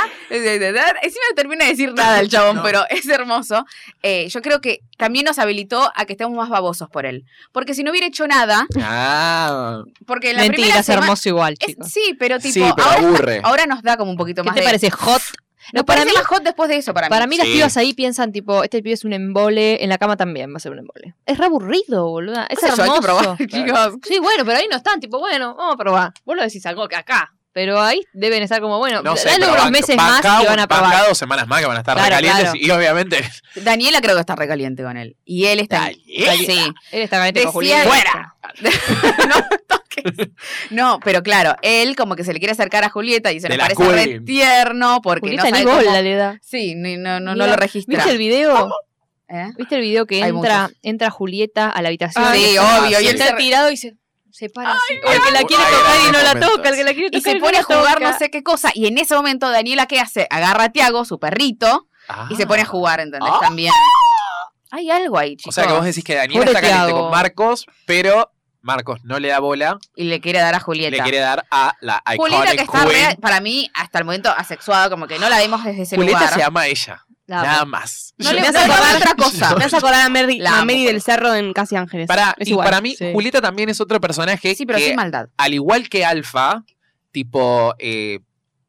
C: Encima no termina de decir nada el chabón,
A: No.
C: pero es hermoso. Eh, yo creo que también nos habilitó a que estemos más babosos por él. Porque si no hubiera hecho nada,
A: Ah,
C: porque en la primera
B: Mentira, es
C: semana-
B: hermoso igual,
C: es-
B: chicos.
C: sí, pero tipo,
A: sí, pero
C: ahora,
A: aburre.
C: ahora nos da como un poquito
B: ¿Qué
C: más
B: te
C: de-
B: parece hot?
C: Nos
B: No, para mí,
C: parece más hot después de eso, para mí.
B: para mí las
A: Sí.
B: pibas ahí piensan, tipo, este pibe es un embole, en la cama también va a ser un embole. Es re aburrido, boluda. Es
C: Qué sé yo, hay que
B: hermoso.
C: probar, chicos.
B: Sí, bueno, pero ahí no están, tipo, bueno, vamos a probar. Vos lo decís algo que acá. Pero ahí deben estar como, bueno,
A: No sé,
B: dale
A: pero
B: unos
A: banca-
B: meses
A: bancá
B: más y
A: un-
B: van a probar.
A: bancá dos semanas más que van a estar
B: Claro,
A: recalientes
B: claro.
A: y obviamente.
C: Daniela creo que está recaliente con él. Y él está.
A: Daniela.
C: Sí.
B: Él está caliente con
C: Decía-
B: Julián.
C: ¡Fuera! no toques. No, pero claro, él como que se le quiere acercar a Julieta y se
A: De
C: le
A: la
C: parece re
A: Queen.
C: tierno porque
B: Julieta
C: no
B: ni
C: sabe
B: bola
C: cómo-
B: le da.
C: Sí, ni- no, no, no
B: Mira,
C: lo registra.
B: ¿Viste el video?
C: ¿Eh?
B: ¿Viste el video que
C: Hay
B: entra,
C: muchos.
B: entra Julieta a la habitación?
A: Ah,
C: sí,
A: sí.
C: obvio. Ah, Y
A: Sí.
C: él
B: Está
C: se,
B: tirado y se, se para así.
A: Ay,
B: el que la
A: ay,
B: quiere
A: ay,
B: tocar y no la
A: momentos.
B: toca, el que la quiere
C: y
B: tocar
C: se pone a jugar no sé qué cosa. Y en ese momento Daniela, ¿qué hace? Agarra a Tiago, su perrito, y se pone a jugar, ¿entendés?
A: Ah.
C: También. Hay algo ahí,
A: O
C: chicos.
A: sea que vos decís que Daniela
B: Pobre
A: está caliente
B: Thiago.
A: con Marcos, pero Marcos no le da bola,
C: Y le quiere dar a Julieta.
A: le quiere dar a la iconic
C: Julieta que está
A: queen.
C: re- para mí hasta el momento asexuada, como que no la vemos desde ese
A: Julieta
C: lugar.
A: se llama a ella,
B: Ah,
A: nada más.
C: No
A: Yo-
C: le
D: Me hace
C: no le va a dar
D: acordar-
C: otra cosa.
D: Me vas a acordar a Mary,
C: La
D: a
C: amo,
D: Mary
C: por
D: del Cerro en Casi Ángeles.
A: Para,
D: Es
A: y
D: igual.
A: para mí,
B: sí.
A: Julieta también es otro personaje
C: Sí, pero
A: que,
C: sin maldad.
A: al igual que Alfa, tipo, eh,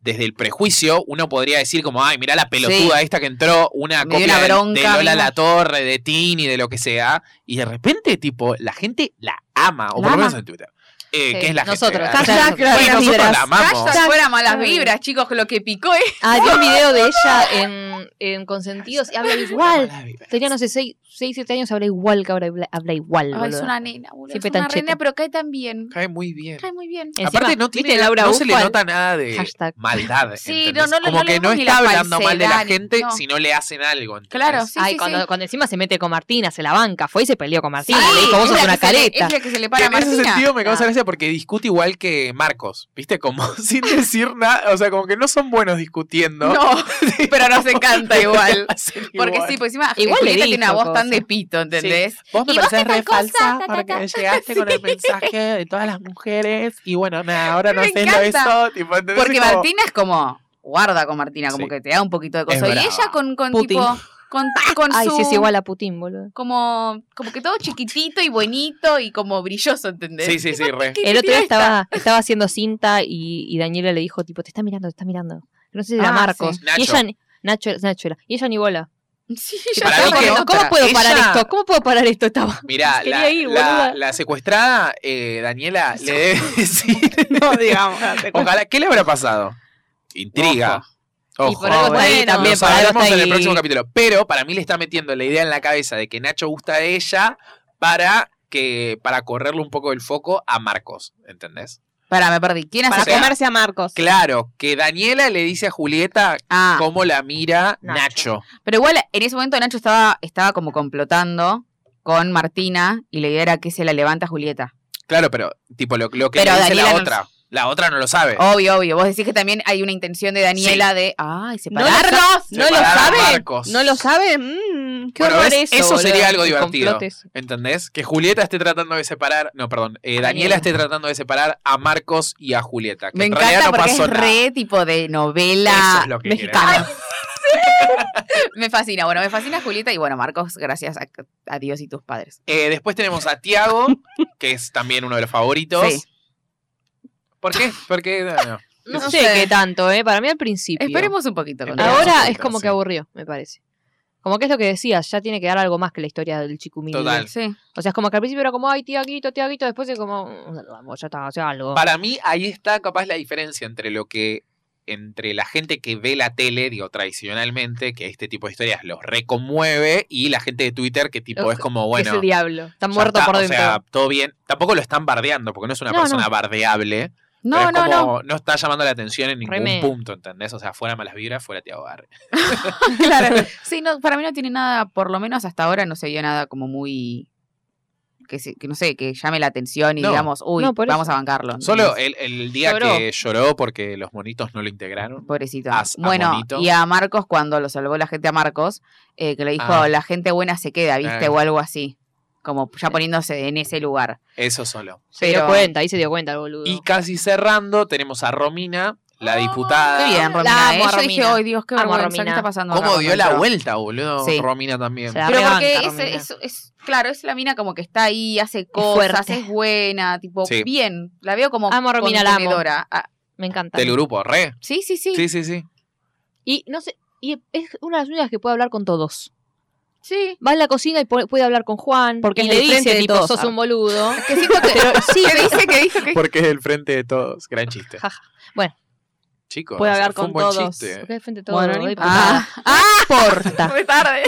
A: desde el prejuicio, uno podría decir como, ay, mirá la pelotuda esta que entró, una
C: Me dio
A: copia
C: una
A: de-
C: bronca,
A: de Lola
C: amigo.
A: La Torre, de Tini, de lo que sea, y de repente, tipo, la gente la ama, o
C: La
A: por lo menos
C: ama.
A: en Twitter. Eh,
B: Sí,
A: que es la
B: nosotros.
A: gente.
B: Hashtag
A: Bueno,
D: las
A: nosotros
D: vibras.
A: la amamos.
C: Hashtag fuera malas vibras, chicos, que lo que picó es.
B: Había un video de ella en, en Consentidos y habla igual. Tenía, no sé, 6, 7 años, habla igual que ahora habla, habla igual, boluda.
C: nena, boludo.
B: Siempre tan cheta.
C: pero cae tan bien.
A: Cae muy bien.
C: Cae muy bien.
B: Encima,
A: Aparte no tiene,
B: ¿viste Laura
A: no se le
B: Ufal?
A: nota nada de
B: Hashtag.
A: maldad.
C: Sí,
A: ¿entendés?
C: no, no le-
A: Como
C: no le
A: que no
C: vemos ni
A: está
C: la
A: hablando mal de la
C: falsedad,
A: gente
C: no.
A: si no le hacen algo. ¿entendés?
C: Claro, sí,
B: Ay,
C: sí,
B: cuando,
C: sí.
B: cuando encima se mete con Martina, se la banca, fue y se peleó con
C: Sí,
B: Martina. le dijo, vos
C: es
B: sos
C: la
B: una
C: que se le-
B: careta.
C: Es la que se le
A: Que
C: para a
A: en ese
C: Martina.
A: sentido me causa
B: Ah.
A: gracia porque discute igual que Marcos, ¿viste? Como sin decir nada, o sea, como que no son buenos discutiendo.
C: No, pero nos encanta igual.
A: Hacen
C: Porque
A: igual.
C: sí, pues encima
B: Igual
C: igual
B: le
C: Julieta tiene una
B: dijo
C: voz tan
B: cosas.
C: de pito, ¿entendés?
A: Vos me
C: ¿Y vos
A: parecés
C: qué tal
A: re
C: cosa?
A: falsa
C: Ta, ta,
A: porque
C: ta.
A: llegaste con el mensaje de todas las mujeres y bueno, nada, ahora no
C: Me
A: haces lo
C: encanta.
A: eso. Tipo, ¿entendés?
C: Porque
A: Es como-
C: Martina es como guarda con Martina, como
A: Sí.
C: que te da un poquito de
A: Es
C: cosa. Y
A: brava.
C: ella con, con
D: Putin.
C: tipo, con, con
B: Ay,
C: su
B: sí, es igual a Putin, boludo.
C: como, como que todo chiquitito y bonito y como brilloso, ¿entendés?
A: Sí, sí, sí, re.
C: ¿Qué
B: El otro
C: tira
B: día
C: esta?
B: estaba, estaba haciendo cinta y, y Daniela le dijo, tipo, te está mirando, te está mirando. No sé si era
C: Ah,
B: Marcos.
A: sí. Nacho.
B: Y ella, Nacho, Nacho era. Y ella ni bola.
C: Sí,
B: Y
C: ya
A: Para
B: estaba
A: mí que
B: corriendo, ¿Cómo
A: otra.
B: puedo parar
A: Ella-
B: esto? ¿Cómo puedo parar esto? Estaba.
A: Mirá,
B: Quería
A: la,
B: ir,
A: la-
B: boluda.
A: la secuestrada, eh, Daniela, le debe decir.
D: No, digamos. date cuenta.
A: Ojalá, ¿qué le habrá pasado? Intriga. Ojo.
B: Y por algo está ahí
D: bueno,
B: también.
A: lo
B: por algo
A: sabremos
B: está
A: en el
B: ahí.
A: próximo capítulo. Pero para mí le está metiendo la idea en la cabeza de que Nacho gusta de ella para que para correrle un poco el foco a Marcos, ¿entendés?
C: Pará, me perdí. ¿Quién
D: Para
A: o
C: hace
A: sea,
D: comerse a Marcos.
A: Claro, que Daniela le dice a Julieta
C: Ah,
A: cómo la mira Nacho.
B: Nacho.
C: pero igual en ese momento Nacho estaba, estaba como complotando con Martina y la idea era que se la levanta Julieta.
A: Claro, pero tipo lo, lo que
C: Pero
A: le dice
C: Daniela
A: la
C: no Oh,
A: otra. La otra no lo sabe.
C: Obvio, obvio. Vos decís que también hay una intención de Daniela de. ¡Ay,
D: No lo sa-
C: separarnos!
D: ¿No lo
A: Separar a
D: sabe?
A: Marcos.
D: ¿No lo sabe? Mm, qué
A: Bueno,
D: horror
A: ¿ves?
D: eso.
A: Eso
D: boludo.
A: sería algo
B: Y
A: divertido.
B: complotes.
A: ¿Entendés? Que Julieta esté tratando de separar. No, perdón. eh, Daniela
B: Daniela.
A: esté tratando de separar a Marcos y a Julieta. Que
C: Me
A: en realidad
C: encanta
A: no
C: porque
A: pasó
C: es
A: nada.
C: re tipo de
A: Eso
C: novela
A: es lo que
C: mexicana. me fascina, bueno, me fascina Julieta y bueno, Marcos, gracias a, a Dios y tus padres.
A: Eh, después tenemos a Tiago, que es también uno de los favoritos.
C: Sí.
A: ¿Por qué? Porque no, no.
B: No
C: No
B: sé
C: sé.
B: qué tanto, ¿eh? Para mí al principio.
C: Esperemos un poquito. con
A: Esperemos.
C: Tiago.
B: Ahora es
A: Perfecto,
B: como
A: sí.
B: que aburrió, me parece. Como que es lo que decías, ya tiene que dar algo más que la historia del Chicumini.
A: Total.
C: Sí.
B: O sea, es como que al principio era como, ay, Tiaguito, Tiaguito, después es como, "Mm, vamos, ya está, hacia algo.
A: Para mí ahí está capaz la diferencia entre lo que entre la gente que ve la tele, digo, tradicionalmente, que este tipo de historias los reconmueve, y la gente de Twitter que tipo
B: Los-
A: es como,
B: Que
A: bueno,
B: es el diablo, está
A: ya
B: muerto
A: está,
B: por
A: o
B: dentro.
A: sea, todo bien. Tampoco lo están bardeando, porque no es una
B: No,
A: persona
B: no.
A: bardeable.
C: No,
A: pero
C: no,
A: es
C: no.
A: como, no. está llamando la atención en ningún
B: Reme.
A: punto, ¿entendés? O sea, fuera malas vibras, fuera Tiago Barre.
C: Claro. Sí, no, para mí no tiene nada, por lo menos hasta ahora no se vio nada como muy. Que, se- que no sé, que llame la atención y
A: No.
C: digamos, uy,
B: No, por
C: vamos
B: eso.
C: a bancarlo.
A: Solo el, el día
B: Lloró.
A: que lloró porque los monitos no lo integraron.
C: Pobrecito.
A: As- a
C: bueno,
A: Monito.
C: y a Marcos cuando lo salvó la gente a Marcos, eh, que le dijo,
A: Ah.
C: la gente buena se queda, ¿viste?
A: Ah.
C: O algo así. Como
A: Eh.
C: ya poniéndose en ese lugar.
A: Eso solo.
B: se dio
C: pero-
B: cuenta, ahí se dio cuenta el boludo.
A: Y casi cerrando, tenemos a Romina, la diputada.
C: Qué bien,
B: La
C: Romina. ¿eh?
B: amo a
C: Yo dije,
B: Romina.
C: ay Dios, qué
B: Amo a
C: vergüenza, ¿qué
B: Romina.
C: está pasando? acá
A: ¿Cómo
C: con
A: dio la
C: esto?"
A: vuelta, boludo?
C: Sí.
A: Romina también.
B: Se la
C: Pero
B: rebanca,
C: porque es,
B: Romina.
C: es, es- claro, es la mina como que está ahí, hace cosas,
B: fuerte.
C: es buena, tipo,
A: Sí.
C: bien. La veo como
B: Amo a Romina, la amo.
C: contenedora. Ah,
B: Me encanta.
A: Del grupo, re.
C: sí, sí, sí, sí.
A: Sí, sí, sí.
B: Y no sé, y es una de las únicas que puede hablar con todos.
C: Sí.
B: Va a la cocina y po- puede hablar con Juan.
D: Porque
B: y
D: es
B: le
D: del frente
B: dice,
D: de
B: tipo,
D: todos,
B: sos
D: ah.
B: un boludo.
C: Que siento que... sí, que dice que dijo que...
A: Porque es el frente de todos. Gran chiste.
B: Jaja. Bueno.
A: Chicos,
D: Puede hablar
A: fue un
D: con
A: buen
D: todos.
A: chiste. eh.
B: Porque es frente de todos.
D: Bueno, no
B: ay,
D: importa.
C: Ah,
B: putada.
C: porta. Muy tarde.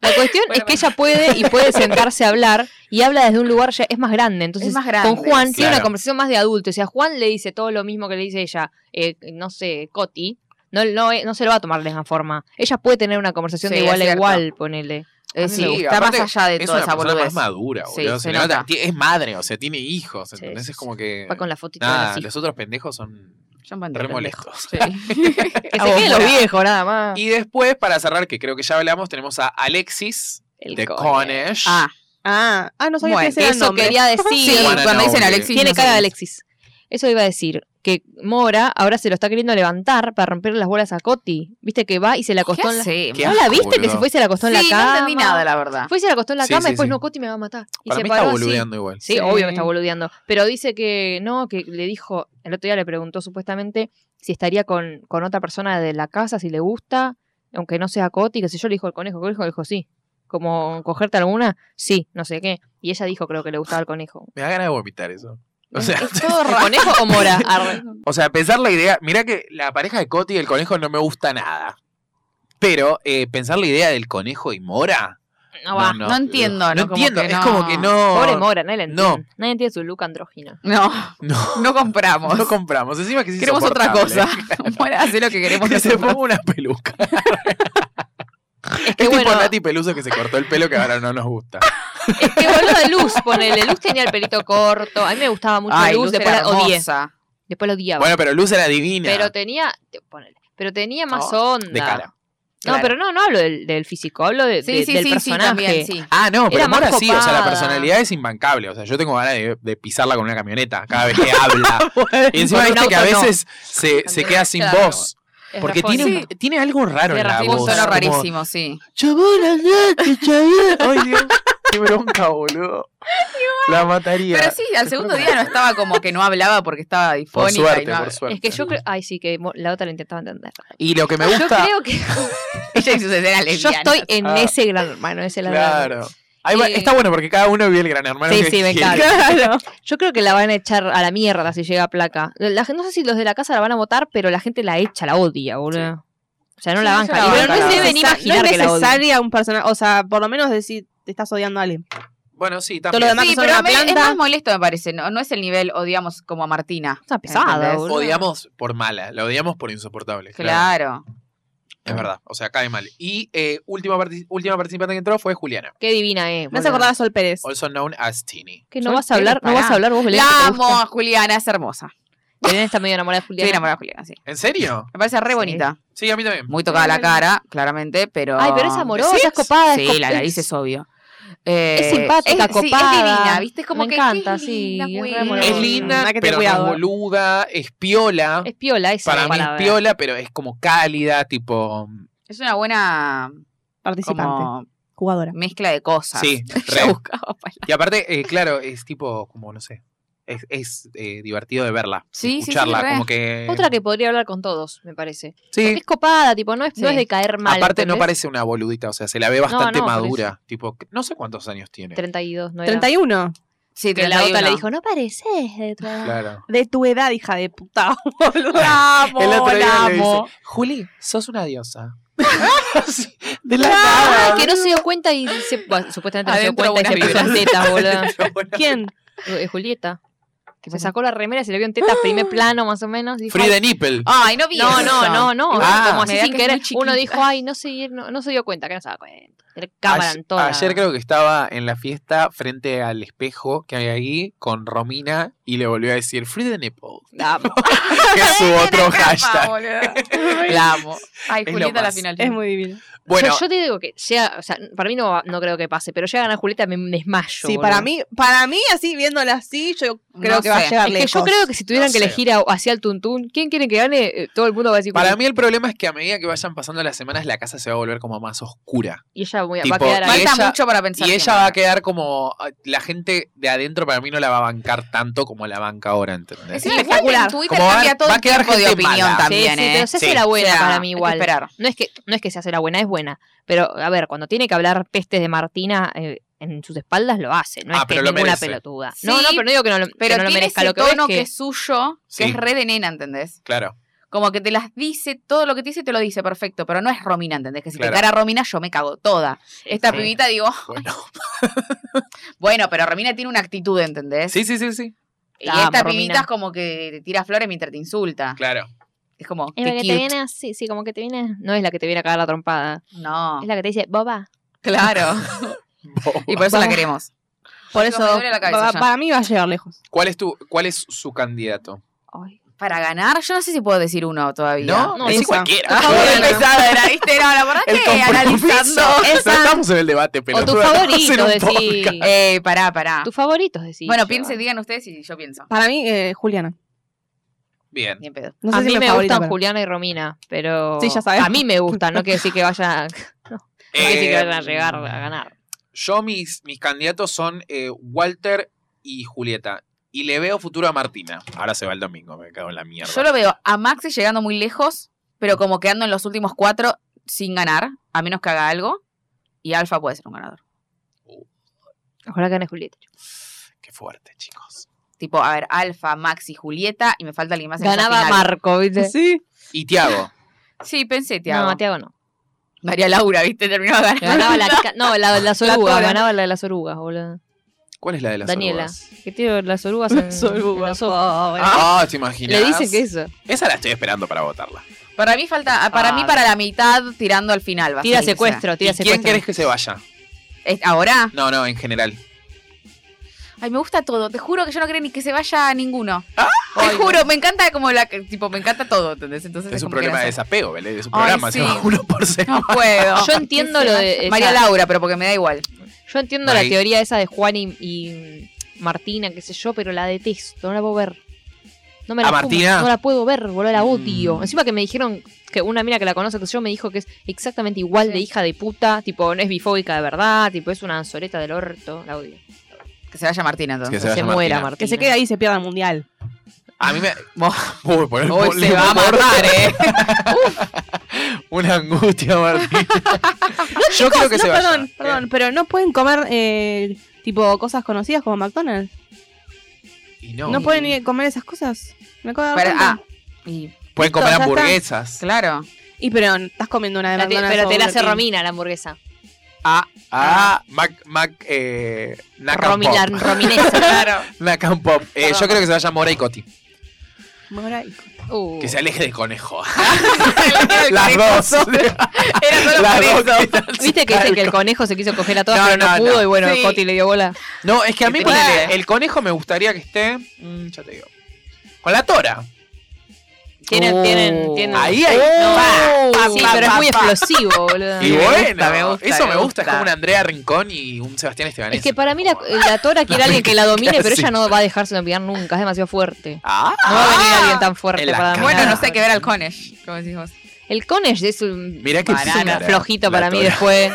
B: La cuestión
C: Bueno,
B: es que ella puede y puede sentarse a hablar y habla desde un lugar ya es más grande. Entonces,
C: más grande,
B: con Juan tiene
A: Claro.
B: una conversación más de adulto. O sea, Juan le dice todo lo mismo que le dice ella, eh, no sé, Coti. No, no, eh, no se lo va a tomar de la misma forma. Ella puede tener una conversación
C: Sí,
B: de igual
C: es
B: a
C: cierto.
B: igual, ponele.
C: Eh,
A: mí
C: sí,
A: me gusta.
C: está más
A: Aparte,
C: allá de
A: Es
C: toda
A: una
C: esa
A: persona
C: boludez.
A: más madura,
C: Sí,
A: boludo.
C: se
A: Se le nota-
C: nota.
A: ti- Es madre, o sea, tiene hijos.
B: Sí,
A: Entonces
B: sí,
A: es como que.
B: Va con la fotito
A: nada,
B: de
A: los otros pendejos son
C: John Van
A: re
C: Damme,
A: molestos.
C: pendejo. Sí.
B: Que
A: se queden los
B: viejos, nada más.
A: Y después, para cerrar, que creo que ya hablamos, tenemos a Alexis
B: El
A: de
B: cone.
A: Conesh.
C: Ah,
D: Ah, ah, no sabía
C: Bueno,
D: que ese era el
B: Eso
D: nombre.
B: quería decir.
C: sí,
A: Juana
C: cuando dicen
A: Noble.
C: Alexis.
B: Tiene
C: no
B: cara de
C: sé.
B: Alexis. Eso iba a decir. Que Mora ahora se lo está queriendo levantar para romperle las bolas a Coti. Viste que va y se le acostó en la.
C: Sí,
A: Qué
B: ¿No la
A: asco,
B: viste que
A: boludo.
B: se fue y se la acostó en la
C: sí,
B: cama?
C: no entendí nada, la verdad.
B: Fue y se la acostó en la
A: Sí,
B: cama
A: sí,
B: y después
A: sí.
B: no, Coti me va a matar. Y
A: Para
B: se
A: mí
B: paró
A: está
B: así.
A: boludeando igual.
B: Sí,
C: Sí.
B: obvio que está boludeando. Pero dice que no, que le dijo, el otro día le preguntó supuestamente si estaría con, con otra persona de la casa, si le gusta, aunque no sea Coti, que sé yo, le dijo el conejo, el conejo le dijo sí. Como cogerte alguna, sí, no sé qué. Y ella dijo creo que le gustaba el conejo.
A: Me da ganas de vomitar eso. O sea,
B: es todo raro. ¿Conejo o mora? Arre.
A: o sea, pensar la idea. Mirá que la pareja de Coti y el conejo no me gusta nada. Pero eh, pensar la idea del conejo y Mora.
B: No va.
C: No entiendo,
A: No
C: no, como
A: entiendo.
C: que
A: es
C: no.
A: como que no.
B: Pobre Mora, nadie la
A: No.
B: entiende. Nadie entiende su look andrógino.
C: No,
A: No,
C: no compramos.
A: no compramos. Encima que es
C: queremos otra
A: insoportable.
C: cosa. Bueno, hace lo que queremos.
A: Que se
C: nosotros.
A: ponga una peluca.
B: Es
A: Es
B: que
A: tipo
B: bueno, Ah,
A: Nati Peluso que se cortó el pelo que ahora no nos gusta.
B: es que boludo de Luz, ponele. Luz tenía el pelito corto. A mí me gustaba mucho
C: Ay,
B: Luz,
C: Luz
B: después
C: era
B: la odié.
C: hermosa.
B: Después la odiaba.
A: Bueno, pero Luz era divina.
B: Pero tenía, te- ponele, pero tenía más onda.
A: de cara.
B: No,
C: Claro.
B: pero no, no hablo del, del físico, hablo de-
C: Sí,
B: de-
C: sí,
B: del
C: sí,
B: personaje.
C: sí, también, sí.
A: Ah, no, pero
B: Era más
A: Mora sí, o sea, la
B: copada.
A: personalidad es imbancable. O sea, yo tengo ganas de, de pisarla con una camioneta cada vez que habla. y encima
B: Ah, Con un
A: viste que a
B: auto no.
A: veces se, se
B: También,
A: queda sin
B: claro.
A: voz.
B: Es
A: Porque
B: Rafón.
A: tiene, un-
B: Sí.
A: tiene algo raro
B: Sí,
A: en la
B: Rafael,
C: Tiene
A: voz.
C: un tono rarísimo, sí.
A: Chabón, andate, chabón. Ay, Dios, qué bronca, boludo. La mataría.
C: Pero sí, al segundo día no estaba como que no hablaba porque estaba
A: Por
C: difónica. y
A: suerte,
C: no
A: por suerte.
B: Es que yo creo. Ay, sí, que mo- la otra la intentaba entender.
A: Y lo que me
B: Yo
A: gusta.
B: creo que.
C: Ella y sus escenas
B: yo
C: lesbianas.
B: estoy en
A: Ah.
B: ese gran hermano, ese gran hermano.
A: Claro. Ahí va-
B: Eh,
A: está bueno porque cada uno vio el gran hermano.
B: sí,
A: que
B: sí, me
A: quiere.
B: encanta. Yo creo que la van a echar a la mierda si llega placa. La gen- no sé si los de la casa la van a votar, pero la gente la echa, la odia, boludo. O sea, no
C: Sí,
B: la
C: no
B: banca.
C: se la
B: Y-
C: banca,
B: pero no
C: la
B: se
C: verdad.
B: deben imaginar
D: no es
B: que la odian.
D: necesaria un personaje, o sea, por lo menos decir te estás odiando a alguien.
A: Bueno, sí,
D: lo
A: también.
D: demás
C: Sí,
D: son
C: pero
D: una
C: me- es
D: planta.
C: más molesto, me parece. No, no es el nivel, odiamos como a Martina.
B: Está pesada,
C: ¿Entendés?
B: boludo.
A: Odiamos por mala, la odiamos por insoportable. Claro.
C: Claro.
A: Es verdad, o sea, cae mal. Y eh, última, parti- última participante que entró fue Juliana,
B: Qué divina es.
D: Me hace
B: boludo.
D: acordar a Sol Pérez.
A: also known as Tini.
B: Que no
C: Sol
B: vas a hablar,
C: Pérez,
B: no vas a
C: pará.
B: hablar vos, Belén.
C: La
B: que te
C: amo
B: gusta.
C: a Juliana, es hermosa.
B: Belén está medio enamorada de
C: Estoy
B: Juliana.
C: enamorada de Juliana, sí.
A: ¿En serio?
C: Me parece re
B: Sí.
C: bonita.
A: Sí, a mí también.
C: Muy tocada la cara, claramente, pero.
B: Ay, pero es amorosa,
A: ¿Sí?
B: es copada.
C: Sí,
B: es cop-
C: la nariz es obvio. Eh,
B: Es simpática,
C: sí,
B: copada.
C: es divina, ¿viste? Es como
B: Me
C: que.
B: encanta,
C: qué
B: sí,
C: linda,
B: es re
C: güey.
B: amorosa.
A: Es linda,
D: Hay que tener
A: pero no es
D: cuidado.
A: boluda, es piola.
B: Es piola, esa es
A: Para
B: la
A: mí
B: palabra.
A: es piola, pero es como cálida, tipo...
C: Es una buena
D: Participante.
C: como,
D: Jugadora.
C: mezcla de cosas.
A: Sí,
C: Ya
A: re.
C: buscaba palabras.
A: Y aparte, eh, claro, es tipo, como no sé, es, es, eh, divertido de verla,
C: Sí, sí, sí,
A: escucharla,
C: re.
A: como que...
B: Otra que podría hablar con todos, me parece.
A: Sí,
B: Es copada, tipo, no es, no
C: Sí.
B: es de caer mal.
A: aparte no
B: ¿entendés?
A: parece una boludita, o sea, se la ve bastante
B: no, por
A: madura, tipo, no sé cuántos años tiene.
B: 32, no era.
D: 31.
C: Sí,
B: Que la otra
C: 31.
B: le dijo, no pareces de tu edad".
A: Claro.
D: De tu edad, hija de puta, boludo.
C: La amo,
A: El otro
C: la
A: día le dice,
C: amo.
A: Juli, sos una diosa. Sí, de la
B: Ay,
A: nada.
B: que no se dio cuenta y se, bueno, supuestamente no se dio
C: Adentro
B: cuenta y se
C: buenas
B: puso en tetas, Ah, boludo.
D: ¿Quién?
B: Eh, Julieta. Que se sacó la remera y se le vio en tetas, primer plano más o menos. dijo, Ah,
A: Frida Nippel.
C: Ay, no vi.
B: No,
C: eso.
B: no, no, no.
A: Ah.
B: como
C: Me
B: así
C: da
B: sin
C: que es
B: querer.
C: muy
B: Uno
C: chiquita.
B: dijo, ay, no se, no, no se dio cuenta, que no se da cuenta. Tiene cámara
A: Ayer-
B: en toda.
A: Ayer creo que estaba en la fiesta frente al espejo que hay ahí con Romina y le volvió a decir Frida Nipple,
B: Ah,
A: que es su otro
C: Capa,
A: hashtag.
C: boluda. La amo. Ay,
A: Es lo
C: Julieta a la
A: más.
C: final.
D: Es muy divino.
A: Bueno,
B: yo, yo te digo que llega, o sea, para mí no, va- no creo que pase, pero llega a ganar Julieta me desmayo.
D: sí,
B: boludo.
D: para mí, para mí, así viéndola así, yo creo
C: No
D: que va
C: sé.
D: a llegar
B: Es que
D: lejos.
B: yo creo que si tuvieran
A: No
B: que
A: sé.
B: elegir a- hacia el tuntún, ¿quién quiere que gane? Eh, Todo el mundo va a decir
A: para
B: Julieta.
A: mí el problema es que a medida que vayan pasando las semanas la casa se va a volver como más oscura.
B: Y ella muy- va a
A: Tipo,
B: quedar ahí.
A: y
C: Falta
A: ella-
C: mucho para pensar.
A: Y
C: bien.
A: ella va a quedar como... ah, La gente de adentro para mí no la va a bancar tanto como la banca ahora, ¿entendés?
C: Es espectacular. En Twitter
A: Como va-
C: cambia todo
A: va a
C: el
A: quedar
C: tiempo de
A: gente
C: opinión
A: mala.
B: Sí,
C: también,
B: sí,
C: ¿eh?
B: pero se hace
A: Sí.
B: la
C: O
B: buena
C: sea,
B: para mí
C: hay que
B: igual.
C: esperar.
B: No es que no es que se hace la buena, es buena. Pero a ver, cuando tiene que hablar pestes de Martina eh, en sus espaldas lo hace, no
A: Ah,
B: es que
A: pero
B: es
A: lo
B: ninguna
A: merece.
B: pelotuda.
C: Sí,
B: no, no, pero no digo que no lo, que
C: Pero
B: no lo
C: tiene
B: merezca
C: ese
B: lo que veo es
C: tono que,
B: que-
C: es suyo,
A: Sí.
C: que es re de nena, ¿entendés?
A: Claro.
C: Como que te las dice, todo lo que te dice te lo dice, perfecto, pero no es Romina, ¿entendés? Que si
A: Claro.
C: te cara Romina yo me cago toda. Esta
A: sí.
C: pibita digo, "Ah".
A: Bueno.
C: bueno, pero Romina tiene una actitud, ¿entendés?
A: Sí, sí, sí, sí.
C: Y
B: La amo,
C: esta
B: Romina.
C: pibita es como que te tira flores mientras te insulta.
A: Claro.
C: Es como, qué
B: Es la que te
C: cute.
B: viene así, sí, como que te viene. No es la que te viene a cagar la trompada.
C: No,
B: Es la que te dice, boba.
C: claro. y por eso la
D: Vamos.
C: queremos.
D: Por
C: Dios,
D: eso,
C: me duele la cabeza
D: pa-
C: ya.
D: para mí va a llegar lejos.
A: ¿Cuál es, tu, ¿Cuál es su candidato?
C: Para ganar, yo no sé si puedo decir uno todavía.
A: No,
B: no,
A: es
D: esa.
A: cualquiera.
C: Ah, bueno, pesada era, ¿viste? No, la verdad
A: El
C: que
A: compromiso.
C: analizando.
A: No estamos en el debate, pero
B: o tu favorito, decís.
C: Eh, pará, pará.
B: Tus favoritos, decís.
C: Bueno,
B: yo.
C: piensen, digan ustedes y yo pienso.
D: Para mí, eh, Juliana.
A: Bien.
C: Ni en pedo.
D: No sé
B: a
D: si
B: mí
D: es
B: me
D: mi favorita,
B: gustan
D: pero-
B: Juliana y Romina, pero.
D: Sí, ya sabemos.
B: A mí me gustan, no quiere decir que vaya, no quiere decir que vayan a llegar a
A: Eh,
B: ganar.
A: Yo, mis, mis candidatos son eh, Walter y Julieta. Y le veo futuro a Martina. Ahora se va el domingo, me cago en la mierda.
C: Yo lo veo a Maxi llegando muy lejos, pero como quedando en los últimos cuatro sin ganar, a menos que haga algo. Y Alfa puede ser un ganador.
B: Ojalá gane Julieta.
A: Qué fuerte, chicos.
C: Tipo, a ver, Alfa, Maxi, Julieta, y me falta alguien más. en esa
B: Ganaba
C: final.
B: Marco, ¿viste?
D: Sí.
A: Y Tiago.
C: Sí, pensé, Tiago.
B: No, Tiago no.
C: María Laura, ¿viste? Terminó ganando.
B: Ganaba la, ca- no, la, las
D: La
B: orugas,
D: tora.
B: ganaba la de las orugas, boludo.
A: ¿Cuál es la de las
B: Daniela,
A: orugas?
B: que tiene las orugas en,
D: Las
B: en
D: orugas,
B: los ojos.
D: pobre.
A: Ah, te imaginas.
B: Le dicen que eso.
A: Esa la estoy esperando para votarla.
C: Para mí falta, para
B: Ah,
C: mí para la mitad tirando al final. va a
B: Tira
C: ser, o sea.
B: secuestro, tira
A: ¿Y quién
B: secuestro.
A: querés que se vaya?
C: Es- Ahora,
A: No, no, en general.
C: Ay, me gusta todo. Te juro que yo no creo ni que se vaya a ninguno.
A: Ah.
C: Te juro, me encanta como la. Tipo, me encanta todo, ¿entendés? Entonces
A: Es un
C: como que
A: problema de
C: no sé.
A: desapego, ¿vale? Es un
C: Ay,
A: programa,
C: sí.
A: se va uno por semana.
C: No puedo.
B: Yo entiendo lo de.
C: María
B: esa-
C: Laura, pero porque me da igual.
B: Yo entiendo
A: Ahí.
B: la teoría esa de Juan y, y Martina, qué sé yo, pero la detesto, no la puedo ver. No me la
A: ¿A
B: fumo,
A: Martina?
B: No la puedo ver, boludo, la odio.
A: Mm.
B: Encima que me dijeron que una mina que la conoce que yo me dijo que es exactamente igual de
C: Sí.
B: hija de puta, tipo, no es bifóbica de verdad, tipo, es una anzoreta del orto, la odio.
C: Que se vaya Martina
A: Que
C: entonces.
A: se vaya
B: muera
A: Martina.
D: Que
B: Martina.
D: se quede ahí y se pierda el mundial.
A: A mí me. Uy, por el
C: Hoy
A: por-
C: se va a
A: por-
C: matar, ¿eh?
A: Una angustia, Martín. Yo creo que
D: no,
A: se vaya. Eh,
D: perdón, perdón, pero no pueden comer eh, tipo cosas conocidas como McDonald's.
A: Y no.
D: No, pueden ir a comer esas cosas. Me acabo de dar
C: Pero,
D: cuenta.
C: ah, y-
A: Pueden comer
D: ya está.
A: hamburguesas.
C: claro.
D: Y pero estás comiendo una de
B: La te-
D: McDonald's.
B: pero te la hace
D: Burger King.
B: Romina la hamburguesa.
A: Ah, ah, Mac, Mac, eh, Nac and
B: Romina,
A: Pop.
B: Rominesa.
C: Claro.
A: Nac and Pop. Eh, yo
C: Perdón.
A: creo que se vaya Mora y Coti.
D: Mora y-
B: Uh.
A: Que se aleje del conejo.
C: Las
A: Las dos.
C: Era solo
A: Las
C: por
A: dos
C: eso.
A: que están
B: Viste que dicen que el
A: cerca.
B: conejo se quiso coger a todas,
A: No,
B: pero no,
A: no,
B: pudo.
A: no.
B: Y bueno,
C: Sí.
B: Coti le dio bola.
A: No, es que a mí
C: Que
A: ponele,
C: tenía-
A: el conejo me gustaría que esté. mm, ya te digo. Con la tora.
B: Tienen,
C: Oh.
B: tienen, tienen.
A: Uh. Ahí hay.
B: No.
A: Pa,
B: Mm. sí,
A: pa,
B: pero es
A: pa,
B: muy
A: pa.
B: explosivo, boludo.
A: Y
C: Me
A: bueno,
C: gusta, me gusta,
A: eso me
C: me
A: gusta. Es como
C: gusta.
A: una Andrea Rincón y un Sebastián Estebanés.
B: Es que para mí la, eh, la Tora quiere alguien que la domine, pero
A: casi.
B: ella no va a dejarse dominar nunca, es demasiado fuerte.
A: Ah,
B: No va a venir alguien tan
A: en
B: fuerte
A: la
B: para
A: cara.
B: dominar.
C: Bueno, no sé, hay que ver al Conesh, como decís vos.
B: El Conesh es un,
A: Mirá que
B: es un
A: banana.
B: flojito
A: La
B: para mí
A: Tora.
B: después.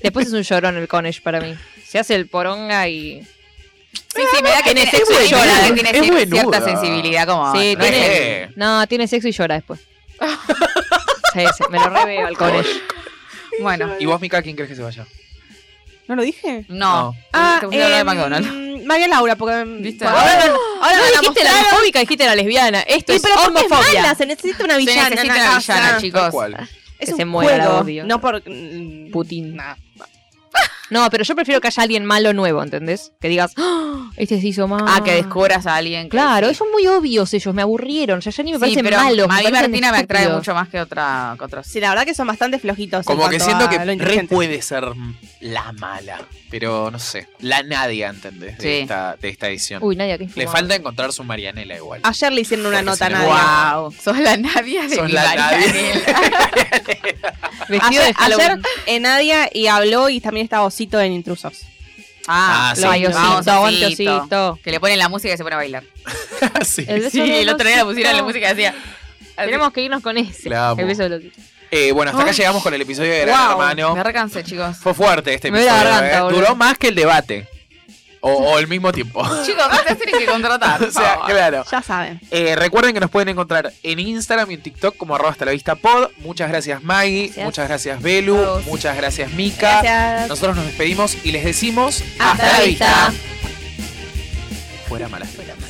B: Después es un llorón el Conesh para mí. Se hace el poronga y...
C: Sí, sí, me da que
B: Es
C: tiene,
B: buenuda,
C: sí, me da que
A: es
C: tiene
A: buenuda.
C: cierta sensibilidad como...
B: Sí,
A: no
B: tiene-
A: es que-
B: No, tiene sexo y llora después. Sí, sí, me lo reveo al Conesh.
C: Bueno,
A: ¿Y vos, Mika, quién crees que se vaya?
D: ¿No lo dije?
C: no.
A: No.
C: Ah, de
D: em,
C: McDonald's.
D: María Laura, porque... em,
C: ¿Viste?
D: porque-
C: Ahora
B: Ahora no
D: no la
B: dijiste la
D: mostraron.
B: homofóbica, dijiste la lesbiana. Esto
D: Sí,
B: es
D: pero porque es
B: homofobia.
D: oh, mala, se necesita una
C: Se
D: villana.
C: necesita
D: en la
C: una
D: casa.
C: villana,
A: Tal
C: chicos.
A: cual.
D: Es
B: Que
D: un
B: se muera la
D: juego,
B: odio.
D: No por... mm,
B: Putin. No, pero yo prefiero que haya alguien malo nuevo, ¿entendés? Que digas, "Ah, este se hizo mal.
C: Ah, que descubras a alguien. que-
B: Claro, son muy obvios ellos, me aburrieron. Ya, ya ni me
C: Sí,
B: parecen
C: pero
B: malos. me
C: A mí
B: parecen
C: Martina me atrae
B: estúpidos.
C: mucho más que otra... que otros.
D: Sí, la verdad que son bastante flojitos. en
A: Como que
D: cuanto
A: siento
D: a
A: que
D: lo
A: re
D: inteligente.
A: puede ser la mala, pero no sé, la nadie, ¿entendés? De,
C: Sí.
A: esta, de esta edición.
B: Uy, Nadia, qué
A: Le
B: infumable.
A: falta encontrar su Marianela igual.
D: Ayer le hicieron una
A: Porque
D: nota a
A: si no-
D: nadie.
C: Wow, sos la Nadia de
A: Sos
C: mi
A: la
C: Marianela.
B: Vestido de
D: ayer, ayer
B: Halloween.
D: eh, Nadia y habló y también estaba Osito en Intrusos.
A: Ah, sí.
B: Lo hay osito,
C: vamos,
B: aguante
C: Osito.
B: osito.
C: Que le ponen la música y se pone a bailar.
A: Ah, Sí.
B: El beso
C: Sí,
B: del
C: el otro día le
B: osito.
C: pusieron la música y hacía... así.
B: Tenemos que irnos con ese.
A: La amo.
B: El beso de los-
A: Eh, bueno, hasta acá
C: Ay.
A: llegamos con el episodio de Gran
C: Wow,
A: Hermano.
C: me recansé, chicos.
A: Fue fuerte este
B: Me
A: episodio.
B: duele la garganta,
A: ¿eh?
B: boludo.
A: Duró más que el debate. O, o el mismo tiempo. o
C: Chicos, ustedes tienen que contratar. por
A: sea,
C: favor.
A: claro.
D: Ya saben.
A: Eh, recuerden que nos pueden encontrar en Instagram y en TikTok como arroba hasta la vista pod. Muchas gracias Maggie,
B: Gracias.
A: muchas gracias Belu,
C: Vos.
A: muchas gracias Mika.
D: Gracias.
A: Nosotros nos despedimos y les decimos
B: Hasta la vista.
A: Fuera malas.
B: Fuera malas.